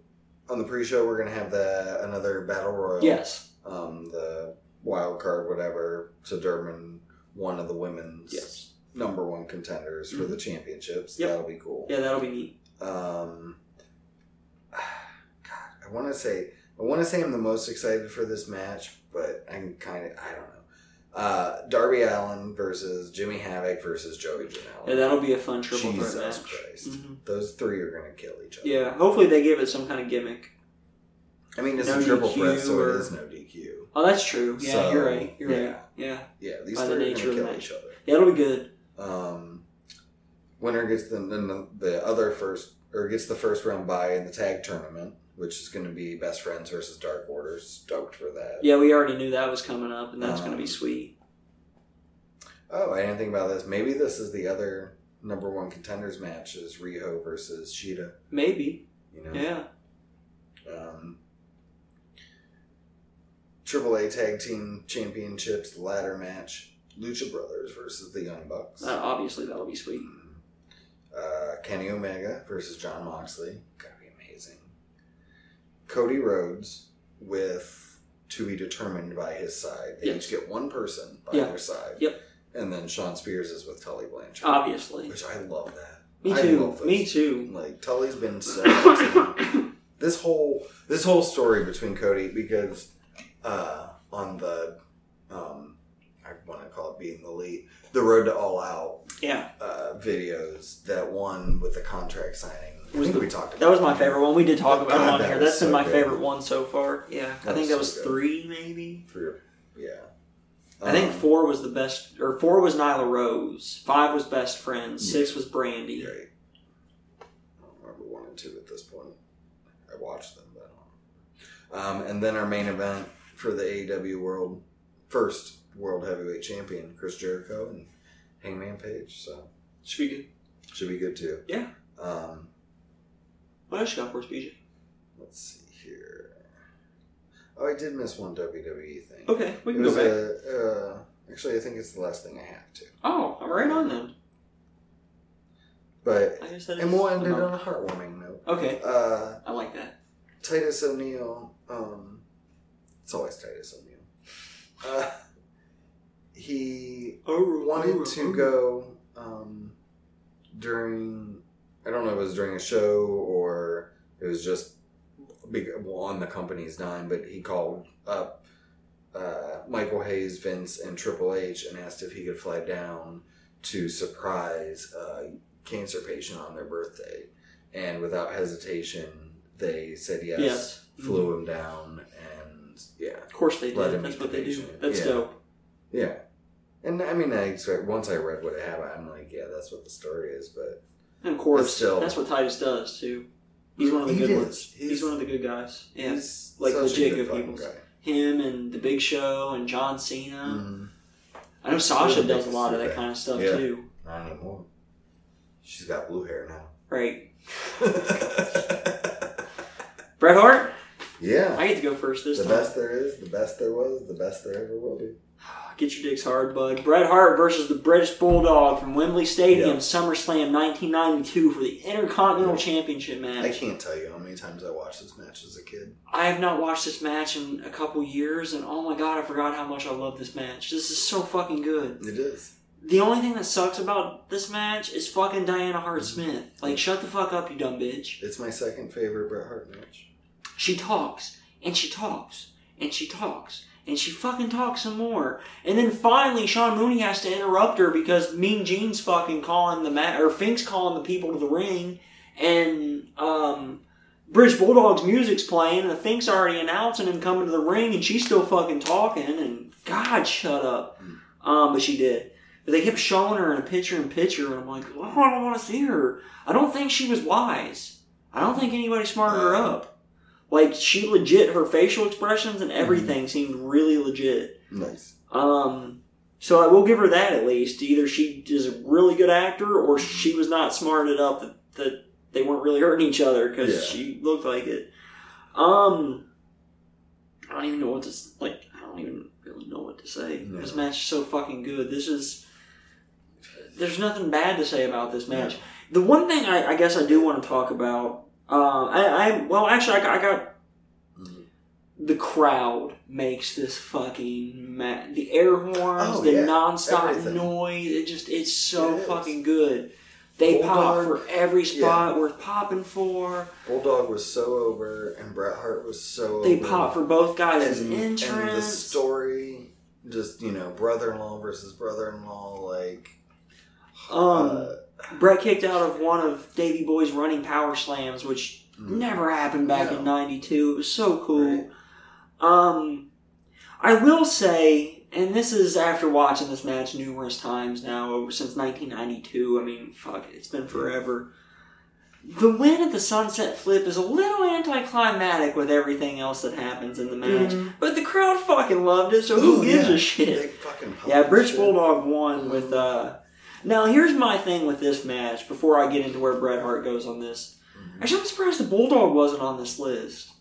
[SPEAKER 1] on the pre-show, we're gonna have the another battle royal.
[SPEAKER 2] Yes,
[SPEAKER 1] um, the wild card, whatever, to Durban, one of the women's
[SPEAKER 2] yes, Mm-hmm.
[SPEAKER 1] number one contenders for the championships.
[SPEAKER 2] Yep.
[SPEAKER 1] That'll be cool.
[SPEAKER 2] yeah, that'll be neat.
[SPEAKER 1] Um, God, I want to say I want to say I'm the most excited for this match, but I'm kind of I don't know. Uh, Darby Allen versus Jimmy Havoc versus Joey Janela.
[SPEAKER 2] Yeah, that'll be a fun triple
[SPEAKER 1] Jesus
[SPEAKER 2] threat match.
[SPEAKER 1] Christ.
[SPEAKER 2] hmm
[SPEAKER 1] Those three are gonna kill each other.
[SPEAKER 2] Yeah, hopefully they give it some kind of gimmick.
[SPEAKER 1] I mean it's
[SPEAKER 2] No
[SPEAKER 1] a triple
[SPEAKER 2] DQ
[SPEAKER 1] threat, so
[SPEAKER 2] or-
[SPEAKER 1] it is no DQ.
[SPEAKER 2] Oh, that's true. Yeah,
[SPEAKER 1] So,
[SPEAKER 2] you're right. You're
[SPEAKER 1] yeah.
[SPEAKER 2] right. Yeah.
[SPEAKER 1] Yeah, these
[SPEAKER 2] By the
[SPEAKER 1] three are
[SPEAKER 2] nature
[SPEAKER 1] gonna
[SPEAKER 2] of the
[SPEAKER 1] kill
[SPEAKER 2] match.
[SPEAKER 1] each other.
[SPEAKER 2] Yeah, it'll be good.
[SPEAKER 1] Um, winner gets the, the the other first or gets the first round bye in the tag tournament, which is going to be best friends versus Dark Order. Stoked for that.
[SPEAKER 2] Yeah, we already knew that was coming up, and that's going
[SPEAKER 1] Um,
[SPEAKER 2] to be sweet.
[SPEAKER 1] Oh, I didn't think about this. Maybe this is the other number one contenders match is Riho versus Sheeta.
[SPEAKER 2] Maybe.
[SPEAKER 1] You know,
[SPEAKER 2] Yeah.
[SPEAKER 1] um, AAA Tag Team Championships the ladder match: Lucha Brothers versus the Young Bucks.
[SPEAKER 2] Uh, obviously, that'll be sweet.
[SPEAKER 1] Uh, Kenny Omega versus John Moxley. Gotta be amazing. Cody Rhodes with to be determined by his side. They
[SPEAKER 2] Yes.
[SPEAKER 1] each get one person by
[SPEAKER 2] Yeah.
[SPEAKER 1] their side.
[SPEAKER 2] Yep. Ah,
[SPEAKER 1] And then Sean Spears is with Tully Blanchard.
[SPEAKER 2] Obviously.
[SPEAKER 1] Which I love that.
[SPEAKER 2] Me
[SPEAKER 1] I
[SPEAKER 2] too.
[SPEAKER 1] love those.
[SPEAKER 2] Me too.
[SPEAKER 1] Like Tully's been so awesome this whole this whole story between Cody because uh, on the um, I want to call it being the lead, the Road to All Out
[SPEAKER 2] Yeah,
[SPEAKER 1] uh, videos, that one with the contract signing. I
[SPEAKER 2] Was
[SPEAKER 1] think
[SPEAKER 2] the-
[SPEAKER 1] we talked about
[SPEAKER 2] that was my favorite one. We did talk about
[SPEAKER 1] God,
[SPEAKER 2] it on
[SPEAKER 1] that
[SPEAKER 2] here.
[SPEAKER 1] was
[SPEAKER 2] That's been
[SPEAKER 1] so
[SPEAKER 2] my
[SPEAKER 1] good.
[SPEAKER 2] favorite one so far. Yeah, I
[SPEAKER 1] That
[SPEAKER 2] think
[SPEAKER 1] was
[SPEAKER 2] that
[SPEAKER 1] so
[SPEAKER 2] was
[SPEAKER 1] good.
[SPEAKER 2] three, maybe.
[SPEAKER 1] Three, yeah.
[SPEAKER 2] I think
[SPEAKER 1] Um,
[SPEAKER 2] four was the best, or four was Nyla Rose. Five was best friend. Six was Brandy.
[SPEAKER 1] Right. I don't remember one and two at this point. I watched them, but I don't remember. Um, and then our main event for the AEW World First World Heavyweight Champion, Chris Jericho and Hangman Page. So
[SPEAKER 2] Should be good.
[SPEAKER 1] should be good too.
[SPEAKER 2] Yeah.
[SPEAKER 1] Um,
[SPEAKER 2] What else you got for us, BJ?
[SPEAKER 1] let's see here. Oh, I did miss one WWE thing.
[SPEAKER 2] Okay, we
[SPEAKER 1] It
[SPEAKER 2] can go
[SPEAKER 1] was
[SPEAKER 2] back.
[SPEAKER 1] a, uh, actually, I think it's the last thing I have to.
[SPEAKER 2] oh, I'm right on then.
[SPEAKER 1] But
[SPEAKER 2] I guess that is.
[SPEAKER 1] and we'll end it on
[SPEAKER 2] enough.
[SPEAKER 1] a heartwarming note.
[SPEAKER 2] Okay,
[SPEAKER 1] Uh,
[SPEAKER 2] I like that.
[SPEAKER 1] Titus O'Neil, um, it's always Titus O'Neil. Uh, he
[SPEAKER 2] Oh,
[SPEAKER 1] wanted to go um, during, I don't know if it was during a show or it was just big, well, on the company's dime, but he called up uh, Michael Hayes, Vince, and Triple H and asked if he could fly down to surprise a cancer patient on their birthday. And without hesitation, they said yes
[SPEAKER 2] Yes.
[SPEAKER 1] flew him down, and yeah,
[SPEAKER 2] Of course they
[SPEAKER 1] Let
[SPEAKER 2] did.
[SPEAKER 1] him
[SPEAKER 2] That's
[SPEAKER 1] eat
[SPEAKER 2] what
[SPEAKER 1] the
[SPEAKER 2] they do.
[SPEAKER 1] patient.
[SPEAKER 2] That's
[SPEAKER 1] Yeah.
[SPEAKER 2] dope.
[SPEAKER 1] yeah. And I mean, I expect once I read what happened, I'm like, yeah, that's what the story is. But
[SPEAKER 2] And of course,
[SPEAKER 1] But still.
[SPEAKER 2] that's what Titus does too. He's one of the
[SPEAKER 1] He
[SPEAKER 2] good
[SPEAKER 1] is.
[SPEAKER 2] ones. He's,
[SPEAKER 1] He's-
[SPEAKER 2] one of the good guys. Yeah,
[SPEAKER 1] he's
[SPEAKER 2] Like
[SPEAKER 1] such a
[SPEAKER 2] legit
[SPEAKER 1] good
[SPEAKER 2] good
[SPEAKER 1] fucking
[SPEAKER 2] people.
[SPEAKER 1] guy.
[SPEAKER 2] him and the Big Show and John Cena.
[SPEAKER 1] Mhm.
[SPEAKER 2] I know Sasha
[SPEAKER 1] Really
[SPEAKER 2] does a
[SPEAKER 1] makes
[SPEAKER 2] lot of
[SPEAKER 1] us
[SPEAKER 2] that
[SPEAKER 1] feel
[SPEAKER 2] kind of stuff
[SPEAKER 1] Yeah.
[SPEAKER 2] too.
[SPEAKER 1] Not anymore. She's got blue hair now.
[SPEAKER 2] Right, Bret Hart.
[SPEAKER 1] yeah,
[SPEAKER 2] I get to go first this
[SPEAKER 1] the
[SPEAKER 2] time.
[SPEAKER 1] best there is, the best there was, the best there ever will be.
[SPEAKER 2] Get your dicks hard, bud. Bret Hart versus the British Bulldog from Wembley Stadium,
[SPEAKER 1] Yeah.
[SPEAKER 2] SummerSlam 1992 for the Intercontinental Championship
[SPEAKER 1] I
[SPEAKER 2] match.
[SPEAKER 1] can't tell you how many times I watched this match as a kid.
[SPEAKER 2] I have not watched this match in a couple years, and oh my god, I forgot how much I love this match. This is so fucking good.
[SPEAKER 1] It is.
[SPEAKER 2] The only thing that sucks about this match is fucking Diana Hart Smith. Like, shut the fuck up, you dumb bitch.
[SPEAKER 1] It's my second favorite Bret Hart match.
[SPEAKER 2] She talks, and she talks, and she talks, and she fucking talks some more. And then finally, Sean Mooney has to interrupt her because Mean Gene's fucking calling the mat, or Fink's calling the people to the ring, and um, British Bulldog's music's playing, and the Fink's already announcing him coming to the ring, and she's still fucking talking, and God, shut up. Um, but she did. But they kept showing her in a picture in picture, and I'm like, oh, I don't want to see her. I don't think she was wise. I don't think anybody smarted her up. Like she legit, her facial expressions
[SPEAKER 1] Mhm.
[SPEAKER 2] and everything seemed really legit.
[SPEAKER 1] Nice.
[SPEAKER 2] Um, so I will give her that at least. Either she is a really good actor, or she was not smarted up that, that they weren't really hurting each other because
[SPEAKER 1] Yeah.
[SPEAKER 2] she looked like it. Um, I don't even know what to s- like. I don't even really know what to say.
[SPEAKER 1] No.
[SPEAKER 2] This match is so fucking good. This is. There's nothing bad to say about this match. The one thing I, I guess I do want to talk about. Uh, I, I well actually I got, I got
[SPEAKER 1] Mhm.
[SPEAKER 2] the crowd makes this fucking ma- the air horns,
[SPEAKER 1] Oh,
[SPEAKER 2] the
[SPEAKER 1] yeah.
[SPEAKER 2] nonstop
[SPEAKER 1] Everything.
[SPEAKER 2] noise. It just it's so
[SPEAKER 1] It is.
[SPEAKER 2] fucking good. They pop
[SPEAKER 1] Bulldog.
[SPEAKER 2] for every spot worth popping for.
[SPEAKER 1] Bulldog was so over, and Bret Hart was so
[SPEAKER 2] They
[SPEAKER 1] over.
[SPEAKER 2] pop for both guys'
[SPEAKER 1] and, and
[SPEAKER 2] entrance.
[SPEAKER 1] the story just you know brother-in-law versus brother-in-law like
[SPEAKER 2] um,
[SPEAKER 1] uh,
[SPEAKER 2] Brett kicked out of one of Davey Boy's running power slams, which
[SPEAKER 1] Mm.
[SPEAKER 2] never happened back
[SPEAKER 1] No.
[SPEAKER 2] in '92. It was so cool.
[SPEAKER 1] Right.
[SPEAKER 2] Um, I will say, and this is after watching this match numerous times now since 1992. I mean, fuck, it's been forever. The win at the Sunset Flip is a little anticlimactic with everything else that happens in the
[SPEAKER 1] mm.
[SPEAKER 2] match, but the crowd fucking loved it, so who
[SPEAKER 1] Ooh, Mm-hmm.
[SPEAKER 2] gives
[SPEAKER 1] Oh, yeah.
[SPEAKER 2] a shit?
[SPEAKER 1] they fucking pop
[SPEAKER 2] Yeah, British
[SPEAKER 1] shit.
[SPEAKER 2] Bulldog won with. uh Now, here's my thing with this match. Before I get into where Bret Hart goes on this,
[SPEAKER 1] Mm.
[SPEAKER 2] actually, I'm surprised the Bulldog wasn't on this list.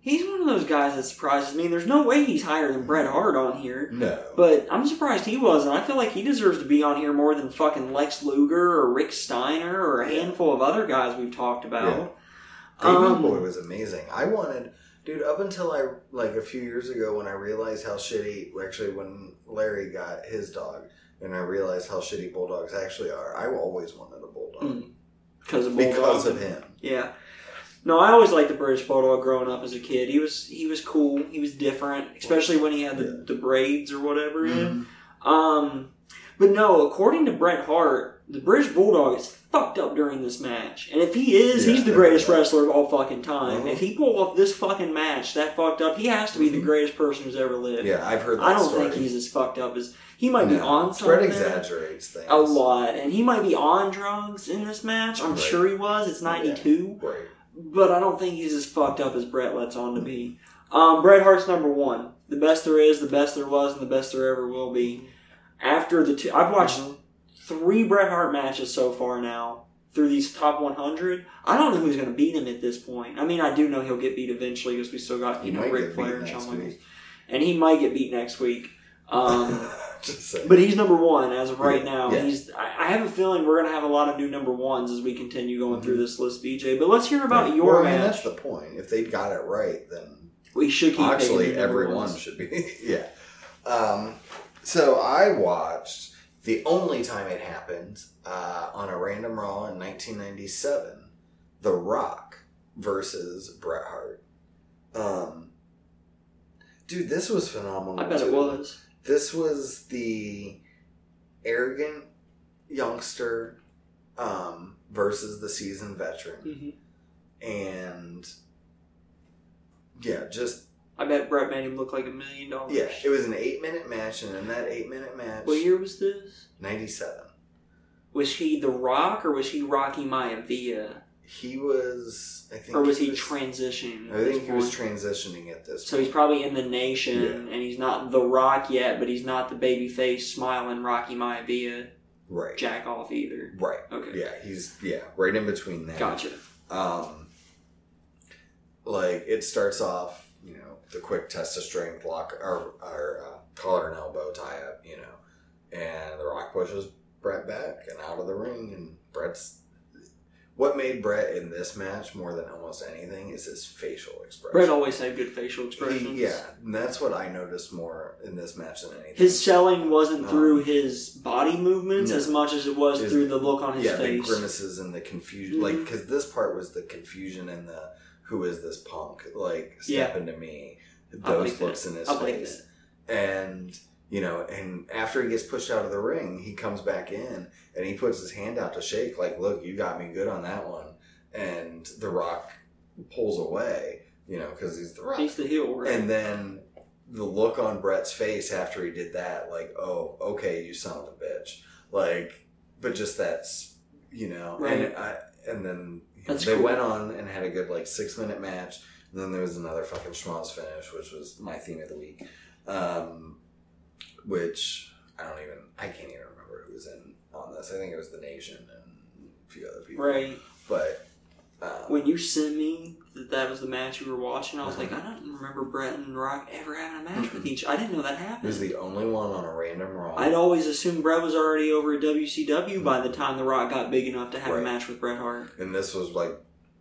[SPEAKER 2] He's one of those guys that surprises me. There's no way he's higher than Bret Hart on here,
[SPEAKER 1] no
[SPEAKER 2] but I'm surprised he wasn't. I feel like he deserves to be on here more than fucking Lex Luger or Rick Steiner or a handful of other guys we've talked about.
[SPEAKER 1] Baby
[SPEAKER 2] um,
[SPEAKER 1] Boy was amazing I wanted dude up until I like a few years ago when I realized how shitty actually when Larry got his dog and I realized how shitty bulldogs actually are I always wanted a bulldog
[SPEAKER 2] Mm, Because of Bulldog.
[SPEAKER 1] because of him
[SPEAKER 2] Yeah. No, I always liked the British Bulldog growing up as a kid. He was he was cool. He was different, especially when he had the,
[SPEAKER 1] Yeah. Mm-hmm.
[SPEAKER 2] the braids or whatever. in him.
[SPEAKER 1] Mm.
[SPEAKER 2] Um, but no, according to Bret Hart, the British Bulldog is fucked up during this match. And if he is,
[SPEAKER 1] Yeah,
[SPEAKER 2] he's the greatest
[SPEAKER 1] yeah.
[SPEAKER 2] wrestler of all fucking time.
[SPEAKER 1] Uh-huh.
[SPEAKER 2] If he pulled off this fucking match that fucked up, he has to be the
[SPEAKER 1] Mhm.
[SPEAKER 2] greatest person who's ever lived.
[SPEAKER 1] Yeah, I've heard. That
[SPEAKER 2] I don't
[SPEAKER 1] story.
[SPEAKER 2] think he's as fucked up as he might be
[SPEAKER 1] No.
[SPEAKER 2] on
[SPEAKER 1] Fred
[SPEAKER 2] something
[SPEAKER 1] exaggerates things
[SPEAKER 2] a lot, and he might be on drugs in this match. I'm
[SPEAKER 1] Right.
[SPEAKER 2] sure he was. It's
[SPEAKER 1] Yeah.
[SPEAKER 2] 92,
[SPEAKER 1] Right.
[SPEAKER 2] but I don't think he's as fucked up as Bret lets on to be. Um, Bret Hart's number one, the best there is, the best there was, and the best there ever will be. After the two, I've watched
[SPEAKER 1] Mm-hmm.
[SPEAKER 2] three Bret Hart matches so far now through these top 100. I don't know who's going to beat him at this point. I mean, I do know he'll get beat eventually because we still got you know
[SPEAKER 1] might
[SPEAKER 2] Ric
[SPEAKER 1] get
[SPEAKER 2] Flair and
[SPEAKER 1] beat
[SPEAKER 2] Shawn
[SPEAKER 1] next
[SPEAKER 2] Michaels,
[SPEAKER 1] week.
[SPEAKER 2] and he might get beat next week. Um,
[SPEAKER 1] Just saying.
[SPEAKER 2] but he's number one as of right now.
[SPEAKER 1] Yeah.
[SPEAKER 2] He's. I I have a feeling we're gonna have a lot of new number ones as we continue going through this list, BJ. But let's hear about your
[SPEAKER 1] Mm-hmm. well, I mean, that's
[SPEAKER 2] match.
[SPEAKER 1] the point. If they got it right, then
[SPEAKER 2] we should keep
[SPEAKER 1] actually
[SPEAKER 2] picking new number
[SPEAKER 1] everyone
[SPEAKER 2] ones.
[SPEAKER 1] should be. yeah. Um, so I watched the only time it happened uh, on a random Raw in 1997, The Rock versus Bret Hart. Um, dude, this was phenomenal.
[SPEAKER 2] I bet it
[SPEAKER 1] too.
[SPEAKER 2] was.
[SPEAKER 1] This was the arrogant youngster um, versus the seasoned veteran.
[SPEAKER 2] hmm
[SPEAKER 1] And yeah, just
[SPEAKER 2] I bet Brett made him look like a million dollars.
[SPEAKER 1] yeah, it was an eight minute match, and in that eight minute match,
[SPEAKER 2] What year was this?
[SPEAKER 1] ninety seven,
[SPEAKER 2] Was he The Rock or was he Rocky Maivia
[SPEAKER 1] he was I think,
[SPEAKER 2] or was he
[SPEAKER 1] was-
[SPEAKER 2] transitioning?
[SPEAKER 1] I think he was transitioning at this.
[SPEAKER 2] So he's probably in the nation, and he's not The Rock yet, but he's not the baby face smiling Rocky Maivia
[SPEAKER 1] right,
[SPEAKER 2] jack off either.
[SPEAKER 1] right,
[SPEAKER 2] Okay,
[SPEAKER 1] yeah, he's yeah, right in between that.
[SPEAKER 2] gotcha.
[SPEAKER 1] Um, like it starts off, you know, the quick testosterone block or, or uh, collar and elbow tie up, you know, and The Rock pushes Brett back and out of the ring, and Brett's. What made Brett in this match more than almost anything is his facial expression.
[SPEAKER 2] Brett always had good facial
[SPEAKER 1] He-
[SPEAKER 2] expressions.
[SPEAKER 1] yeah, and that's what I noticed more in this match than anything.
[SPEAKER 2] His selling wasn't
[SPEAKER 1] Um,
[SPEAKER 2] through his body movements
[SPEAKER 1] no.
[SPEAKER 2] as much as it was
[SPEAKER 1] His-
[SPEAKER 2] through the look on his
[SPEAKER 1] yeah, the
[SPEAKER 2] face.
[SPEAKER 1] grimaces and the confusion, like
[SPEAKER 2] Mhm.
[SPEAKER 1] because this part was the confusion and the who is this punk? Like
[SPEAKER 2] Yeah.
[SPEAKER 1] step into me.
[SPEAKER 2] I like
[SPEAKER 1] Those
[SPEAKER 2] that.
[SPEAKER 1] looks in his
[SPEAKER 2] I like
[SPEAKER 1] face, and you know, and after he gets pushed out of the ring, he comes back in and he puts his hand out to shake, like, "Look, you got me good on that one." And The Rock pulls away, you know, because he's The Rock.
[SPEAKER 2] He's the heel, right?
[SPEAKER 1] And then the look on Brett's face after he did that, like, oh, okay, you son of a bitch. Like, but just that, s- you know,
[SPEAKER 2] Right.
[SPEAKER 1] and I, and then you know,
[SPEAKER 2] That's
[SPEAKER 1] they
[SPEAKER 2] cool.
[SPEAKER 1] went on and had a good like six minute match. And then there was another fucking schmaltz finish, which was my theme of the week. Um, which I don't even, I can't even remember who was in on this. I think it was The Nation and a few other people.
[SPEAKER 2] right.
[SPEAKER 1] But um,
[SPEAKER 2] When you sent me that that was the match you were watching, I was
[SPEAKER 1] Uh-huh.
[SPEAKER 2] like, I don't remember Brett and Rock ever having a match with
[SPEAKER 1] Mhm.
[SPEAKER 2] each. I didn't know that
[SPEAKER 1] it was
[SPEAKER 2] happened.
[SPEAKER 1] the only one on a random Raw.
[SPEAKER 2] I'd always assumed Brett was already over at WCW by the time The Rock got big enough to have a
[SPEAKER 1] Right.
[SPEAKER 2] match with Bret Hart.
[SPEAKER 1] And this was like,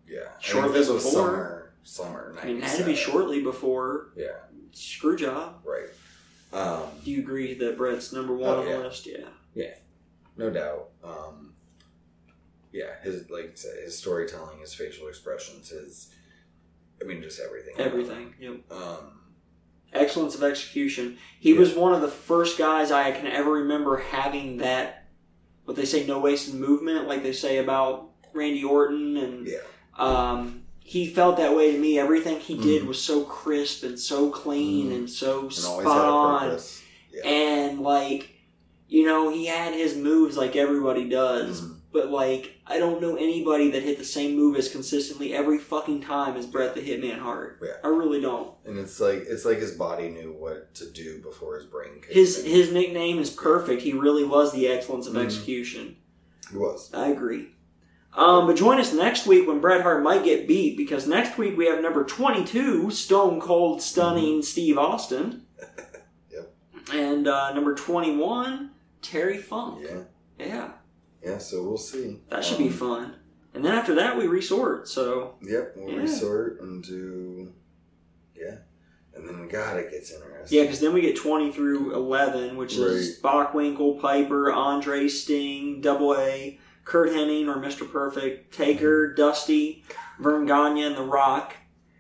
[SPEAKER 1] yeah, I
[SPEAKER 2] Shortly
[SPEAKER 1] mean, this was
[SPEAKER 2] before.
[SPEAKER 1] summer, summer.
[SPEAKER 2] I mean, it had to be
[SPEAKER 1] 97.
[SPEAKER 2] shortly before
[SPEAKER 1] Yeah,
[SPEAKER 2] Screwjob.
[SPEAKER 1] right. Um,
[SPEAKER 2] Do you agree that Brett's number one
[SPEAKER 1] Oh,
[SPEAKER 2] on
[SPEAKER 1] yeah.
[SPEAKER 2] the list? Yeah.
[SPEAKER 1] no doubt. Um, yeah, his like you said, his storytelling, his facial expressions, his, I mean, just everything. about
[SPEAKER 2] Everything. Yep.
[SPEAKER 1] it. Um,
[SPEAKER 2] excellence of execution. He
[SPEAKER 1] Yeah.
[SPEAKER 2] was one of the first guys I can ever remember having that what they say no wasted movement, like they say about Randy Orton, and
[SPEAKER 1] yeah,
[SPEAKER 2] um, he felt that way to me. Everything he did
[SPEAKER 1] Mhm.
[SPEAKER 2] was so crisp and so clean
[SPEAKER 1] Mhm.
[SPEAKER 2] and so
[SPEAKER 1] and
[SPEAKER 2] spot
[SPEAKER 1] always had a
[SPEAKER 2] on,
[SPEAKER 1] purpose.
[SPEAKER 2] and like you know, he had his moves like everybody does.
[SPEAKER 1] Mhm.
[SPEAKER 2] But like, I don't know anybody that hit the same move as consistently every fucking time as Bret the Hitman Hart.
[SPEAKER 1] Yeah.
[SPEAKER 2] I really don't.
[SPEAKER 1] And it's like it's like his body knew what to do before his brain. kicked
[SPEAKER 2] His
[SPEAKER 1] in.
[SPEAKER 2] his nickname is perfect. He really was the excellence of
[SPEAKER 1] Mhm.
[SPEAKER 2] execution.
[SPEAKER 1] he was
[SPEAKER 2] I agree. Um, but join us next week when Bret Hart might get beat because next week we have number twenty two, Stone Cold Stunning Steve Austin.
[SPEAKER 1] Mm-hmm. Yep.
[SPEAKER 2] And uh, number twenty one, Terry Funk.
[SPEAKER 1] yeah
[SPEAKER 2] Yeah,
[SPEAKER 1] yeah. So we'll see.
[SPEAKER 2] that should be
[SPEAKER 1] Um,
[SPEAKER 2] fun. And then after that we resort. So
[SPEAKER 1] Yep, we'll
[SPEAKER 2] Yeah.
[SPEAKER 1] resort and do. Yeah. And then, God, it gets interesting.
[SPEAKER 2] yeah, because then we get twenty through eleven, which is Bachwinkle, Piper, Andre, Sting, Double A, Kurt Henning or Mr. Perfect, Taker, Dusty, Vern Gagne, and The Rock.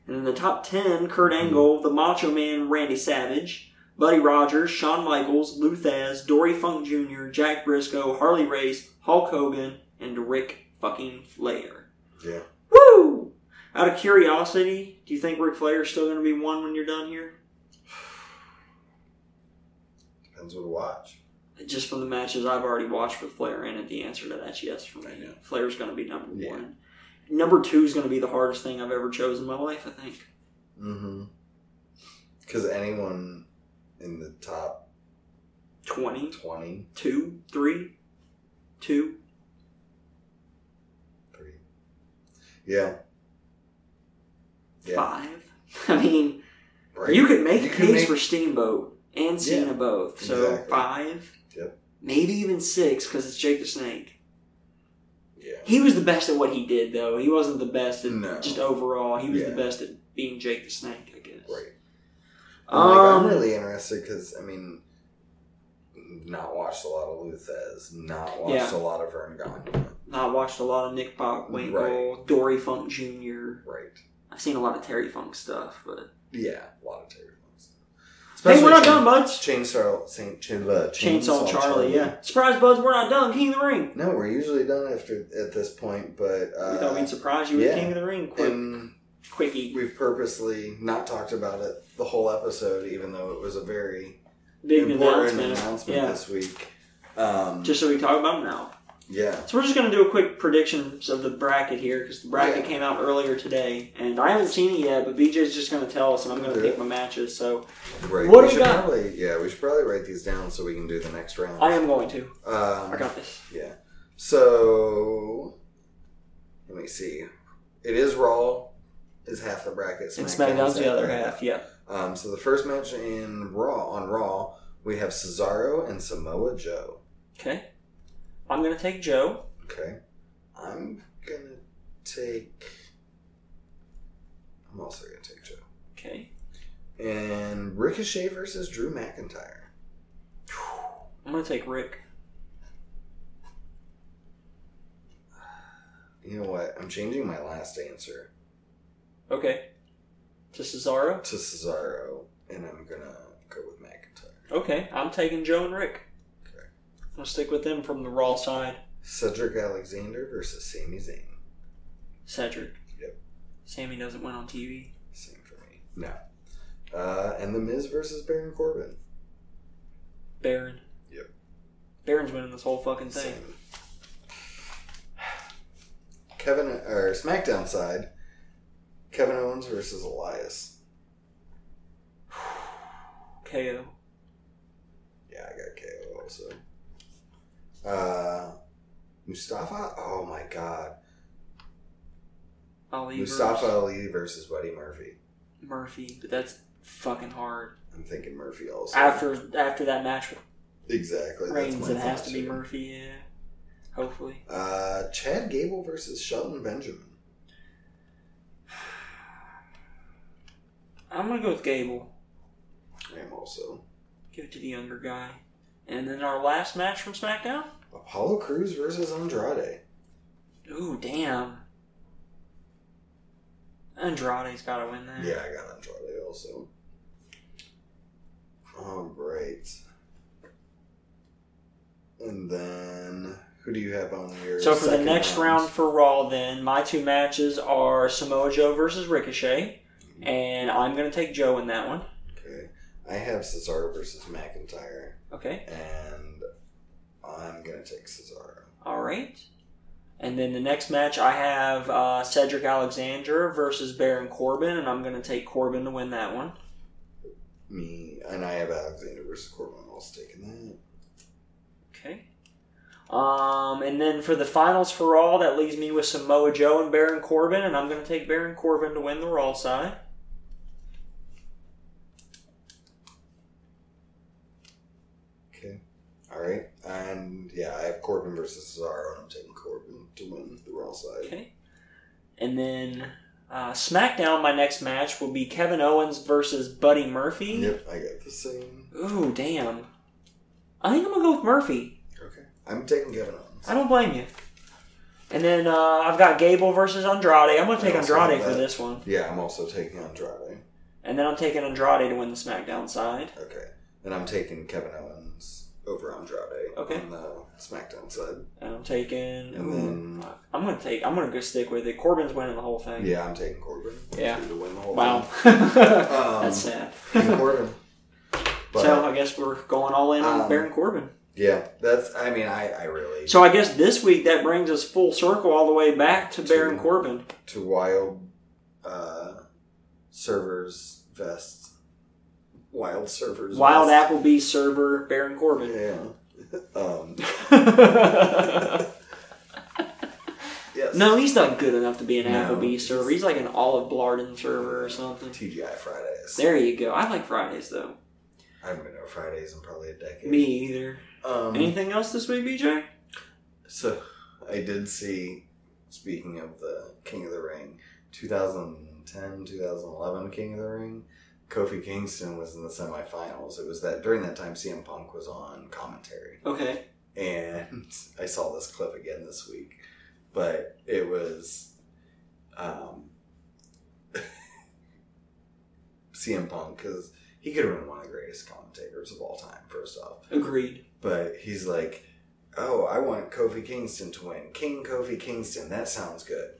[SPEAKER 2] And in the top 10, Kurt Angle, The Macho Man, Randy Savage, Buddy Rogers, Shawn Michaels, Lou Thaz, Dory Funk Jr., Jack Briscoe, Harley Race, Hulk Hogan, and Rick fucking Flair.
[SPEAKER 1] Yeah.
[SPEAKER 2] Woo! Out of curiosity, do you think Ric Flair's still going to be one when you're done here?
[SPEAKER 1] Depends what watch.
[SPEAKER 2] just from the matches I've already watched with Flair in it, the answer to that's yes for me.
[SPEAKER 1] I know.
[SPEAKER 2] Flair's going to be number
[SPEAKER 1] Yeah.
[SPEAKER 2] one. Number two is going to be the hardest thing I've ever chosen in my life, I think.
[SPEAKER 1] Mm-hmm. Because anyone in the top
[SPEAKER 2] 20,
[SPEAKER 1] 20,
[SPEAKER 2] 2, 3, 2.
[SPEAKER 1] 30. Yeah. Yeah.
[SPEAKER 2] five. I mean,
[SPEAKER 1] Right.
[SPEAKER 2] you could make
[SPEAKER 1] You
[SPEAKER 2] a
[SPEAKER 1] could
[SPEAKER 2] case
[SPEAKER 1] make-
[SPEAKER 2] for Steamboat and Cena both. So
[SPEAKER 1] Exactly.
[SPEAKER 2] five,
[SPEAKER 1] Yep.
[SPEAKER 2] maybe even six because it's Jake the Snake.
[SPEAKER 1] yeah.
[SPEAKER 2] He was the best at what he did, though. He wasn't the best at
[SPEAKER 1] No.
[SPEAKER 2] just overall. He was
[SPEAKER 1] Yeah.
[SPEAKER 2] the best at being Jake the Snake, I guess.
[SPEAKER 1] Right. like,
[SPEAKER 2] Um,
[SPEAKER 1] I'm really interested because I mean, not watched a lot of Luthez, not watched
[SPEAKER 2] Yeah.
[SPEAKER 1] a lot of Vern Gagne.
[SPEAKER 2] I watched a lot of Nick Bockwinkel, Dory Funk Jr.
[SPEAKER 1] Right.
[SPEAKER 2] I've seen a lot of Terry Funk stuff, but
[SPEAKER 1] Yeah, a lot of Terry Funk.
[SPEAKER 2] hey, we're not done, buds.
[SPEAKER 1] Chainsaw, Saint, Chain- uh,
[SPEAKER 2] Chainsaw, Charlie, yeah. Surprise, buds, we're not done. King of the Ring.
[SPEAKER 1] No, we're usually done after at this point, but
[SPEAKER 2] we
[SPEAKER 1] uh,
[SPEAKER 2] thought we'd surprise you with
[SPEAKER 1] yeah.
[SPEAKER 2] King of the Ring. Quick,
[SPEAKER 1] and
[SPEAKER 2] quickie,
[SPEAKER 1] we've purposely not talked about it the whole episode, even though it was a very
[SPEAKER 2] big
[SPEAKER 1] important
[SPEAKER 2] announcement.
[SPEAKER 1] announcement,
[SPEAKER 2] Yeah,
[SPEAKER 1] this week. Um,
[SPEAKER 2] just so we talk about them now.
[SPEAKER 1] yeah,
[SPEAKER 2] So we're just gonna do a quick predictions of the bracket here because the bracket
[SPEAKER 1] Yeah.
[SPEAKER 2] came out earlier today, and I haven't seen it yet. But BJ's just gonna tell us, and I'm gonna
[SPEAKER 1] Do
[SPEAKER 2] pick
[SPEAKER 1] it.
[SPEAKER 2] my matches. So
[SPEAKER 1] right.
[SPEAKER 2] What
[SPEAKER 1] we
[SPEAKER 2] do we
[SPEAKER 1] should
[SPEAKER 2] got?
[SPEAKER 1] probably yeah, we should probably write these down so we can do the next round.
[SPEAKER 2] I am going to.
[SPEAKER 1] Um,
[SPEAKER 2] I got this.
[SPEAKER 1] Yeah. So let me see. It is Raw is half the bracket.
[SPEAKER 2] And SmackDown's the other half. Yeah.
[SPEAKER 1] Um, so the first match in Raw on Raw we have Cesaro and Samoa Joe.
[SPEAKER 2] Okay. I'm gonna take Joe.
[SPEAKER 1] Okay. I'm gonna take. I'm also gonna take Joe.
[SPEAKER 2] Okay.
[SPEAKER 1] And Ricochet versus Drew McIntyre.
[SPEAKER 2] I'm gonna take Rick.
[SPEAKER 1] You know what? I'm changing my last answer
[SPEAKER 2] Okay. To Cesaro.
[SPEAKER 1] to Cesaro, and I'm gonna go with McIntyre.
[SPEAKER 2] Okay. I'm taking Joe and Rick.
[SPEAKER 1] Okay.
[SPEAKER 2] I'm gonna stick with them from the Raw side.
[SPEAKER 1] Cedric Alexander versus Sami Zayn.
[SPEAKER 2] Cedric.
[SPEAKER 1] Yep.
[SPEAKER 2] Sammy doesn't win on TV.
[SPEAKER 1] Same for me. No. Uh, and The Miz versus Baron Corbin.
[SPEAKER 2] Baron.
[SPEAKER 1] Yep.
[SPEAKER 2] Baron's winning this whole fucking thing.
[SPEAKER 1] Same. Kevin or SmackDown side. Kevin Owens versus Elias.
[SPEAKER 2] KO.
[SPEAKER 1] Yeah, I got KO also. Uh, Mustafa. Oh my God.
[SPEAKER 2] Ali. versus
[SPEAKER 1] Mustafa Ali versus Buddy Murphy.
[SPEAKER 2] Murphy. But that's fucking hard.
[SPEAKER 1] I'm thinking Murphy also.
[SPEAKER 2] After after that match with
[SPEAKER 1] exactly. that's
[SPEAKER 2] Reigns,
[SPEAKER 1] my
[SPEAKER 2] it has
[SPEAKER 1] thoughts
[SPEAKER 2] to be
[SPEAKER 1] here.
[SPEAKER 2] Murphy. Yeah. Hopefully.
[SPEAKER 1] Uh, Chad Gable versus Shelton Benjamin.
[SPEAKER 2] I'm gonna go with Gable.
[SPEAKER 1] I am also.
[SPEAKER 2] Give it to the younger guy. And then our last match from SmackDown.
[SPEAKER 1] Apollo Cruz versus Andrade.
[SPEAKER 2] Ooh, damn. Andrade's got to win that.
[SPEAKER 1] Yeah, I got Andrade also. All right. And then who do you have on your?
[SPEAKER 2] So for the
[SPEAKER 1] second
[SPEAKER 2] next round for Raw, then my two matches are Samoa Joe versus Ricochet, and I'm gonna take Joe in that one.
[SPEAKER 1] Okay, I have Cesaro versus McIntyre,
[SPEAKER 2] Okay,
[SPEAKER 1] and I'm gonna take Cesaro.
[SPEAKER 2] all right. And then the next match I have uh, Cedric Alexander versus Baron Corbin, and I'm gonna take Corbin to win that one.
[SPEAKER 1] Me and I have Alexander versus Corbin. Also taking that.
[SPEAKER 2] Okay. Um, and then for the finals for Raw, that leaves me with Samoa Joe and Baron Corbin, and I'm gonna take Baron Corbin to win the Raw side.
[SPEAKER 1] Okay. All right, and yeah, I have Corbin versus Cesaro, and I'm taking Corbin to win the Raw side.
[SPEAKER 2] Okay. And then uh, SmackDown, my next match will be Kevin Owens versus Buddy Murphy.
[SPEAKER 1] Yep, I got the same.
[SPEAKER 2] Ooh, damn. I think I'm going to go with Murphy.
[SPEAKER 1] Okay. I'm taking Kevin Owens.
[SPEAKER 2] I don't blame you. And then uh, I've got Gable versus Andrade. I'm going to take
[SPEAKER 1] I also have
[SPEAKER 2] Andrade for
[SPEAKER 1] that.
[SPEAKER 2] this one.
[SPEAKER 1] Yeah, I'm also taking Andrade.
[SPEAKER 2] And then I'm taking Andrade to win the SmackDown side.
[SPEAKER 1] Okay. And I'm taking Kevin Owens over Andrade
[SPEAKER 2] Okay.
[SPEAKER 1] on the SmackDown side.
[SPEAKER 2] And I'm taking.
[SPEAKER 1] And then-
[SPEAKER 2] Ooh, I'm going to take. I'm going to go stick with it. Corbin's winning the whole thing.
[SPEAKER 1] Yeah, I'm taking Corbin.
[SPEAKER 2] Yeah.
[SPEAKER 1] To win the whole
[SPEAKER 2] Wow.
[SPEAKER 1] thing. Um,
[SPEAKER 2] That's sad.
[SPEAKER 1] taking Corbin. But,
[SPEAKER 2] so I guess we're going all in on
[SPEAKER 1] Um,
[SPEAKER 2] Baron Corbin.
[SPEAKER 1] yeah, that's, I mean, I, I really.
[SPEAKER 2] So I guess this week that brings us full circle all the way back to
[SPEAKER 1] To-
[SPEAKER 2] Baron Corbin.
[SPEAKER 1] to wild uh, servers vest. Wild servers.
[SPEAKER 2] Wild
[SPEAKER 1] vest.
[SPEAKER 2] Applebee server Baron Corbin.
[SPEAKER 1] Yeah. Um, yes.
[SPEAKER 2] no, he's not good enough to be an
[SPEAKER 1] No.
[SPEAKER 2] Applebee server. He's like an Olive Blarden server or something.
[SPEAKER 1] TGI Fridays.
[SPEAKER 2] There you go. I like Fridays though.
[SPEAKER 1] I haven't been to a Fridays in probably a decade.
[SPEAKER 2] Me either.
[SPEAKER 1] Um,
[SPEAKER 2] Anything else this week, BJ?
[SPEAKER 1] So I did see, speaking of the King of the Ring, 2010, 2011 King of the Ring, Kofi Kingston was in the semifinals. It was that during that time CM Punk was on commentary.
[SPEAKER 2] Okay.
[SPEAKER 1] And I saw this clip again this week, but it was um, CM Punk because he could have been one of the greatest commentators of all time, first off
[SPEAKER 2] Agreed.
[SPEAKER 1] but he's like, "Oh, I want Kofi Kingston to win. King Kofi Kingston. That sounds good.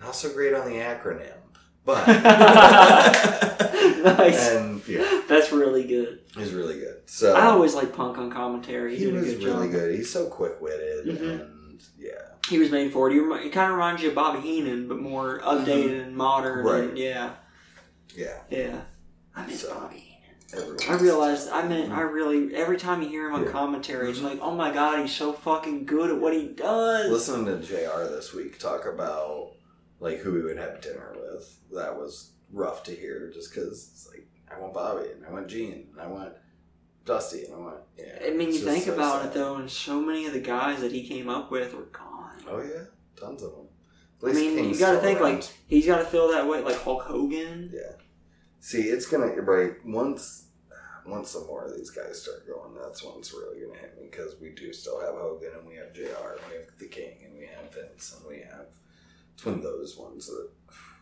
[SPEAKER 1] Not so great on the acronym, but
[SPEAKER 2] Nice.
[SPEAKER 1] and yeah,
[SPEAKER 2] That's really good.
[SPEAKER 1] he's really good. So
[SPEAKER 2] I always like Punk on commentary. He,
[SPEAKER 1] uh, he
[SPEAKER 2] did a
[SPEAKER 1] was
[SPEAKER 2] good
[SPEAKER 1] really
[SPEAKER 2] job.
[SPEAKER 1] good. He's so quick witted
[SPEAKER 2] Mhm.
[SPEAKER 1] and yeah,
[SPEAKER 2] He was made for it. He, remi- he kind of reminds you of Bobby Heenan, but more updated and modern. and-
[SPEAKER 1] Mm-hmm. Right.
[SPEAKER 2] yeah.
[SPEAKER 1] yeah.
[SPEAKER 2] Yeah. I miss
[SPEAKER 1] So-
[SPEAKER 2] Bobby.
[SPEAKER 1] Everyone
[SPEAKER 2] I realized I meant I really every time you hear him on
[SPEAKER 1] Yeah.
[SPEAKER 2] commentary, it's like, oh my god, he's so fucking good at what he does.
[SPEAKER 1] listening to Jr. this week talk about like who we would have dinner with. That was rough to hear, just because it's like I want Bobby and I want Gene and I want Dusty and I want. Yeah,
[SPEAKER 2] I mean,
[SPEAKER 1] it's
[SPEAKER 2] you
[SPEAKER 1] just
[SPEAKER 2] think
[SPEAKER 1] so
[SPEAKER 2] about
[SPEAKER 1] sad.
[SPEAKER 2] it though, and so many of the guys that he came up with were gone.
[SPEAKER 1] Oh yeah, tons of them. At
[SPEAKER 2] I mean,
[SPEAKER 1] King's
[SPEAKER 2] you got to
[SPEAKER 1] still
[SPEAKER 2] think
[SPEAKER 1] around.
[SPEAKER 2] like he's got to feel that way, like Hulk Hogan.
[SPEAKER 1] yeah. See, it's gonna right once once some more of these guys start going. That's when it's really gonna hit me because we do still have Hogan and we have Jr. and we have the King and we have Vince and we have it's one of those ones that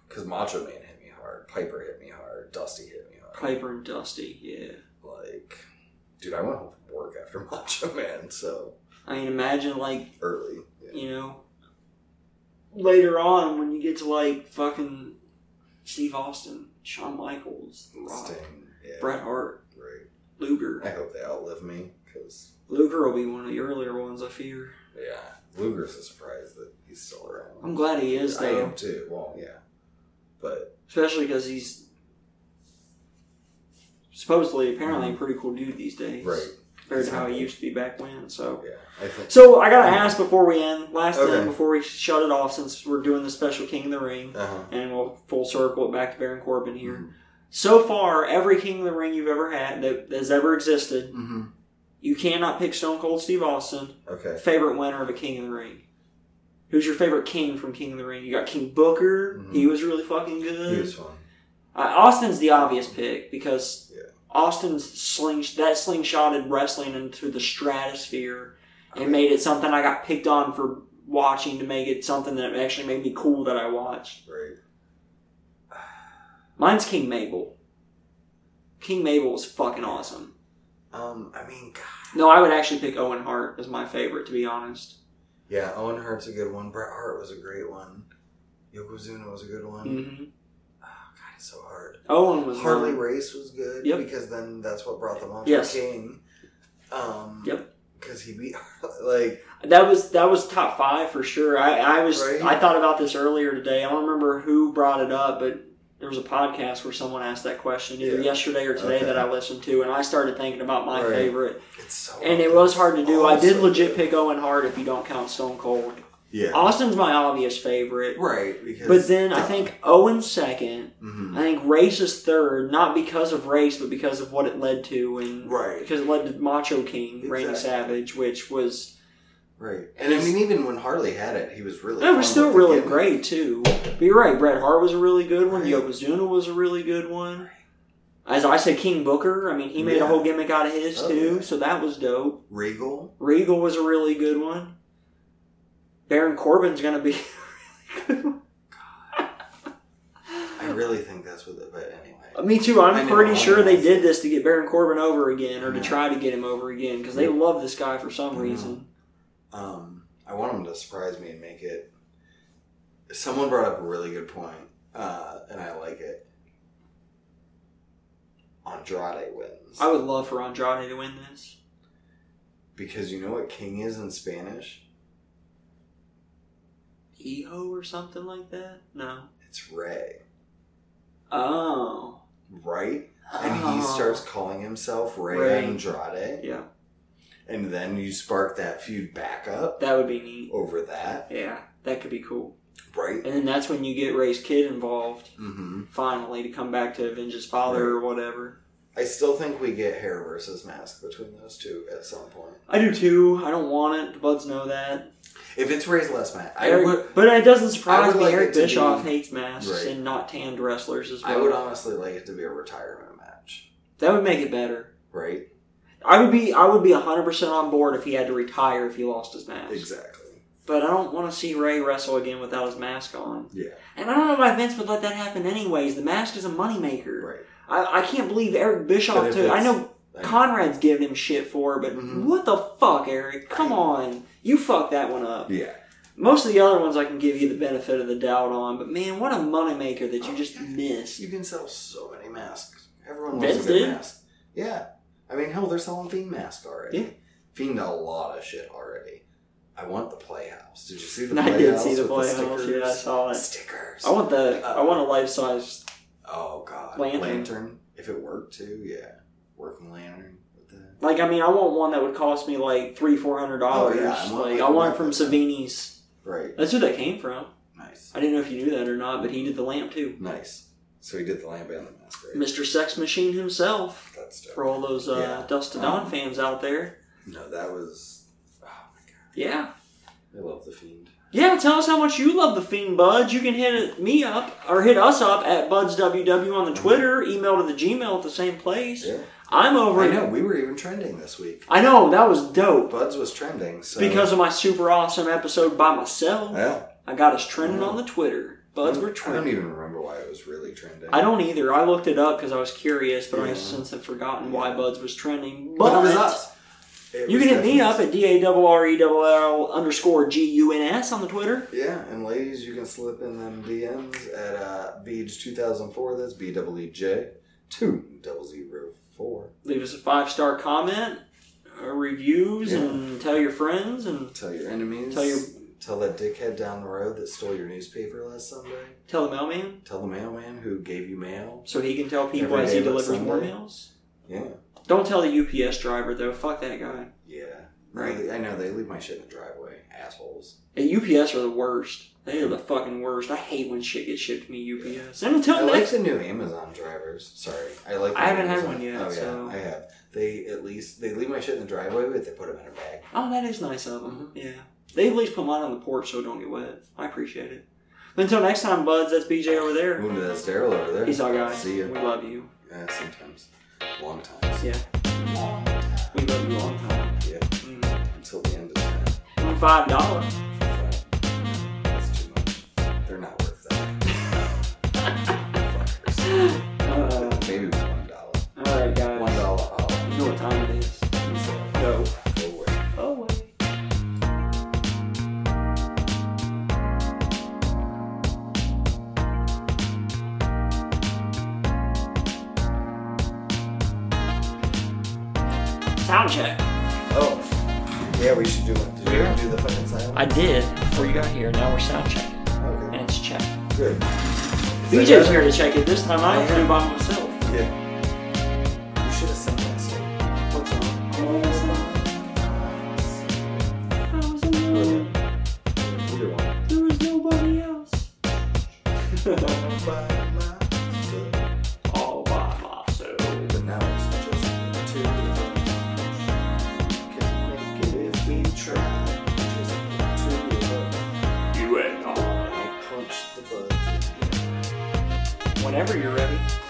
[SPEAKER 1] because Macho Man hit me hard, Piper hit me hard, Dusty hit me hard.
[SPEAKER 2] Piper and Dusty, yeah.
[SPEAKER 1] Like, dude, I went home from work after Macho Man, so
[SPEAKER 2] I mean, imagine like
[SPEAKER 1] early. Yeah.
[SPEAKER 2] you know later on when you get to like fucking Steve Austin, Shawn Michaels, The Rock,
[SPEAKER 1] Sting, yeah,
[SPEAKER 2] Bret Hart,
[SPEAKER 1] right.
[SPEAKER 2] Luger.
[SPEAKER 1] I hope they outlive me because.
[SPEAKER 2] Luger will be one of the earlier ones, I fear.
[SPEAKER 1] Yeah, Luger's a surprise that he's still around.
[SPEAKER 2] I'm glad he is,
[SPEAKER 1] I am
[SPEAKER 2] though.
[SPEAKER 1] too. Well, yeah, but
[SPEAKER 2] Especially because he's supposedly, apparently, a pretty cool dude these days.
[SPEAKER 1] right,
[SPEAKER 2] Compared to how he
[SPEAKER 1] Exactly.
[SPEAKER 2] used to be back when, so.
[SPEAKER 1] yeah. I think
[SPEAKER 2] So, I gotta ask before we end, last
[SPEAKER 1] Okay.
[SPEAKER 2] thing, before we shut it off, since we're doing the special King of the Ring,
[SPEAKER 1] uh-huh.
[SPEAKER 2] and we'll full circle it back to Baron Corbin
[SPEAKER 1] Mm-hmm.
[SPEAKER 2] here. So far, every King of the Ring you've ever had that has ever existed,
[SPEAKER 1] Mm-hmm.
[SPEAKER 2] you cannot pick Stone Cold Steve Austin
[SPEAKER 1] Okay.
[SPEAKER 2] favorite winner of a King of the Ring? Who's your favorite king from King of the Ring? You got King Booker.
[SPEAKER 1] Mhm.
[SPEAKER 2] He was really fucking
[SPEAKER 1] He
[SPEAKER 2] good.
[SPEAKER 1] was fun.
[SPEAKER 2] Uh, Austin's the obvious pick because
[SPEAKER 1] Yeah.
[SPEAKER 2] Austin's sling that slingshotted wrestling into the stratosphere
[SPEAKER 1] I
[SPEAKER 2] and
[SPEAKER 1] mean,
[SPEAKER 2] made it something I got picked on for watching to make it something that actually made me cool that I watched.
[SPEAKER 1] right.
[SPEAKER 2] Mine's King Mabel. King Mabel was fucking awesome.
[SPEAKER 1] Um, I mean, God.
[SPEAKER 2] No, I would actually pick Owen Hart as my favorite to be honest.
[SPEAKER 1] yeah. Owen Hart's a good one. Bret Hart was a great one. Yokozuna was a good one.
[SPEAKER 2] hmm
[SPEAKER 1] Oh God, it's so hard.
[SPEAKER 2] Owen was
[SPEAKER 1] Harley
[SPEAKER 2] one.
[SPEAKER 1] Race was good
[SPEAKER 2] Yep.
[SPEAKER 1] because then that's what brought the Macho
[SPEAKER 2] Yes.
[SPEAKER 1] King. Um,
[SPEAKER 2] Yep.
[SPEAKER 1] Because he beat like
[SPEAKER 2] That was that was top five for sure. I, I was
[SPEAKER 1] Right.
[SPEAKER 2] I thought about this earlier today. I don't remember who brought it up, but there was a podcast where someone asked that question either
[SPEAKER 1] Yeah.
[SPEAKER 2] yesterday or today
[SPEAKER 1] Okay.
[SPEAKER 2] that I listened to, and I started thinking about my
[SPEAKER 1] Right.
[SPEAKER 2] favorite,
[SPEAKER 1] it's so.
[SPEAKER 2] and it was hard to do. I did
[SPEAKER 1] Also
[SPEAKER 2] legit
[SPEAKER 1] good.
[SPEAKER 2] pick Owen Hart if you don't count Stone Cold.
[SPEAKER 1] Yeah.
[SPEAKER 2] Austin's my obvious favorite,
[SPEAKER 1] Right. Because
[SPEAKER 2] but then I think Owen second.
[SPEAKER 1] Mhm.
[SPEAKER 2] I think race is third, not because of race, but because of what it led to, and
[SPEAKER 1] Right.
[SPEAKER 2] because it led to Macho King Randy
[SPEAKER 1] Exactly.
[SPEAKER 2] Savage, which was.
[SPEAKER 1] Right. And I
[SPEAKER 2] He's-
[SPEAKER 1] mean, even when Harley had it, he was really.
[SPEAKER 2] That was
[SPEAKER 1] fun
[SPEAKER 2] still
[SPEAKER 1] with the
[SPEAKER 2] really
[SPEAKER 1] gimmick.
[SPEAKER 2] great too. But you're right. Bret Hart was a really good one.
[SPEAKER 1] Right.
[SPEAKER 2] Yokozuna was a really good one. As I said, King Booker. I mean, he made a
[SPEAKER 1] Yeah.
[SPEAKER 2] whole gimmick out of his
[SPEAKER 1] Oh,
[SPEAKER 2] too,
[SPEAKER 1] yeah.
[SPEAKER 2] so that was dope.
[SPEAKER 1] Regal.
[SPEAKER 2] Regal was a really good one. Baron Corbin's gonna be.
[SPEAKER 1] I really think that's what. the- But anyway,
[SPEAKER 2] Me too.
[SPEAKER 1] I
[SPEAKER 2] I'm
[SPEAKER 1] know, I
[SPEAKER 2] pretty sure they
[SPEAKER 1] know.
[SPEAKER 2] did this to get Baron Corbin over again, or to
[SPEAKER 1] Yeah.
[SPEAKER 2] try to get him over again, because they
[SPEAKER 1] Yeah.
[SPEAKER 2] love this guy for some
[SPEAKER 1] I know.
[SPEAKER 2] reason.
[SPEAKER 1] Um, I want them to surprise me and make it. Someone brought up a really good point, uh, and I like it. Andrade wins
[SPEAKER 2] I would love for Andrade to win this.
[SPEAKER 1] because you know what king is in Spanish?
[SPEAKER 2] Eho or something like that. No.
[SPEAKER 1] It's Ray,
[SPEAKER 2] Oh.
[SPEAKER 1] right? And he
[SPEAKER 2] Oh.
[SPEAKER 1] starts calling himself Ray,
[SPEAKER 2] Ray.
[SPEAKER 1] Andrade,
[SPEAKER 2] Yeah,
[SPEAKER 1] and then you spark that feud back up
[SPEAKER 2] that would be neat.
[SPEAKER 1] over that,
[SPEAKER 2] Yeah, that could be cool.
[SPEAKER 1] right?
[SPEAKER 2] And then that's when you get Ray's kid involved
[SPEAKER 1] Mm-hmm.
[SPEAKER 2] finally to come back to avenge his father or whatever.
[SPEAKER 1] I still think we get hair versus mask between those two at some point.
[SPEAKER 2] I do too. I don't want it. The Buds know that.
[SPEAKER 1] If it's Ray's last match, I
[SPEAKER 2] Eric-
[SPEAKER 1] would
[SPEAKER 2] but it doesn't
[SPEAKER 1] I
[SPEAKER 2] surprise
[SPEAKER 1] would
[SPEAKER 2] me.
[SPEAKER 1] like it
[SPEAKER 2] Eric
[SPEAKER 1] to
[SPEAKER 2] Bischoff
[SPEAKER 1] be-
[SPEAKER 2] hates masks
[SPEAKER 1] Right.
[SPEAKER 2] and not tanned wrestlers as well.
[SPEAKER 1] I would honestly like it to be a retirement match,
[SPEAKER 2] that would make it better.
[SPEAKER 1] right?
[SPEAKER 2] I would be I would be hundred percent on board if he had to retire if he lost his mask.
[SPEAKER 1] Exactly.
[SPEAKER 2] But I don't want to see Ray wrestle again without his mask on.
[SPEAKER 1] Yeah.
[SPEAKER 2] And I don't know why Vince would let that happen anyways. The mask is a moneymaker.
[SPEAKER 1] Right.
[SPEAKER 2] I, I can't believe Eric
[SPEAKER 1] But
[SPEAKER 2] Bischoff
[SPEAKER 1] if
[SPEAKER 2] took I
[SPEAKER 1] it's-
[SPEAKER 2] know
[SPEAKER 1] I mean,
[SPEAKER 2] Conrad's giving him shit for, but
[SPEAKER 1] Mhm.
[SPEAKER 2] what the fuck, Eric? Come on. You fucked that one up.
[SPEAKER 1] yeah.
[SPEAKER 2] Most of the other ones I can give you the benefit of the doubt on, but man, what a moneymaker that you just missed.
[SPEAKER 1] You can sell so many masks. Everyone
[SPEAKER 2] Vince
[SPEAKER 1] wants a good
[SPEAKER 2] did.
[SPEAKER 1] mask. Yeah. I mean, hell, they're selling Fiend masks already.
[SPEAKER 2] Yeah.
[SPEAKER 1] Fiend a lot of shit already. I want the Playhouse. Did you see the
[SPEAKER 2] And
[SPEAKER 1] Playhouse?
[SPEAKER 2] I did see the
[SPEAKER 1] with
[SPEAKER 2] playhouse.
[SPEAKER 1] stickers?
[SPEAKER 2] Yeah, I saw it.
[SPEAKER 1] Stickers.
[SPEAKER 2] I want the I want a life size
[SPEAKER 1] oh, God.
[SPEAKER 2] Lantern.
[SPEAKER 1] Lantern. If it worked, too, yeah. Working lantern with the.
[SPEAKER 2] Like I mean, I want one that would cost me like three, four hundred dollars.
[SPEAKER 1] Oh, yeah, I want,
[SPEAKER 2] like
[SPEAKER 1] like,
[SPEAKER 2] I
[SPEAKER 1] a
[SPEAKER 2] want it
[SPEAKER 1] lamp
[SPEAKER 2] from
[SPEAKER 1] like that.
[SPEAKER 2] Savini's.
[SPEAKER 1] Right.
[SPEAKER 2] That's who that came from.
[SPEAKER 1] Nice.
[SPEAKER 2] I didn't know if you knew that or not, but he did the lamp too.
[SPEAKER 1] Nice. So he did the lamp and the mask, right?
[SPEAKER 2] Mr. Sex Machine himself.
[SPEAKER 1] That's dope.
[SPEAKER 2] For all those uh,
[SPEAKER 1] Yeah.
[SPEAKER 2] Dust to Dawn
[SPEAKER 1] Um,
[SPEAKER 2] fans out there,
[SPEAKER 1] No, that was. Oh my god,
[SPEAKER 2] yeah,
[SPEAKER 1] I love the fiend.
[SPEAKER 2] yeah. Tell us how much you love the Fiend Buds. You can hit me up or hit us up at budsww on the Twitter, email to the Gmail at the same place.
[SPEAKER 1] Yeah,
[SPEAKER 2] I'm over.
[SPEAKER 1] I
[SPEAKER 2] it.
[SPEAKER 1] know. Oh, We were even trending this week.
[SPEAKER 2] I know that was dope
[SPEAKER 1] Buds was trending. So
[SPEAKER 2] because of my super awesome episode by myself.
[SPEAKER 1] yeah,
[SPEAKER 2] I got us trending
[SPEAKER 1] Yeah.
[SPEAKER 2] on the Twitter. Buds were
[SPEAKER 1] I don't
[SPEAKER 2] trending.
[SPEAKER 1] even remember why it was really trending.
[SPEAKER 2] I don't either. I looked it up because I was curious, but I
[SPEAKER 1] Yeah.
[SPEAKER 2] since have forgotten why
[SPEAKER 1] Yeah.
[SPEAKER 2] Buds was trending. But,
[SPEAKER 1] But it was us. It
[SPEAKER 2] You
[SPEAKER 1] was
[SPEAKER 2] can hit me up
[SPEAKER 1] definitely-
[SPEAKER 2] at D-A-R-R-E-L-L E underscore G-U-N-S on the Twitter.
[SPEAKER 1] Yeah, and ladies, you can slip in them DMs at uh, Beej2004. That's B double E J two double zero four.
[SPEAKER 2] Leave us a five-star comment, uh, reviews,
[SPEAKER 1] Yeah.
[SPEAKER 2] and tell your friends, and
[SPEAKER 1] Tell your enemies.
[SPEAKER 2] Tell your-
[SPEAKER 1] tell that dickhead down the road that stole your newspaper last Sunday.
[SPEAKER 2] tell the mailman
[SPEAKER 1] Tell the mailman who gave you mail.
[SPEAKER 2] so he can tell people
[SPEAKER 1] Every
[SPEAKER 2] as
[SPEAKER 1] day
[SPEAKER 2] he
[SPEAKER 1] but
[SPEAKER 2] delivers more
[SPEAKER 1] Sunday.
[SPEAKER 2] mails.
[SPEAKER 1] Yeah.
[SPEAKER 2] Don't tell the UPS driver, though. Fuck that guy.
[SPEAKER 1] Yeah.
[SPEAKER 2] Right.
[SPEAKER 1] I know they leave my shit in the driveway. Assholes.
[SPEAKER 2] Hey, UPS are the worst. They are the fucking worst. I hate when shit gets shipped to me, UPS. And until
[SPEAKER 1] I
[SPEAKER 2] next
[SPEAKER 1] like the new Amazon drivers. Sorry, I like. The
[SPEAKER 2] I
[SPEAKER 1] new
[SPEAKER 2] haven't had
[SPEAKER 1] Amazon-
[SPEAKER 2] one yet,
[SPEAKER 1] Oh yeah,
[SPEAKER 2] so-
[SPEAKER 1] I have. They at least they leave my shit in the driveway, but they put them in a bag.
[SPEAKER 2] Oh, that is nice of them.
[SPEAKER 1] Mm-hmm.
[SPEAKER 2] Yeah. They at least put mine on the porch so it don't get wet. I appreciate it. Until next time, buds, that's BJ over there.
[SPEAKER 1] Moving to that sterile over there.
[SPEAKER 2] Peace out, guys.
[SPEAKER 1] See
[SPEAKER 2] We
[SPEAKER 1] you.
[SPEAKER 2] love you.
[SPEAKER 1] Yeah, sometimes, long times.
[SPEAKER 2] Yeah.
[SPEAKER 1] Long time.
[SPEAKER 2] We love you all the time.
[SPEAKER 1] Yeah.
[SPEAKER 2] Mm.
[SPEAKER 1] Until the end of time.
[SPEAKER 2] Five dollars.
[SPEAKER 1] But that's too much. They're not worth that. Fuckers.
[SPEAKER 2] Uh,
[SPEAKER 1] Maybe one dollar.
[SPEAKER 2] all right, guys.
[SPEAKER 1] One dollar. Oh, I'll-
[SPEAKER 2] You know what time it is. Go
[SPEAKER 1] Go away.
[SPEAKER 2] away. Sound check.
[SPEAKER 1] Oh. Yeah, we should do it. Did you
[SPEAKER 2] Yeah.
[SPEAKER 1] do the fucking silent?
[SPEAKER 2] I did before you got here. Now we're sound checking, and
[SPEAKER 1] Okay.
[SPEAKER 2] it's checked.
[SPEAKER 1] Good.
[SPEAKER 2] BJ's here to check it. This time I have to do it by myself.
[SPEAKER 1] Yeah. You should have sung that song.
[SPEAKER 2] What's on? Oh, I was alone.
[SPEAKER 1] Either one.
[SPEAKER 2] There was nobody else.
[SPEAKER 1] By myself.
[SPEAKER 2] All by myself.
[SPEAKER 1] But now it's just the two of us. Can make it if we try. Just the two of us.
[SPEAKER 2] You and I.
[SPEAKER 1] I'll punch the button.
[SPEAKER 2] Whenever you're ready.